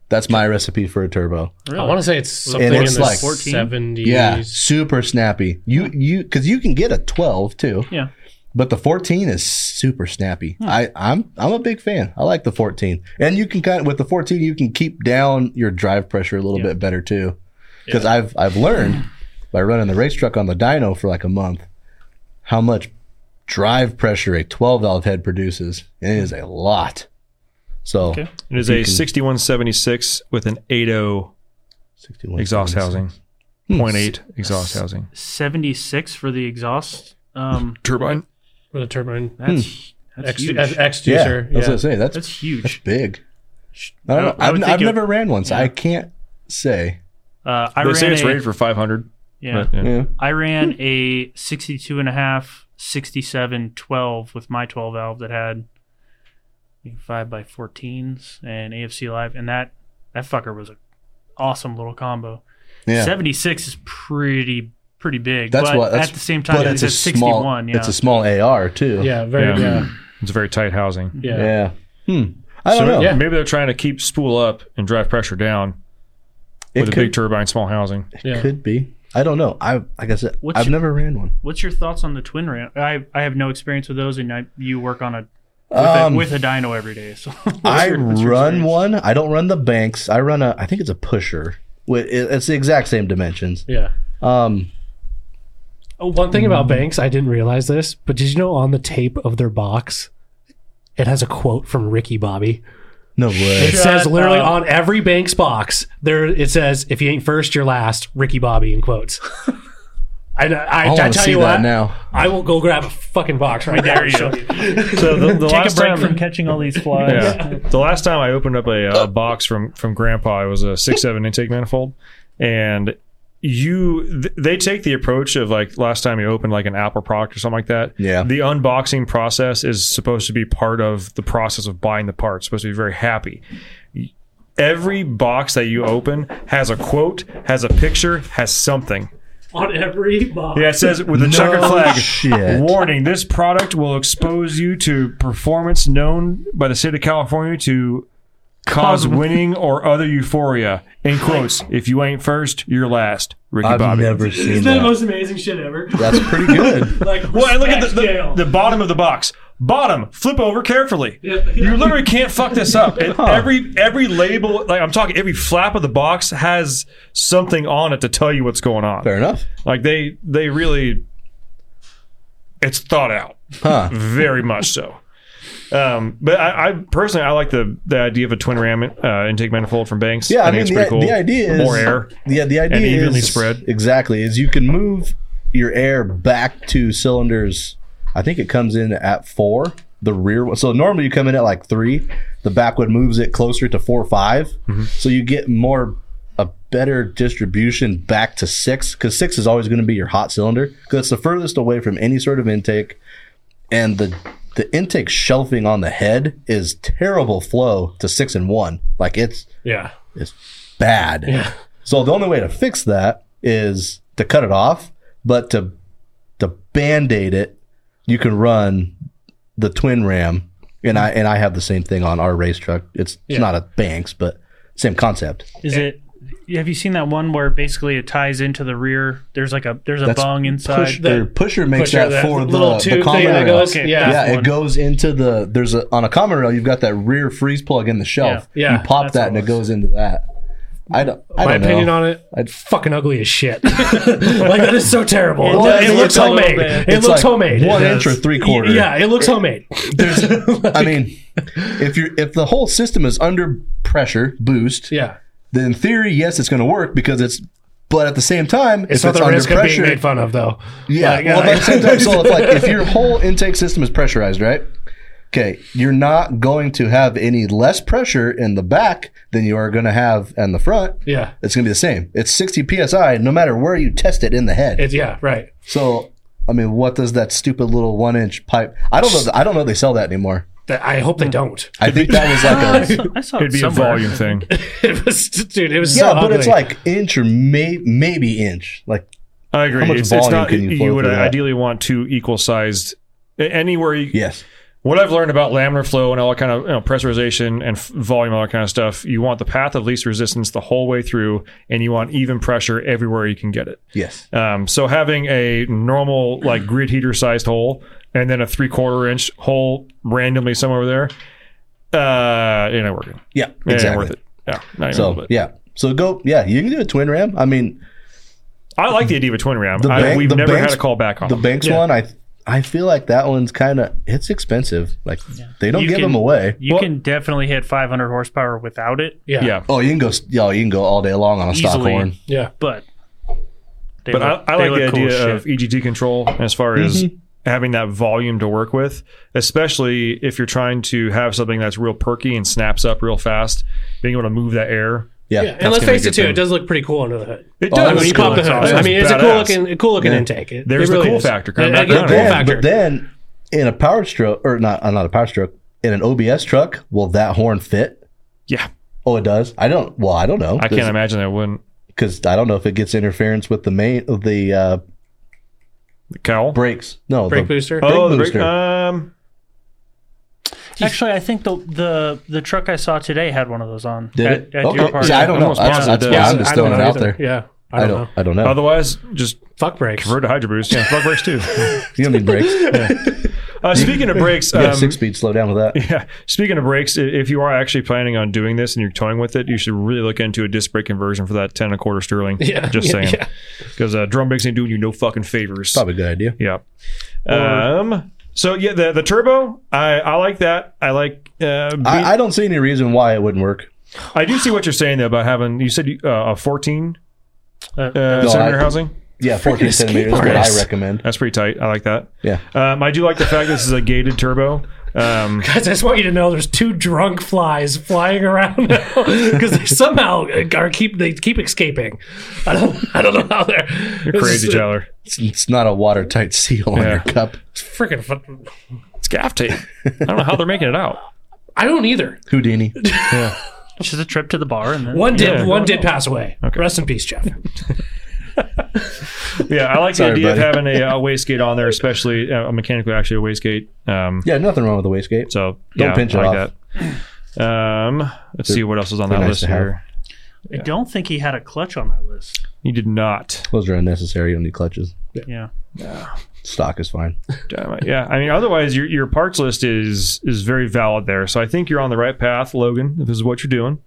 [SPEAKER 5] That's my recipe for a turbo.
[SPEAKER 7] I want to say it's something
[SPEAKER 5] it's
[SPEAKER 7] in the
[SPEAKER 5] like-
[SPEAKER 6] 14?
[SPEAKER 7] 70s.
[SPEAKER 5] Yeah, super snappy. You you cuz you can get a 12 too.
[SPEAKER 6] Yeah. Hmm.
[SPEAKER 5] But the 14 is super snappy. I, I'm I'm a big fan. I like the 14, and you can kind of, with the 14 you can keep down your drive pressure a little bit better too, because I've I've learned by running the race truck on the dyno for like a month how much drive pressure a 12 valve head produces, and it is a lot. So
[SPEAKER 6] Okay.
[SPEAKER 3] It is a sixty one seventy six with an eight zero
[SPEAKER 5] 61,
[SPEAKER 3] exhaust
[SPEAKER 5] 76.
[SPEAKER 3] housing,
[SPEAKER 5] Hmm.
[SPEAKER 3] 0.8 exhaust housing
[SPEAKER 6] Seventy six for the exhaust.
[SPEAKER 5] Hmm.
[SPEAKER 6] Um,
[SPEAKER 3] turbine.
[SPEAKER 7] With a turbine.
[SPEAKER 6] that's that's
[SPEAKER 7] X,
[SPEAKER 6] huge.
[SPEAKER 7] X, X
[SPEAKER 5] Yeah,
[SPEAKER 7] user.
[SPEAKER 5] I was gonna say that's,
[SPEAKER 6] That's huge.
[SPEAKER 5] big. I don't know.
[SPEAKER 6] I- I would
[SPEAKER 5] I've,
[SPEAKER 6] think
[SPEAKER 5] I've
[SPEAKER 6] it-
[SPEAKER 5] never ran one, so I can't say.
[SPEAKER 6] Uh, I
[SPEAKER 3] They say
[SPEAKER 6] ran
[SPEAKER 3] it's
[SPEAKER 6] a,
[SPEAKER 3] rated for five hundred.
[SPEAKER 6] yeah.
[SPEAKER 3] yeah.
[SPEAKER 6] I ran
[SPEAKER 5] Hmm.
[SPEAKER 6] a 62 and a half, 67, 12 with my 12 valve that had I think, 5 by 14s and AFC Live. And that, that fucker was an awesome little combo.
[SPEAKER 5] Yeah.
[SPEAKER 6] 76 is pretty, pretty big.
[SPEAKER 5] That's
[SPEAKER 6] but
[SPEAKER 5] what- that's-
[SPEAKER 6] at the same time, it's, a 61.
[SPEAKER 5] small.
[SPEAKER 6] yeah.
[SPEAKER 5] It's a small AR too.
[SPEAKER 7] Yeah, very.
[SPEAKER 3] Yeah.
[SPEAKER 7] Yeah.
[SPEAKER 3] It's very tight housing.
[SPEAKER 7] yeah.
[SPEAKER 5] Yeah. Hmm. I
[SPEAKER 3] so
[SPEAKER 5] don't know.
[SPEAKER 3] maybe- maybe they're trying to keep spool up and drive pressure down
[SPEAKER 5] It
[SPEAKER 3] with
[SPEAKER 5] could,
[SPEAKER 3] a big turbine, small housing.
[SPEAKER 7] Yeah.
[SPEAKER 5] could be. I don't know. I like I said,
[SPEAKER 6] What's
[SPEAKER 5] I've
[SPEAKER 6] your-
[SPEAKER 5] never ran one.
[SPEAKER 6] What's your thoughts on the twin ram? I, I have no experience with those, and I, you work on a with,
[SPEAKER 5] Um,
[SPEAKER 6] a with a dyno every day. So what's
[SPEAKER 5] I
[SPEAKER 6] your- what's your
[SPEAKER 5] run
[SPEAKER 6] experience?
[SPEAKER 5] one. I don't run the banks. I run a. I think it's a pusher. Wait, it- It's the exact same dimensions.
[SPEAKER 7] Yeah.
[SPEAKER 5] Um,
[SPEAKER 7] Oh, one thing about banks, I didn't realize this, but did you know on the tape of their box, it has a quote from Ricky Bobby.
[SPEAKER 5] no way.
[SPEAKER 7] It says literally
[SPEAKER 6] up.
[SPEAKER 7] on every bank's box, there it says, "If you ain't first, you're last." Ricky Bobby in quotes. I, I,
[SPEAKER 5] I
[SPEAKER 7] I,
[SPEAKER 5] want to
[SPEAKER 7] tell
[SPEAKER 5] see
[SPEAKER 7] you
[SPEAKER 5] that
[SPEAKER 7] what,
[SPEAKER 5] now.
[SPEAKER 7] I will go grab a fucking box right
[SPEAKER 6] There
[SPEAKER 7] there.
[SPEAKER 6] you go.
[SPEAKER 3] So the, the
[SPEAKER 6] Take a
[SPEAKER 3] last
[SPEAKER 6] break
[SPEAKER 3] time,
[SPEAKER 6] from catching all these flies.
[SPEAKER 3] yeah, the last time I opened up a, uh box from from Grandpa, it was a six seven intake manifold, and you th- they take the approach of like last time you opened like an Apple product or something like that.
[SPEAKER 5] Yeah.
[SPEAKER 3] the unboxing process is supposed to be part of the process of buying the part. It's supposed to be very happy. Every box that you open has a quote, has a picture, has something.
[SPEAKER 7] on every box.
[SPEAKER 3] Yeah, it says with a checkered flag.
[SPEAKER 5] shit.
[SPEAKER 3] Warning: This product will expose you to performance known by the state of California to cause winning or other euphoria. In quotes, if you ain't first, you're last. Ricky
[SPEAKER 5] I've
[SPEAKER 3] Bobby.
[SPEAKER 5] never seen that.
[SPEAKER 7] amazing shit ever.
[SPEAKER 5] That's pretty good.
[SPEAKER 7] Like,
[SPEAKER 3] well, and look at the, the, the bottom of the box. Bottom, flip over carefully. You literally can't fuck this up. And Every every label, like I'm talking, every flap of the box has something on it to tell you what's going on.
[SPEAKER 5] Fair enough.
[SPEAKER 3] Like they they really it's thought out.
[SPEAKER 5] Huh.
[SPEAKER 3] Very much so. Um, but I, I personally I like the the idea of a twin ram uh, intake manifold from Banks.
[SPEAKER 5] Yeah, I, mean
[SPEAKER 3] think
[SPEAKER 5] the, the idea is
[SPEAKER 3] more air.
[SPEAKER 5] Yeah, the idea
[SPEAKER 3] evenly
[SPEAKER 5] is
[SPEAKER 3] spread.
[SPEAKER 5] exactly is you can move your air back to cylinders. I think it comes in at four, the rear one. So normally you come in at like three, the back one moves it closer to four or 5
[SPEAKER 3] Mm-hmm.
[SPEAKER 5] so you get more a better distribution back to six because six is always going to be your hot cylinder because it's the furthest away from any sort of intake, and the the intake shelving on the head is terrible flow to six and one. Like it's
[SPEAKER 7] Yeah.
[SPEAKER 5] is bad. So the only way to fix that is to cut it off, but to to band-aid it, you can run the twin ram. And I and I have the same thing on our race truck. It's, it's not a Banks, but same concept.
[SPEAKER 6] Is it? Have you seen that one where basically it ties into the rear? There's like a there's a
[SPEAKER 5] That's
[SPEAKER 6] bung inside.
[SPEAKER 7] push-
[SPEAKER 5] The pusher makes
[SPEAKER 7] Uh, Pusher,
[SPEAKER 5] that,
[SPEAKER 7] that
[SPEAKER 5] for the
[SPEAKER 7] little
[SPEAKER 5] the
[SPEAKER 7] tube
[SPEAKER 5] common
[SPEAKER 7] thing that
[SPEAKER 5] rail.
[SPEAKER 7] goes-
[SPEAKER 6] Okay,
[SPEAKER 7] yeah.
[SPEAKER 6] that's
[SPEAKER 5] Yeah,
[SPEAKER 6] one.
[SPEAKER 5] it goes into the there's a on a common rail. You've got that rear freeze plug in the shelf.
[SPEAKER 7] Yeah, yeah,
[SPEAKER 5] you pop
[SPEAKER 6] that's
[SPEAKER 5] that and
[SPEAKER 6] what
[SPEAKER 5] it
[SPEAKER 6] it was.
[SPEAKER 5] goes into that. I don't. I
[SPEAKER 7] My
[SPEAKER 5] don't know.
[SPEAKER 7] opinion on it,
[SPEAKER 5] I'd-
[SPEAKER 7] it's fucking ugly as shit. like that is so terrible. It,
[SPEAKER 6] does.
[SPEAKER 7] it
[SPEAKER 6] It
[SPEAKER 7] looks
[SPEAKER 6] looks like a
[SPEAKER 7] homemade.
[SPEAKER 6] little
[SPEAKER 7] It
[SPEAKER 6] bit.
[SPEAKER 7] looks
[SPEAKER 5] It's like
[SPEAKER 7] homemade.
[SPEAKER 5] One
[SPEAKER 7] It
[SPEAKER 5] inch or
[SPEAKER 7] does.
[SPEAKER 5] three quarter.
[SPEAKER 7] Yeah, it looks homemade.
[SPEAKER 5] I mean, if you are if the whole system is under pressure boost,
[SPEAKER 7] Yeah.
[SPEAKER 5] then in theory, yes, it's going to work because it's. But at the same time,
[SPEAKER 7] It's
[SPEAKER 5] if
[SPEAKER 7] not
[SPEAKER 5] it's
[SPEAKER 7] the
[SPEAKER 5] under
[SPEAKER 7] risk of
[SPEAKER 5] pressure,
[SPEAKER 7] being made fun of though.
[SPEAKER 5] yeah.
[SPEAKER 7] Like,
[SPEAKER 5] well,
[SPEAKER 7] uh,
[SPEAKER 5] but at the same time, so if like if your whole intake system is pressurized, right? Okay, you're not going to have any less pressure in the back than you are going to have in the front.
[SPEAKER 7] Yeah.
[SPEAKER 5] It's going to be the same. It's 60 psi, no matter where you test it in the head.
[SPEAKER 7] It's yeah, right.
[SPEAKER 5] so, I mean, what does that stupid little one inch pipe? I don't know. I don't know. If they sell that anymore.
[SPEAKER 7] That- I hope they don't.
[SPEAKER 5] I think that was like a
[SPEAKER 6] Ah, I saw, I saw
[SPEAKER 3] It'd
[SPEAKER 6] it
[SPEAKER 3] be
[SPEAKER 6] somewhere.
[SPEAKER 3] a volume thing.
[SPEAKER 7] it was dude, it was
[SPEAKER 5] Yeah,
[SPEAKER 7] so
[SPEAKER 5] but
[SPEAKER 7] ugly.
[SPEAKER 5] it's like inch or may, maybe inch. Like
[SPEAKER 3] I agree.
[SPEAKER 5] How much
[SPEAKER 3] it's, it's
[SPEAKER 5] volume
[SPEAKER 3] not.
[SPEAKER 5] can you
[SPEAKER 3] You,
[SPEAKER 5] flow
[SPEAKER 3] would
[SPEAKER 5] through that?
[SPEAKER 3] ideally want two equal sized. Anywhere you,
[SPEAKER 5] yes,
[SPEAKER 3] what I've learned about laminar flow and all that kind of you know, pressurization and f- volume, all that kind of stuff, you want the path of least resistance the whole way through, and you want even pressure everywhere you can get it.
[SPEAKER 5] yes.
[SPEAKER 3] Um, so having a normal like grid heater sized hole and then a three quarter inch hole randomly somewhere over there, uh, it ain't working.
[SPEAKER 5] Yeah,
[SPEAKER 3] It ain't
[SPEAKER 5] exactly.
[SPEAKER 3] worth it. Yeah, not even a little
[SPEAKER 5] So
[SPEAKER 3] bit.
[SPEAKER 5] yeah, so go. Yeah, you can do a twin ram. I mean,
[SPEAKER 3] I like the idea of a twin ram.
[SPEAKER 5] The
[SPEAKER 3] I,
[SPEAKER 5] bank-
[SPEAKER 3] we've
[SPEAKER 5] the
[SPEAKER 3] never
[SPEAKER 5] banks-
[SPEAKER 3] had a call back on
[SPEAKER 5] the
[SPEAKER 3] them.
[SPEAKER 5] Banks one, I I feel like that one's kind of it's expensive. Like they don't
[SPEAKER 6] You
[SPEAKER 5] give
[SPEAKER 6] can-
[SPEAKER 5] them away.
[SPEAKER 6] You can definitely hit 500 horsepower without it,
[SPEAKER 7] yeah.
[SPEAKER 3] yeah.
[SPEAKER 5] Oh, you can go. Y'all, you can go all day long on a stock
[SPEAKER 6] Easily.
[SPEAKER 5] horn.
[SPEAKER 7] Yeah.
[SPEAKER 6] but they
[SPEAKER 3] But
[SPEAKER 6] look-
[SPEAKER 3] I, I
[SPEAKER 6] they
[SPEAKER 3] like the
[SPEAKER 6] look cool
[SPEAKER 3] idea
[SPEAKER 6] as shit.
[SPEAKER 3] of EGT control as
[SPEAKER 5] Mm-hmm.
[SPEAKER 3] far as having that volume to work with, especially if you're trying to have something that's real perky and snaps up real fast, being able to move that air.
[SPEAKER 5] Yeah,
[SPEAKER 7] Yeah, and let's
[SPEAKER 3] gonna
[SPEAKER 7] face
[SPEAKER 3] be
[SPEAKER 7] it
[SPEAKER 3] a
[SPEAKER 7] too.
[SPEAKER 3] good
[SPEAKER 7] It does look pretty cool under the hood.
[SPEAKER 3] It
[SPEAKER 5] Oh, that
[SPEAKER 7] When
[SPEAKER 5] was
[SPEAKER 7] you
[SPEAKER 5] cool.
[SPEAKER 7] pop the hood, I
[SPEAKER 3] That's
[SPEAKER 7] mean, it's a
[SPEAKER 3] badass.
[SPEAKER 7] cool looking, a cool looking intake. It,
[SPEAKER 3] There's
[SPEAKER 7] it
[SPEAKER 3] the
[SPEAKER 7] really
[SPEAKER 3] cool
[SPEAKER 7] is.
[SPEAKER 3] factor.
[SPEAKER 7] I, I
[SPEAKER 3] Back on
[SPEAKER 7] get the
[SPEAKER 3] it.
[SPEAKER 7] cool
[SPEAKER 5] then,
[SPEAKER 7] factor.
[SPEAKER 5] But then in a power stroke or not, uh, not a power stroke in an OBS truck, will that horn fit?
[SPEAKER 3] Yeah.
[SPEAKER 5] Oh, it does. I don't. Well, I don't know.
[SPEAKER 3] I can't imagine that wouldn't.
[SPEAKER 5] because I don't know if it gets interference with the main of the uh,
[SPEAKER 3] The cowl?
[SPEAKER 5] brakes. No,
[SPEAKER 7] Brake
[SPEAKER 5] the,
[SPEAKER 7] booster.
[SPEAKER 5] brake
[SPEAKER 3] Oh, the
[SPEAKER 5] booster.
[SPEAKER 3] um,
[SPEAKER 6] Actually, I think the the the truck I saw today had one of those on.
[SPEAKER 5] Did
[SPEAKER 6] at,
[SPEAKER 5] it?
[SPEAKER 6] At
[SPEAKER 5] Okay.
[SPEAKER 6] your park.
[SPEAKER 5] See, I don't know.
[SPEAKER 3] Almost
[SPEAKER 5] That's,
[SPEAKER 3] positive
[SPEAKER 5] that's
[SPEAKER 3] it
[SPEAKER 5] why
[SPEAKER 3] does.
[SPEAKER 5] I'm just throwing it
[SPEAKER 7] know
[SPEAKER 5] out
[SPEAKER 7] either.
[SPEAKER 5] there.
[SPEAKER 7] Yeah. I
[SPEAKER 5] I
[SPEAKER 7] don't know.
[SPEAKER 5] don't. I don't know.
[SPEAKER 3] otherwise, just
[SPEAKER 7] Fuck brakes.
[SPEAKER 3] convert to hydro boost. Yeah, fuck brakes too.
[SPEAKER 5] You don't need brakes.
[SPEAKER 3] Uh, speaking of brakes,
[SPEAKER 5] You got
[SPEAKER 3] um,
[SPEAKER 5] six speed. Slow down with that.
[SPEAKER 3] Yeah. Speaking of brakes, i- if you are actually planning on doing this and you're toying with it, you should really look into a disc brake conversion for that 10 and a quarter sterling.
[SPEAKER 7] Yeah,
[SPEAKER 3] Just
[SPEAKER 7] yeah,
[SPEAKER 3] saying.
[SPEAKER 7] yeah.
[SPEAKER 3] Because uh, drum brakes ain't doing you no fucking favors.
[SPEAKER 5] Probably a good idea.
[SPEAKER 3] Yeah. Um, so, yeah, the, the turbo, I, I like that. I like. Uh, be-
[SPEAKER 5] I, I don't see any reason why it wouldn't work.
[SPEAKER 3] I do see what you're saying, though, about having, you said you- uh, a 14
[SPEAKER 6] Uh,
[SPEAKER 3] uh,
[SPEAKER 5] no,
[SPEAKER 3] centimeter
[SPEAKER 5] I-
[SPEAKER 3] housing.
[SPEAKER 5] Yeah, 14 centimeters is what I recommend.
[SPEAKER 3] That's pretty tight. I like that.
[SPEAKER 5] Yeah.
[SPEAKER 3] Um, I do like the fact this is a gated turbo. Um,
[SPEAKER 7] Guys, I just want you to know there's two drunk flies flying around now because they somehow are keep they keep escaping. I don't I don't know how they're
[SPEAKER 3] you're crazy, Tyler.
[SPEAKER 5] It's, it's not a watertight seal on
[SPEAKER 3] Yeah.
[SPEAKER 5] your cup.
[SPEAKER 7] Freaking fun.
[SPEAKER 3] It's gaff tape. I don't know how they're making it out.
[SPEAKER 7] I don't either.
[SPEAKER 5] Houdini.
[SPEAKER 6] It's just a trip to the bar and then
[SPEAKER 7] One did
[SPEAKER 3] Yeah.
[SPEAKER 7] one did pass away. Rest in peace, Jeff.
[SPEAKER 3] Yeah, I like
[SPEAKER 5] Sorry,
[SPEAKER 3] the idea of
[SPEAKER 5] buddy.
[SPEAKER 3] having a, a wastegate on there, especially uh, mechanically actually a wastegate. Um,
[SPEAKER 5] Yeah, nothing wrong with the wastegate.
[SPEAKER 3] So
[SPEAKER 5] Don't
[SPEAKER 3] yeah,
[SPEAKER 5] pinch
[SPEAKER 3] I
[SPEAKER 5] it
[SPEAKER 3] like
[SPEAKER 5] off.
[SPEAKER 3] that. Um, let's see what else is on that
[SPEAKER 5] nice
[SPEAKER 3] list
[SPEAKER 5] to have.
[SPEAKER 3] here.
[SPEAKER 6] I don't think he had a clutch on that list.
[SPEAKER 3] You did not.
[SPEAKER 5] Those are unnecessary. You don't need clutches.
[SPEAKER 6] Yeah.
[SPEAKER 5] Stock is fine.
[SPEAKER 3] Damn it. Yeah, I mean, otherwise your your parts list is is very valid there. So I think you're on the right path, Logan. If this is what you're doing.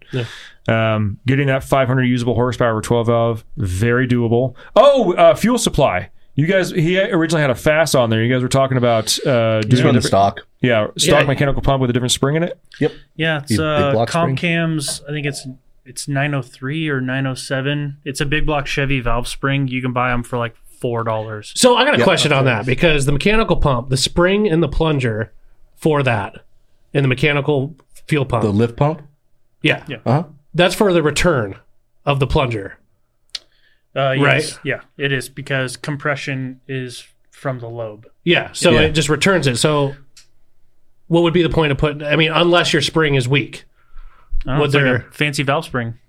[SPEAKER 3] Um, getting that 500 usable horsepower 12 valve, very doable. Oh, uh, fuel supply. You guys, he originally had a fast on there. You guys were talking about uh, doing a
[SPEAKER 5] Just run the
[SPEAKER 3] different-
[SPEAKER 5] stock.
[SPEAKER 3] yeah, stock
[SPEAKER 7] Yeah.
[SPEAKER 3] mechanical pump with a different spring in it.
[SPEAKER 6] Yeah, it's
[SPEAKER 5] You big
[SPEAKER 6] uh,
[SPEAKER 5] block spring?
[SPEAKER 6] Comcam's. I think it's it's 903 or 907. It's a big block Chevy valve spring. You can buy them for like four dollars.
[SPEAKER 7] So I got a question on that because the mechanical pump, the spring and the plunger for that in the mechanical fuel pump.
[SPEAKER 5] The lift pump?
[SPEAKER 7] yeah.
[SPEAKER 5] Uh-huh.
[SPEAKER 7] That's for the return of the plunger.
[SPEAKER 6] Uh, yes,
[SPEAKER 7] Right.
[SPEAKER 6] Yeah, it is because compression is from the lobe.
[SPEAKER 7] Yeah. So
[SPEAKER 5] Yeah.
[SPEAKER 7] it just returns it. So what would be the point of putting, I mean, unless your spring is weak.
[SPEAKER 6] I don't know,
[SPEAKER 7] What
[SPEAKER 6] it's like
[SPEAKER 7] they're-
[SPEAKER 6] a fancy valve spring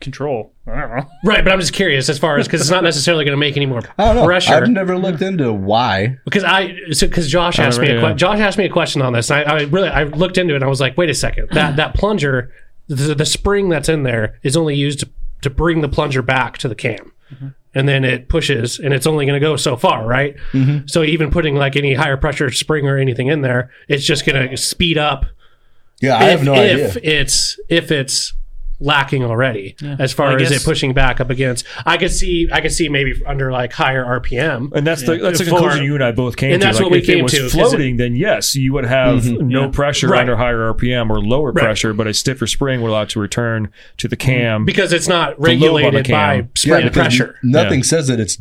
[SPEAKER 6] control. I don't know.
[SPEAKER 7] Right. But I'm just curious as far as, because it's not necessarily going to make any more
[SPEAKER 5] I don't know.
[SPEAKER 7] pressure.
[SPEAKER 5] I've never looked into why.
[SPEAKER 7] because I because Josh
[SPEAKER 5] Oh,
[SPEAKER 7] asked me a que- Josh asked me a question on this. And I, I really I looked into it. and I was like, wait a second, that that plunger, the, the spring that's in there is only used to, to bring the plunger back to the cam,
[SPEAKER 5] Mm-hmm.
[SPEAKER 7] and then it pushes, and it's only going to go so far, right?
[SPEAKER 5] Mm-hmm.
[SPEAKER 7] So even putting like any higher pressure spring or anything in there, it's just going to speed up.
[SPEAKER 5] Yeah, I have no idea.
[SPEAKER 7] if it's if it's lacking already as far
[SPEAKER 6] Well, I
[SPEAKER 7] as it
[SPEAKER 6] guess-
[SPEAKER 7] pushing back up against i could see i could see maybe under like higher rpm
[SPEAKER 3] And that's the that's the
[SPEAKER 7] Full-
[SPEAKER 3] conclusion you and I both came
[SPEAKER 7] And
[SPEAKER 3] to.
[SPEAKER 7] that's
[SPEAKER 3] Like,
[SPEAKER 7] what we
[SPEAKER 3] if
[SPEAKER 7] came
[SPEAKER 3] it was
[SPEAKER 7] to, 'cause it- Mm-hmm.
[SPEAKER 3] floating, then yes, you would have no pressure
[SPEAKER 7] Right.
[SPEAKER 3] under higher RPM or lower pressure, but a stiffer spring would allow it to return to the cam.
[SPEAKER 7] because it's
[SPEAKER 3] lobe
[SPEAKER 7] not
[SPEAKER 3] on the
[SPEAKER 7] regulated
[SPEAKER 3] cam.
[SPEAKER 7] by
[SPEAKER 5] Yeah,
[SPEAKER 7] spring
[SPEAKER 5] because
[SPEAKER 7] pressure.
[SPEAKER 5] Nothing says that it's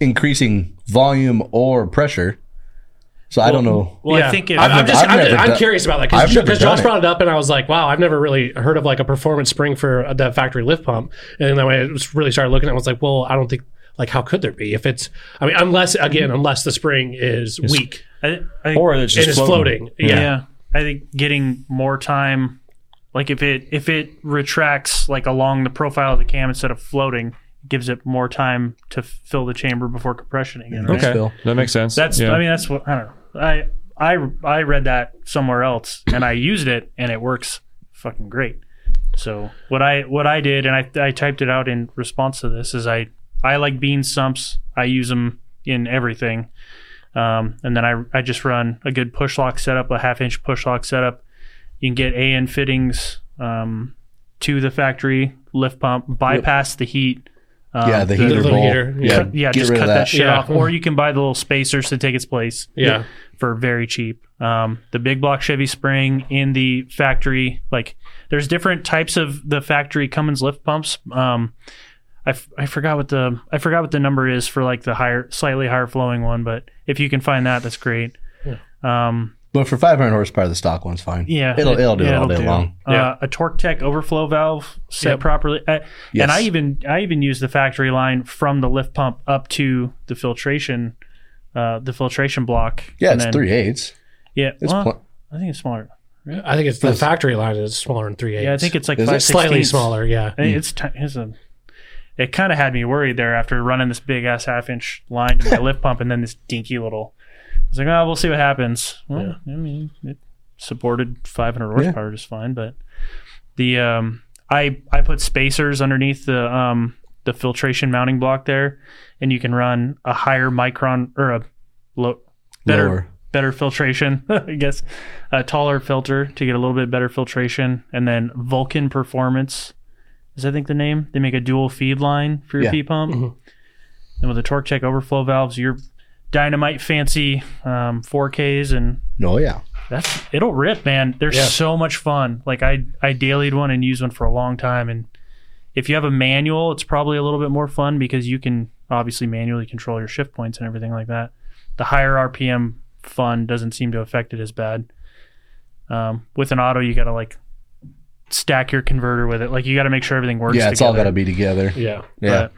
[SPEAKER 5] increasing volume or pressure. So I don't know.
[SPEAKER 6] Well,
[SPEAKER 7] Yeah.
[SPEAKER 6] I think if
[SPEAKER 7] I'm, I'm
[SPEAKER 5] never-
[SPEAKER 7] just,
[SPEAKER 5] I've
[SPEAKER 7] I'm, just-
[SPEAKER 5] never
[SPEAKER 7] I'm
[SPEAKER 5] done-
[SPEAKER 7] curious about that
[SPEAKER 5] I've never
[SPEAKER 7] because
[SPEAKER 5] done
[SPEAKER 7] Josh
[SPEAKER 5] it.
[SPEAKER 7] brought it up and I was like, wow, I've never really heard of like a performance spring for the factory lift pump. And then when I was- really started looking at it, I was like, well, I don't think, like, how could there be if it's, I mean, unless, again,
[SPEAKER 5] Mm-hmm.
[SPEAKER 7] unless the spring is weak
[SPEAKER 6] I, I think,
[SPEAKER 3] or it's
[SPEAKER 7] and
[SPEAKER 3] just
[SPEAKER 7] is
[SPEAKER 3] floating.
[SPEAKER 7] floating.
[SPEAKER 6] yeah.
[SPEAKER 7] Yeah.
[SPEAKER 6] I think getting more time, like if it if it retracts like along the profile of the cam instead of floating, gives it more time to fill the chamber before compression again. Right?
[SPEAKER 3] Okay, that makes sense.
[SPEAKER 6] That's
[SPEAKER 3] Yeah.
[SPEAKER 6] I mean that's what I don't know. I I I read that somewhere else and I used it and it works fucking great. So what I what I did and I I typed it out in response to this is I I like bean sumps. I use them in everything. Um, and then I I just run a good push lock setup, a half inch push lock setup. You can get AN fittings um, to the factory lift pump, bypass the heat. Um,
[SPEAKER 5] yeah, the heater
[SPEAKER 7] little
[SPEAKER 5] bowl.
[SPEAKER 7] heater, yeah.
[SPEAKER 5] Yeah,
[SPEAKER 7] Cut-
[SPEAKER 6] yeah,
[SPEAKER 5] get
[SPEAKER 6] just
[SPEAKER 5] rid
[SPEAKER 6] cut
[SPEAKER 5] of
[SPEAKER 6] that,
[SPEAKER 5] that.
[SPEAKER 6] shit
[SPEAKER 7] Yeah.
[SPEAKER 6] off. Or you can buy the little spacers to take its place.
[SPEAKER 7] Yeah.
[SPEAKER 6] For very cheap. Um, the big block Chevy spring in the factory, like there's different types of the factory Cummins lift pumps. Um, I, f- I forgot what the I forgot what the number is for like the higher slightly higher flowing one, but if you can find that, that's great. Um,
[SPEAKER 5] But for 500 horsepower, the stock one's fine.
[SPEAKER 6] yeah,
[SPEAKER 5] it'll it'll do
[SPEAKER 6] yeah,
[SPEAKER 5] it all day long.
[SPEAKER 6] Uh,
[SPEAKER 7] Yeah.
[SPEAKER 6] A Torque Tech overflow valve set
[SPEAKER 7] Yep.
[SPEAKER 6] properly, uh,
[SPEAKER 5] Yes.
[SPEAKER 6] and I even I even use the factory line from the lift pump up to the filtration, uh, the filtration block.
[SPEAKER 5] Yeah,
[SPEAKER 6] And
[SPEAKER 5] it's
[SPEAKER 6] then-
[SPEAKER 5] three eights.
[SPEAKER 6] Yeah,
[SPEAKER 5] It's
[SPEAKER 6] well,
[SPEAKER 5] pl-
[SPEAKER 6] I think it's smaller.
[SPEAKER 7] I think it's the factory line is smaller than 3
[SPEAKER 6] Yeah, I think it's like
[SPEAKER 5] Is it?
[SPEAKER 6] five
[SPEAKER 7] slightly
[SPEAKER 6] 16ths.
[SPEAKER 7] smaller. Yeah.
[SPEAKER 6] I think It's ti- it's a. It kind of had me worried there after running this big ass half inch line to my lift pump and then this dinky little. I was like, oh, we'll see what happens. Well, I mean, it supported 500 horsepower just fine, but the um, I I put spacers underneath the um the filtration mounting block there, and you can run a higher micron or a low better
[SPEAKER 5] Lower.
[SPEAKER 6] better filtration, I guess, a taller filter to get a little bit better filtration, and then Vulcan Performance is I think the name. They make a dual feed line for your
[SPEAKER 5] Yeah.
[SPEAKER 6] P pump, and with the torque check overflow valves, your dynamite fancy um, 4Ks and
[SPEAKER 5] No, yeah.
[SPEAKER 6] that's it'll rip, man. They're so much fun. Like I I dailied one and used one for a long time, and if you have a manual, it's probably a little bit more fun because you can obviously manually control your shift points and everything like that. The higher RPM fun doesn't seem to affect it as bad. Um, with an auto, you gotta like stack your converter with it. Like you gotta make sure everything works.
[SPEAKER 5] Yeah, it's all got to be together.
[SPEAKER 7] Yeah.
[SPEAKER 5] Yeah.
[SPEAKER 6] If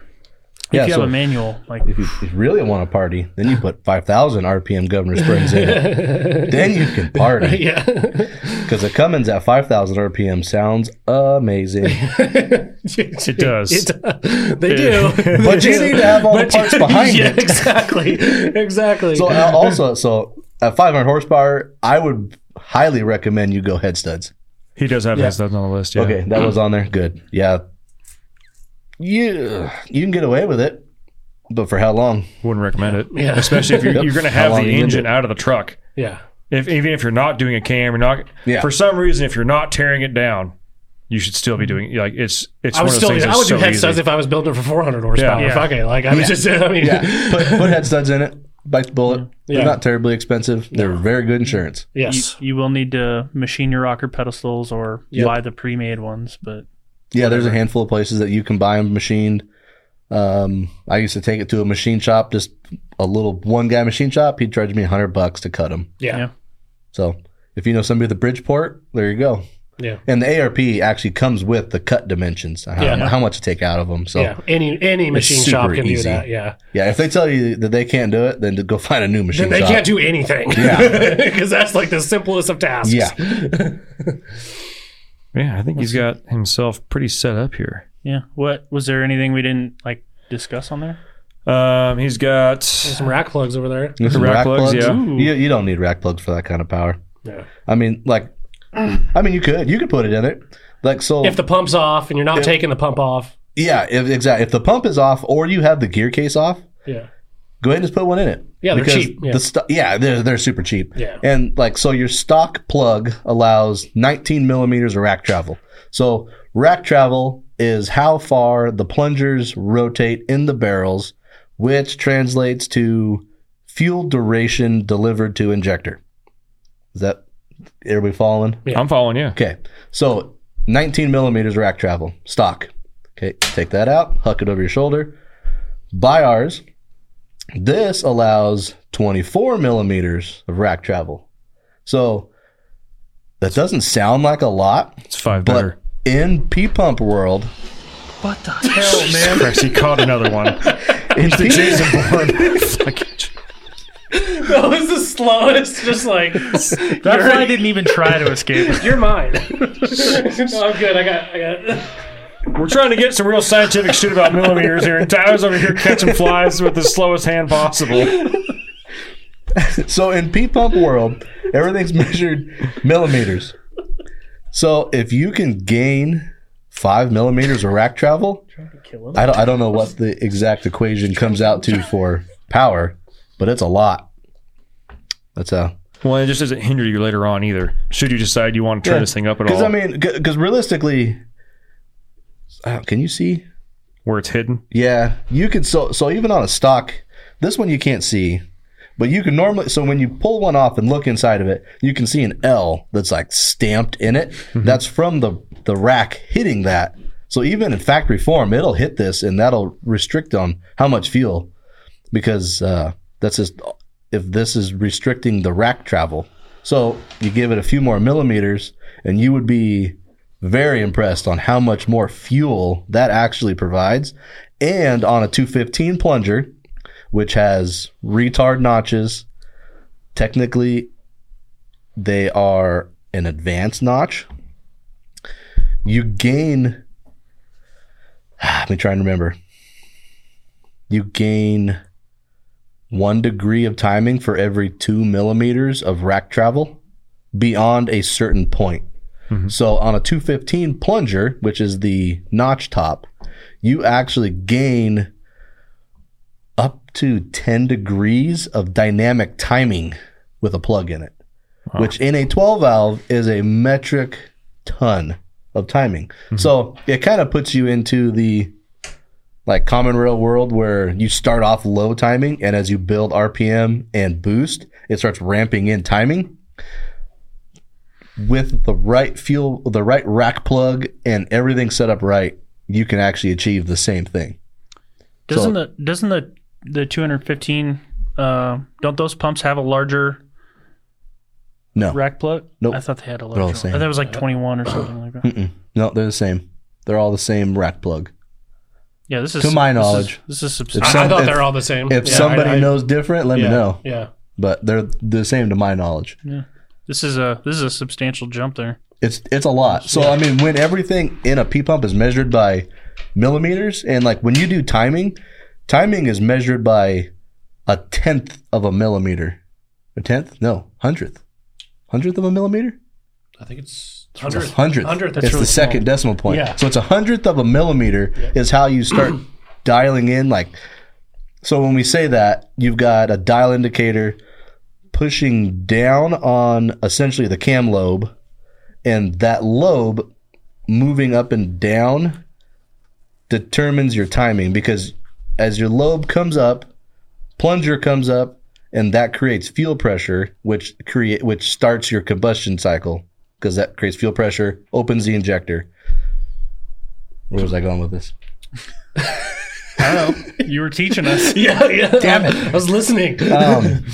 [SPEAKER 5] Yeah,
[SPEAKER 6] you have
[SPEAKER 5] so-
[SPEAKER 6] a manual, like
[SPEAKER 5] If you, if you really want to party, then you put 5,000 RPM Governor Springs in it. then you can party.
[SPEAKER 7] Yeah.
[SPEAKER 5] Because the Cummins at 5,000 RPM sounds amazing.
[SPEAKER 3] it does.
[SPEAKER 7] they do.
[SPEAKER 5] But you need to have all the
[SPEAKER 7] But-
[SPEAKER 5] parts behind
[SPEAKER 7] yeah,
[SPEAKER 5] it.
[SPEAKER 7] Exactly. Exactly.
[SPEAKER 5] So uh, also, so at 500 horsepower, I would highly recommend you go head studs.
[SPEAKER 3] he does have his stuff on the list. Yeah.
[SPEAKER 5] Okay, that was on there. Good. Yeah. You you can get away with it, but for how long?
[SPEAKER 3] wouldn't recommend it.
[SPEAKER 7] Yeah.
[SPEAKER 3] especially if you're,
[SPEAKER 5] Yep.
[SPEAKER 3] you're going to
[SPEAKER 5] How
[SPEAKER 3] have
[SPEAKER 5] long
[SPEAKER 3] the
[SPEAKER 5] you gonna do
[SPEAKER 3] engine out of the truck.
[SPEAKER 7] yeah.
[SPEAKER 3] If even if you're not doing a cam, you're not
[SPEAKER 5] Yeah.
[SPEAKER 3] for some reason if you're not tearing it down, you should still be doing like it's it's
[SPEAKER 7] I
[SPEAKER 3] one
[SPEAKER 7] would
[SPEAKER 3] of those
[SPEAKER 7] still.
[SPEAKER 3] things.
[SPEAKER 7] I
[SPEAKER 3] that's
[SPEAKER 7] would do
[SPEAKER 3] so
[SPEAKER 7] head
[SPEAKER 3] easy.
[SPEAKER 7] studs if I was building it for 400 horsepower.
[SPEAKER 3] Yeah.
[SPEAKER 7] Fuck it. Like I was just. I mean,
[SPEAKER 5] Yeah.
[SPEAKER 7] yeah.
[SPEAKER 5] Put put head studs in it. Bike the bullet.
[SPEAKER 7] Yeah.
[SPEAKER 5] They're not terribly expensive. They're very good insurance.
[SPEAKER 6] you,
[SPEAKER 7] yes.
[SPEAKER 6] you will need to machine your rocker pedestals or buy the pre-made ones, but
[SPEAKER 5] Yeah, there's a handful of places that you can buy them machined. Um, I used to take it to a machine shop, just a little one guy machine shop. He'd charge me 100 bucks to cut them.
[SPEAKER 7] yeah.
[SPEAKER 5] So If you know somebody with a Bridgeport, there you go.
[SPEAKER 7] Yeah.
[SPEAKER 5] And the ARP actually comes with the cut dimensions, how,
[SPEAKER 7] Yeah.
[SPEAKER 5] how much to take out of them. So
[SPEAKER 7] yeah, any any machine
[SPEAKER 5] super
[SPEAKER 7] shop can
[SPEAKER 5] easy.
[SPEAKER 7] do that. Yeah,
[SPEAKER 5] Yeah, if they tell you that they can't do it, then to go find a new machine.
[SPEAKER 7] then they
[SPEAKER 5] shop.
[SPEAKER 7] can't do anything. Yeah, because that's like the simplest of tasks.
[SPEAKER 5] Yeah,
[SPEAKER 3] Yeah, I think he's got himself pretty set up here.
[SPEAKER 6] Yeah. What was there anything we didn't like discuss on there?
[SPEAKER 3] Um, he's got
[SPEAKER 7] There's some rack plugs over there.
[SPEAKER 5] With some
[SPEAKER 3] Rack plugs, yeah. Ooh.
[SPEAKER 5] You, you don't need rack plugs for that kind of power.
[SPEAKER 7] Yeah.
[SPEAKER 5] I mean, like, I mean, you could you could put it in it. Like so,
[SPEAKER 7] If the pump's off and you're not taking the pump off,
[SPEAKER 5] yeah, if, exactly. If the pump is off or you have the gear case off,
[SPEAKER 7] yeah,
[SPEAKER 5] go ahead and just put one in it.
[SPEAKER 7] Yeah, they're cheap, yeah.
[SPEAKER 5] The sto- yeah, they're they're super cheap.
[SPEAKER 7] Yeah.
[SPEAKER 5] and like so, your stock plug allows 19 millimeters of rack travel. So rack travel is how far the plungers rotate in the barrels, which translates to fuel duration delivered to injector. Is that everybody following?
[SPEAKER 3] I'm following you.
[SPEAKER 5] Okay, so 19 millimeters rack travel stock. Okay, take that out, huck it over your shoulder. Buy ours. This allows 24 millimeters of rack travel. So that doesn't sound like a lot,
[SPEAKER 3] It's five
[SPEAKER 5] but
[SPEAKER 3] better.
[SPEAKER 5] in P pump world,
[SPEAKER 6] What the hell, man?
[SPEAKER 3] Christ, he caught another one.
[SPEAKER 5] in P-
[SPEAKER 7] that was the slowest. Just like
[SPEAKER 6] That's why I didn't even try to escape.
[SPEAKER 7] you're mine. no, I'm good. I got. I got.
[SPEAKER 3] We're trying to get some real scientific shit about millimeters here, and Tyler's over here catching flies with the slowest hand possible.
[SPEAKER 5] so in P pump world, everything's measured millimeters. So if you can gain five millimeters of rack travel, I don't, I don't know what the exact equation comes out to for power, but it's a lot. That's how.
[SPEAKER 3] Well, it just doesn't hinder you later on either. Should you decide you want to turn
[SPEAKER 5] Yeah.
[SPEAKER 3] this thing up at
[SPEAKER 5] Because
[SPEAKER 3] all,
[SPEAKER 5] I mean, because realistically, uh, can you see?
[SPEAKER 3] where it's hidden?
[SPEAKER 5] Yeah, you could. So so even on a stock, this one you can't see, but you can normally. So when you pull one off and look inside of it, you can see an L that's like stamped in it. That's from the the rack hitting that. So even in factory form, it'll hit this, and that'll restrict on how much fuel, because uh, that's just if this is restricting the rack travel. So you give it a few more millimeters, and you would be very impressed on how much more fuel that actually provides. And on a 215 plunger, which has retard notches, technically they are an advanced notch. You gain, let me try and remember. You gain one degree of timing for every two millimeters of rack travel beyond a certain point. So on a 215 plunger, which is the notch top, you actually gain up to 10 degrees of dynamic timing with a plug in it, which in a 12 valve is a metric ton of timing. So it kind of puts you into the like common rail world where you start off low timing and as you build RPM and boost, it starts ramping in timing with the right fuel, the right rack plug, and everything set up right, you can actually achieve the same thing.
[SPEAKER 6] Doesn't
[SPEAKER 5] So-
[SPEAKER 6] the doesn't the the 215 uh, don't those pumps have a larger
[SPEAKER 5] No,
[SPEAKER 6] rack plug?
[SPEAKER 5] Nope.
[SPEAKER 6] I thought they had a
[SPEAKER 5] all
[SPEAKER 6] larger.
[SPEAKER 5] the same.
[SPEAKER 6] One. I thought it was like 21 or something like that.
[SPEAKER 5] Mm-mm. no, they're the same. They're all the same rack plug.
[SPEAKER 6] Yeah, this is
[SPEAKER 5] To my
[SPEAKER 6] this is-
[SPEAKER 5] knowledge.
[SPEAKER 6] This is, subs-
[SPEAKER 5] If
[SPEAKER 7] I,
[SPEAKER 5] some-
[SPEAKER 7] I thought
[SPEAKER 5] if-
[SPEAKER 7] they're all the same.
[SPEAKER 5] If
[SPEAKER 7] Yeah, I-
[SPEAKER 5] somebody
[SPEAKER 7] I-
[SPEAKER 5] knows different, let
[SPEAKER 7] yeah,
[SPEAKER 5] me know.
[SPEAKER 7] Yeah.
[SPEAKER 5] But they're the same to my knowledge.
[SPEAKER 6] this is a this is a substantial jump there.
[SPEAKER 5] It's it's a lot. So I mean, when everything in a P pump is measured by millimeters, and like when you do timing, timing is measured by a tenth of a millimeter. A tenth? No, hundredth. Hundredth of a millimeter.
[SPEAKER 7] I think it's
[SPEAKER 5] It's
[SPEAKER 7] hundredth.
[SPEAKER 5] a hundredth.
[SPEAKER 7] Hundredth.
[SPEAKER 5] It's the second decimal point.
[SPEAKER 7] Yeah.
[SPEAKER 5] So it's a hundredth of a millimeter is how you start dialing in. Like, so when we say that, you've got a dial indicator pushing down on essentially the cam lobe, and that lobe moving up and down determines your timing because as your lobe comes up, plunger comes up, and that creates fuel pressure, which create which starts your combustion cycle because that creates fuel pressure, opens the injector. Where was I going with this?
[SPEAKER 6] You were teaching us.
[SPEAKER 5] Uh,
[SPEAKER 7] Yeah, yeah. Damn it. I was listening.
[SPEAKER 5] Um,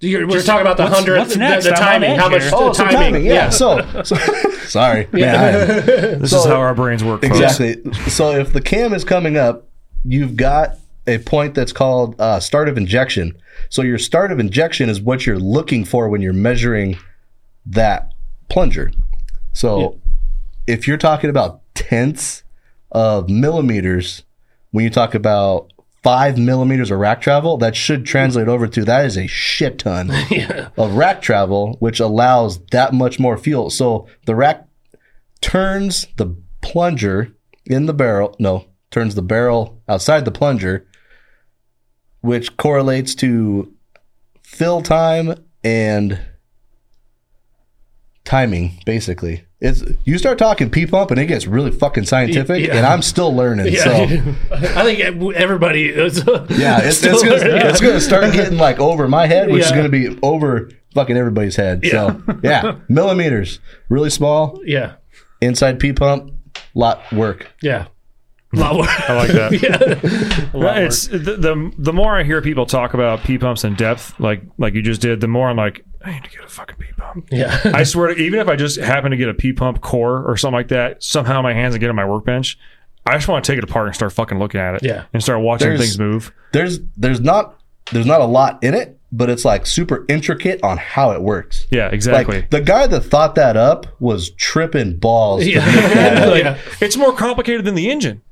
[SPEAKER 7] You're, we're talking about the
[SPEAKER 6] what's-
[SPEAKER 7] hundred,
[SPEAKER 6] what's
[SPEAKER 7] the,
[SPEAKER 6] next?
[SPEAKER 7] the
[SPEAKER 6] I'm on
[SPEAKER 7] timing,
[SPEAKER 6] edge
[SPEAKER 7] how much
[SPEAKER 6] here.
[SPEAKER 7] the
[SPEAKER 5] Oh, so
[SPEAKER 7] timing.
[SPEAKER 5] timing. Yeah. So, so- sorry. Man, I am-
[SPEAKER 3] This
[SPEAKER 5] So-
[SPEAKER 3] is how our brains work. folks.
[SPEAKER 5] Exactly. So if the cam is coming up, you've got a point that's called uh, start of injection. So your start of injection is what you're looking for when you're measuring that plunger. So if you're talking about tenths of millimeters, when you talk about five millimeters of rack travel, that should translate over to that is a shit ton of rack travel, which allows that much more fuel. So the rack turns the plunger in the barrel, no, turns the barrel outside the plunger, which correlates to fill time and timing, basically. It's you start talking P pump and it gets really fucking scientific,
[SPEAKER 7] Yeah.
[SPEAKER 5] and I'm still learning.
[SPEAKER 7] Yeah.
[SPEAKER 5] So
[SPEAKER 7] I think e-, everybody is.
[SPEAKER 5] yeah, it's, it's, gonna, it's gonna start getting like over my head, which is
[SPEAKER 7] Yeah.
[SPEAKER 5] gonna be over fucking everybody's head. So yeah, millimeters, really small
[SPEAKER 7] yeah.
[SPEAKER 5] inside P pump, lot work.
[SPEAKER 7] Yeah. Lot
[SPEAKER 3] I
[SPEAKER 7] more.
[SPEAKER 3] like that.
[SPEAKER 6] lot
[SPEAKER 3] Well, it's the, the the more I hear people talk about pee pumps in depth, like like you just did, the more I'm like, I need to get a fucking pee pump.
[SPEAKER 7] Yeah.
[SPEAKER 3] I swear, to, even if I just happen to get a pee pump core or something like that, somehow my hands and get on my workbench, I just want to take it apart and start fucking looking at it,
[SPEAKER 7] Yeah.
[SPEAKER 3] and start watching
[SPEAKER 5] There's-
[SPEAKER 3] things move.
[SPEAKER 5] there's there's not there's not a lot in it, but it's like super intricate on how it works.
[SPEAKER 3] Yeah, exactly.
[SPEAKER 5] Like the guy that thought that up was tripping balls. to make that up.
[SPEAKER 7] yeah.
[SPEAKER 3] it's more complicated than the engine.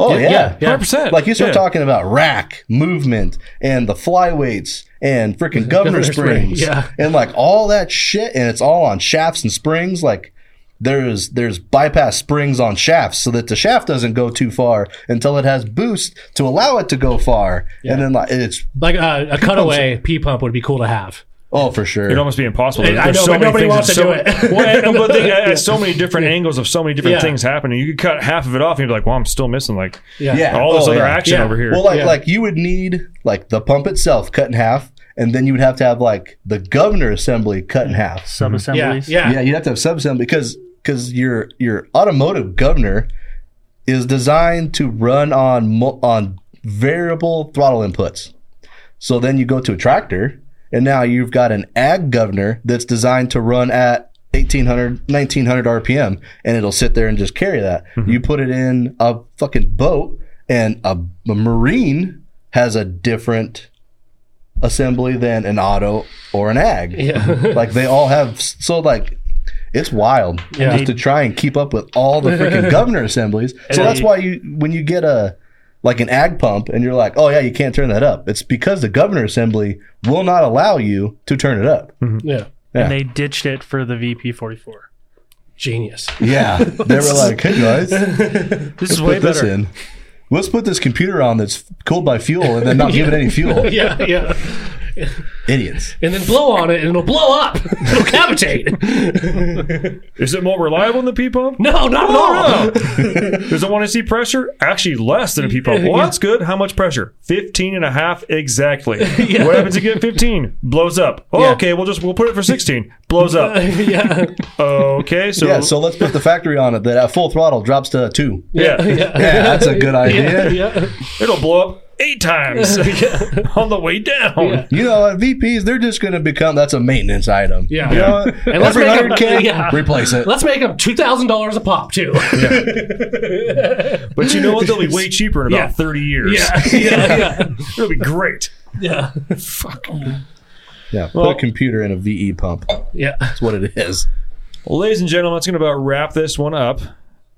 [SPEAKER 5] Oh yeah.
[SPEAKER 7] yeah, yeah.
[SPEAKER 3] 100%.
[SPEAKER 5] Like you start
[SPEAKER 3] Yeah.
[SPEAKER 5] talking about rack movement and the flyweights and freaking governor springs
[SPEAKER 7] yeah.
[SPEAKER 5] and like all that shit and it's all on shafts and springs like there's there's bypass springs on shafts so that the shaft doesn't go too far until it has boost to allow it to go far and then like it's
[SPEAKER 7] Like uh, a cutaway P pump would be cool to have.
[SPEAKER 5] oh for sure
[SPEAKER 3] It'd almost be impossible.
[SPEAKER 7] I know, but nobody
[SPEAKER 3] things
[SPEAKER 7] wants
[SPEAKER 3] and so,
[SPEAKER 7] to do it.
[SPEAKER 3] well, and- but they, at so many different angles of so many different
[SPEAKER 7] Yeah.
[SPEAKER 3] things happening. You could cut half of it off, and you'd be like, "Well, I'm still missing like
[SPEAKER 7] Yeah.
[SPEAKER 3] all this
[SPEAKER 5] Oh,
[SPEAKER 3] other
[SPEAKER 5] yeah.
[SPEAKER 3] action
[SPEAKER 7] Yeah.
[SPEAKER 3] over here."
[SPEAKER 5] Well, like
[SPEAKER 7] Yeah.
[SPEAKER 5] like you would need like the pump itself cut in half, and then you would have to have like the governor assembly cut in half.
[SPEAKER 6] Sub
[SPEAKER 7] Yeah.
[SPEAKER 6] assemblies.
[SPEAKER 7] Yeah.
[SPEAKER 5] Yeah, you'd have to have sub assembly because because your your automotive governor is designed to run on mul- on variable throttle inputs. So then you go to a tractor, and now you've got an ag governor that's designed to run at 1800, 1900 RPM, and it'll sit there and just carry that.
[SPEAKER 7] Mm-hmm.
[SPEAKER 5] You put it in a fucking boat, and a, a marine has a different assembly than an auto or an ag.
[SPEAKER 7] Yeah.
[SPEAKER 5] like they all have, so like it's wild
[SPEAKER 7] Yeah.
[SPEAKER 5] just to try and keep up with all the freaking governor assemblies. So that's why you when you get a like an ag pump and you're like, oh yeah, you can't turn that up. It's because the governor assembly will not allow you to turn it up.
[SPEAKER 7] Yeah.
[SPEAKER 5] Yeah.
[SPEAKER 6] And they ditched it for the VP44.
[SPEAKER 7] Genius.
[SPEAKER 5] Yeah, they were like, hey guys, let's
[SPEAKER 6] This is way
[SPEAKER 5] put this
[SPEAKER 6] better.
[SPEAKER 5] in. Let's put this computer on that's cooled by fuel and then not give it any fuel.
[SPEAKER 7] Yeah. Yeah.
[SPEAKER 5] Idiots.
[SPEAKER 7] And then blow on it and it'll blow up. It'll cavitate.
[SPEAKER 3] Is it more reliable than the pee pump?
[SPEAKER 7] No, not at
[SPEAKER 3] Oh,
[SPEAKER 7] all.
[SPEAKER 3] Does it want to see pressure? Actually, less than a pee pump. Well, that's good. How much pressure? 15 and a half exactly. What happens if you get 15? Blows up. Oh,
[SPEAKER 7] Yeah.
[SPEAKER 3] okay. We'll just, we'll put it for 16. Blows up.
[SPEAKER 7] yeah.
[SPEAKER 3] Okay. So,
[SPEAKER 5] Yeah, so let's put the factory on it that at full throttle drops to two.
[SPEAKER 3] yeah,
[SPEAKER 5] Yeah, that's a good idea.
[SPEAKER 7] Yeah.
[SPEAKER 3] it'll blow up eight times on the way down.
[SPEAKER 5] You know, at VPs, they're just going to become that's a maintenance item.
[SPEAKER 7] Yeah.
[SPEAKER 5] You know what?
[SPEAKER 7] let's
[SPEAKER 5] Every
[SPEAKER 7] make
[SPEAKER 5] 100K,
[SPEAKER 7] them- yeah.
[SPEAKER 5] replace it.
[SPEAKER 7] Let's make them two thousand dollars a pop too.
[SPEAKER 3] But you know what? They'll be way cheaper in about
[SPEAKER 7] Yeah.
[SPEAKER 3] 30 years.
[SPEAKER 7] yeah, yeah, yeah,
[SPEAKER 3] It'll be great.
[SPEAKER 7] yeah,
[SPEAKER 5] Yeah, put a computer in a VE pump.
[SPEAKER 7] yeah.
[SPEAKER 5] That's what it is.
[SPEAKER 3] Well, ladies and gentlemen, that's going to about wrap this one up.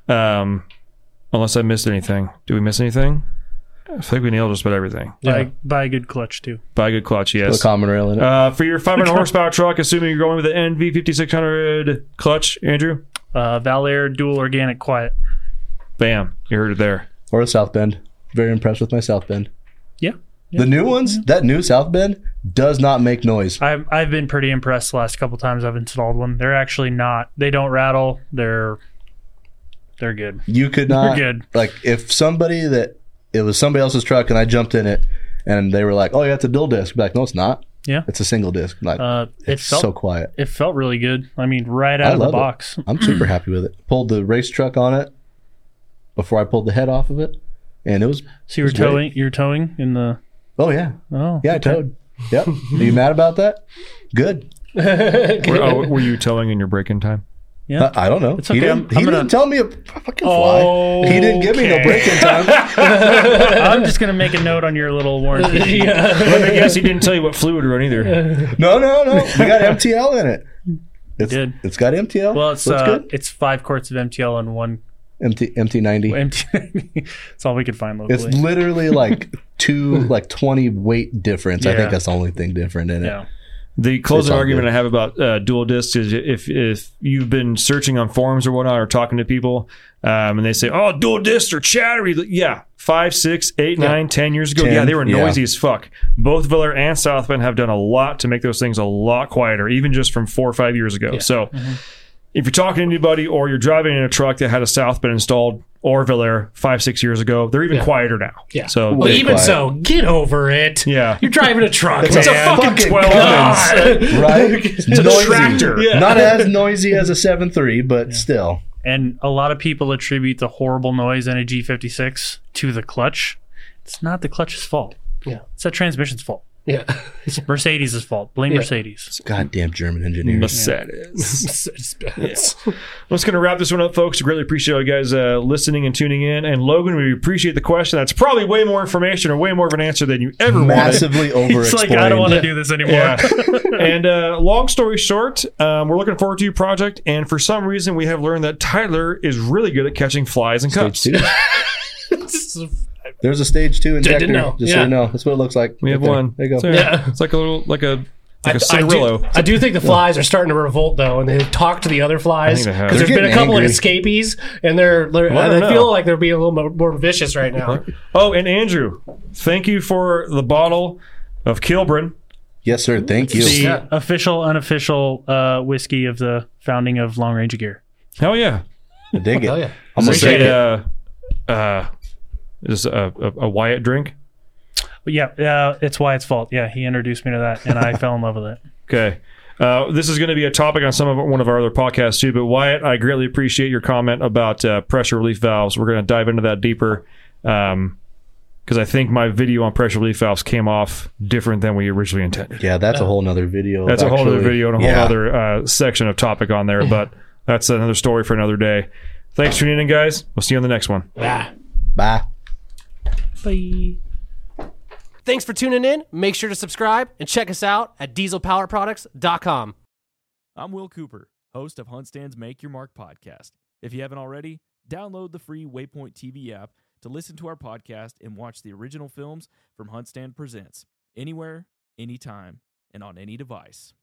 [SPEAKER 3] Um, unless I missed anything. Did we miss anything? I think we nailed just about everything.
[SPEAKER 6] Buy, buy a good clutch, too.
[SPEAKER 3] Buy a good clutch, yes.
[SPEAKER 5] Put a common rail in it.
[SPEAKER 3] Uh, for your 500 horsepower truck, assuming you're going with the NV5600 clutch, Andrew,
[SPEAKER 6] Uh, Valair Dual Organic Quiet.
[SPEAKER 3] bam, you heard it there.
[SPEAKER 5] or a South Bend. Very impressed with my South Bend.
[SPEAKER 6] Yeah.
[SPEAKER 5] The new ones, that new South Bend does not make noise.
[SPEAKER 6] I've, I've been pretty impressed the last couple times I've installed one. They're actually not, they don't rattle. They're, they're good.
[SPEAKER 5] You could not
[SPEAKER 6] You're good.
[SPEAKER 5] like if somebody that it was somebody else's truck and I jumped in it and they were like, "Oh, yeah, it's a dual disc." I'd be like, "No, it's not.
[SPEAKER 6] Yeah.
[SPEAKER 5] it's a single disc." I'm like,
[SPEAKER 6] Uh, it
[SPEAKER 5] it's
[SPEAKER 6] felt
[SPEAKER 5] so quiet.
[SPEAKER 6] it felt really good. I mean, right
[SPEAKER 5] I
[SPEAKER 6] out of the
[SPEAKER 5] love it.
[SPEAKER 6] box.
[SPEAKER 5] I'm super happy with it. Pulled the race truck on it before I pulled the head off of it, and it was
[SPEAKER 6] So you were
[SPEAKER 5] It's great.
[SPEAKER 6] towing, you're towing in the
[SPEAKER 5] oh yeah,
[SPEAKER 6] oh
[SPEAKER 5] yeah, I towed. Yep. Are you mad about that? Good.
[SPEAKER 3] Were, oh, were you towing in your break in time?
[SPEAKER 5] Uh, I don't know.
[SPEAKER 6] It's
[SPEAKER 5] He
[SPEAKER 6] okay,
[SPEAKER 5] didn't,
[SPEAKER 6] I'm- I'm
[SPEAKER 5] he
[SPEAKER 6] gonna-
[SPEAKER 5] didn't tell me a fucking fly. He didn't give me no
[SPEAKER 6] Okay.
[SPEAKER 5] break in time.
[SPEAKER 6] I'm just gonna make a note on your little warranty.
[SPEAKER 3] Let me guess he didn't tell you what fluid run either.
[SPEAKER 5] No, no, no. We got MTL in it. It's,
[SPEAKER 6] did.
[SPEAKER 5] it's got MTL.
[SPEAKER 6] Well, it's
[SPEAKER 5] so
[SPEAKER 6] uh,
[SPEAKER 5] good.
[SPEAKER 6] it's five quarts of MTL and one
[SPEAKER 5] MT, MT90.
[SPEAKER 6] empty. That's all we could find
[SPEAKER 5] It's
[SPEAKER 6] locally.
[SPEAKER 5] literally like two, like 20 weight difference. I
[SPEAKER 6] Yeah.
[SPEAKER 5] think that's the only thing different in it.
[SPEAKER 6] yeah.
[SPEAKER 3] The
[SPEAKER 5] It's
[SPEAKER 3] closing
[SPEAKER 5] all
[SPEAKER 3] argument
[SPEAKER 5] good.
[SPEAKER 3] I have about uh, dual discs is if if you've been searching on forums or whatnot or talking to people, um, and they say, "Oh, dual discs are chattery." Yeah, five, six, eight, nine, ten years ago, yeah,
[SPEAKER 5] Ten,
[SPEAKER 3] they were
[SPEAKER 5] yeah.
[SPEAKER 3] noisy as fuck. Both Veller and South Bend have done a lot to make those things a lot quieter, even just from four or five years ago. So.
[SPEAKER 5] Mm-hmm.
[SPEAKER 3] If you're talking to anybody or you're driving in a truck that had a South Bend installed or Veller five, six years ago, they're even quieter now.
[SPEAKER 7] Yeah.
[SPEAKER 3] So
[SPEAKER 7] Well,
[SPEAKER 5] Way
[SPEAKER 7] even
[SPEAKER 5] quiet.
[SPEAKER 7] so, get over it.
[SPEAKER 3] Yeah.
[SPEAKER 7] You're driving a truck.
[SPEAKER 5] It's
[SPEAKER 7] It's
[SPEAKER 5] a
[SPEAKER 7] a fucking
[SPEAKER 5] Fucking
[SPEAKER 3] 12
[SPEAKER 5] God.
[SPEAKER 3] inch.
[SPEAKER 5] Right?
[SPEAKER 3] It's a
[SPEAKER 5] Noisy.
[SPEAKER 3] tractor.
[SPEAKER 5] Not as noisy as a seven three, but still.
[SPEAKER 6] And a lot of people attribute the horrible noise in a G56 to the clutch. It's not the clutch's fault.
[SPEAKER 7] Yeah.
[SPEAKER 6] It's the transmission's fault.
[SPEAKER 7] yeah.
[SPEAKER 6] It's Mercedes' fault. Blame Mercedes.
[SPEAKER 5] Goddamn German engineers.
[SPEAKER 3] Mercedes.
[SPEAKER 7] Yes.
[SPEAKER 3] Well, that's going to wrap this one up, folks. Really appreciate you guys uh, listening and tuning in. And Logan, we appreciate the question. That's probably way more information or way more of an answer than you ever wanted.
[SPEAKER 5] Massively over
[SPEAKER 6] It's like I don't want to
[SPEAKER 5] explained.
[SPEAKER 6] do this anymore.
[SPEAKER 3] Yeah. and uh, long story short, um, we're looking forward to your project. And for some reason, we have learned that Tyler is really good at catching flies and cups.
[SPEAKER 5] There's a stage two injector.
[SPEAKER 7] know.
[SPEAKER 5] Just so
[SPEAKER 7] Yeah.
[SPEAKER 5] you know, that's what it looks like.
[SPEAKER 3] We have
[SPEAKER 5] Right there.
[SPEAKER 3] one.
[SPEAKER 5] There you go.
[SPEAKER 3] So,
[SPEAKER 7] Yeah.
[SPEAKER 3] It's like a little, like a, like a
[SPEAKER 7] I do,
[SPEAKER 3] cigarillo.
[SPEAKER 7] I do think the flies are starting to revolt though, and they talk to the other flies
[SPEAKER 3] they have.
[SPEAKER 7] because
[SPEAKER 5] They're
[SPEAKER 7] there's been a
[SPEAKER 5] getting
[SPEAKER 7] couple
[SPEAKER 5] angry.
[SPEAKER 7] of escapees, and they're, they're
[SPEAKER 3] I don't
[SPEAKER 7] I feel
[SPEAKER 3] know.
[SPEAKER 7] like they're being a little more, more vicious right now.
[SPEAKER 3] Oh, and Andrew, thank you for the bottle of Kilbrin.
[SPEAKER 5] Yes, sir. Thank you.
[SPEAKER 6] The official, unofficial uh, whiskey of the founding of Long Range Gear.
[SPEAKER 3] Hell yeah.
[SPEAKER 5] I dig
[SPEAKER 7] Hell
[SPEAKER 5] it.
[SPEAKER 7] yeah.
[SPEAKER 5] I'm gonna
[SPEAKER 3] Is it
[SPEAKER 5] shake it.
[SPEAKER 3] a, uh, uh, is it a, a, a Wyatt drink?
[SPEAKER 6] But yeah, uh, it's Wyatt's fault. Yeah, he introduced me to that, and I fell in love with it.
[SPEAKER 3] Okay. Uh, this is going to be a topic on some of one of our other podcasts too. But Wyatt, I greatly appreciate your comment about uh, pressure relief valves. We're going to dive into that deeper because I think my video on pressure relief valves came off different than we originally intended.
[SPEAKER 5] Yeah, that's a whole nother video.
[SPEAKER 3] That's a whole other
[SPEAKER 5] actually.
[SPEAKER 3] video and a whole
[SPEAKER 5] Yeah.
[SPEAKER 3] other uh, section of topic on there. But that's another story for another day. Thanks for tuning in, guys. We'll see you on the next one.
[SPEAKER 7] Ah.
[SPEAKER 5] Bye.
[SPEAKER 8] Thanks for tuning in. Make sure to subscribe and check us out at dieselpowerproducts.com.
[SPEAKER 9] I'm Will Cooper, host of Hunt Stand's Make Your Mark podcast. If you haven't already, download the free Waypoint TV app to listen to our podcast and watch the original films from Hunt Stand Presents anywhere, anytime, and on any device.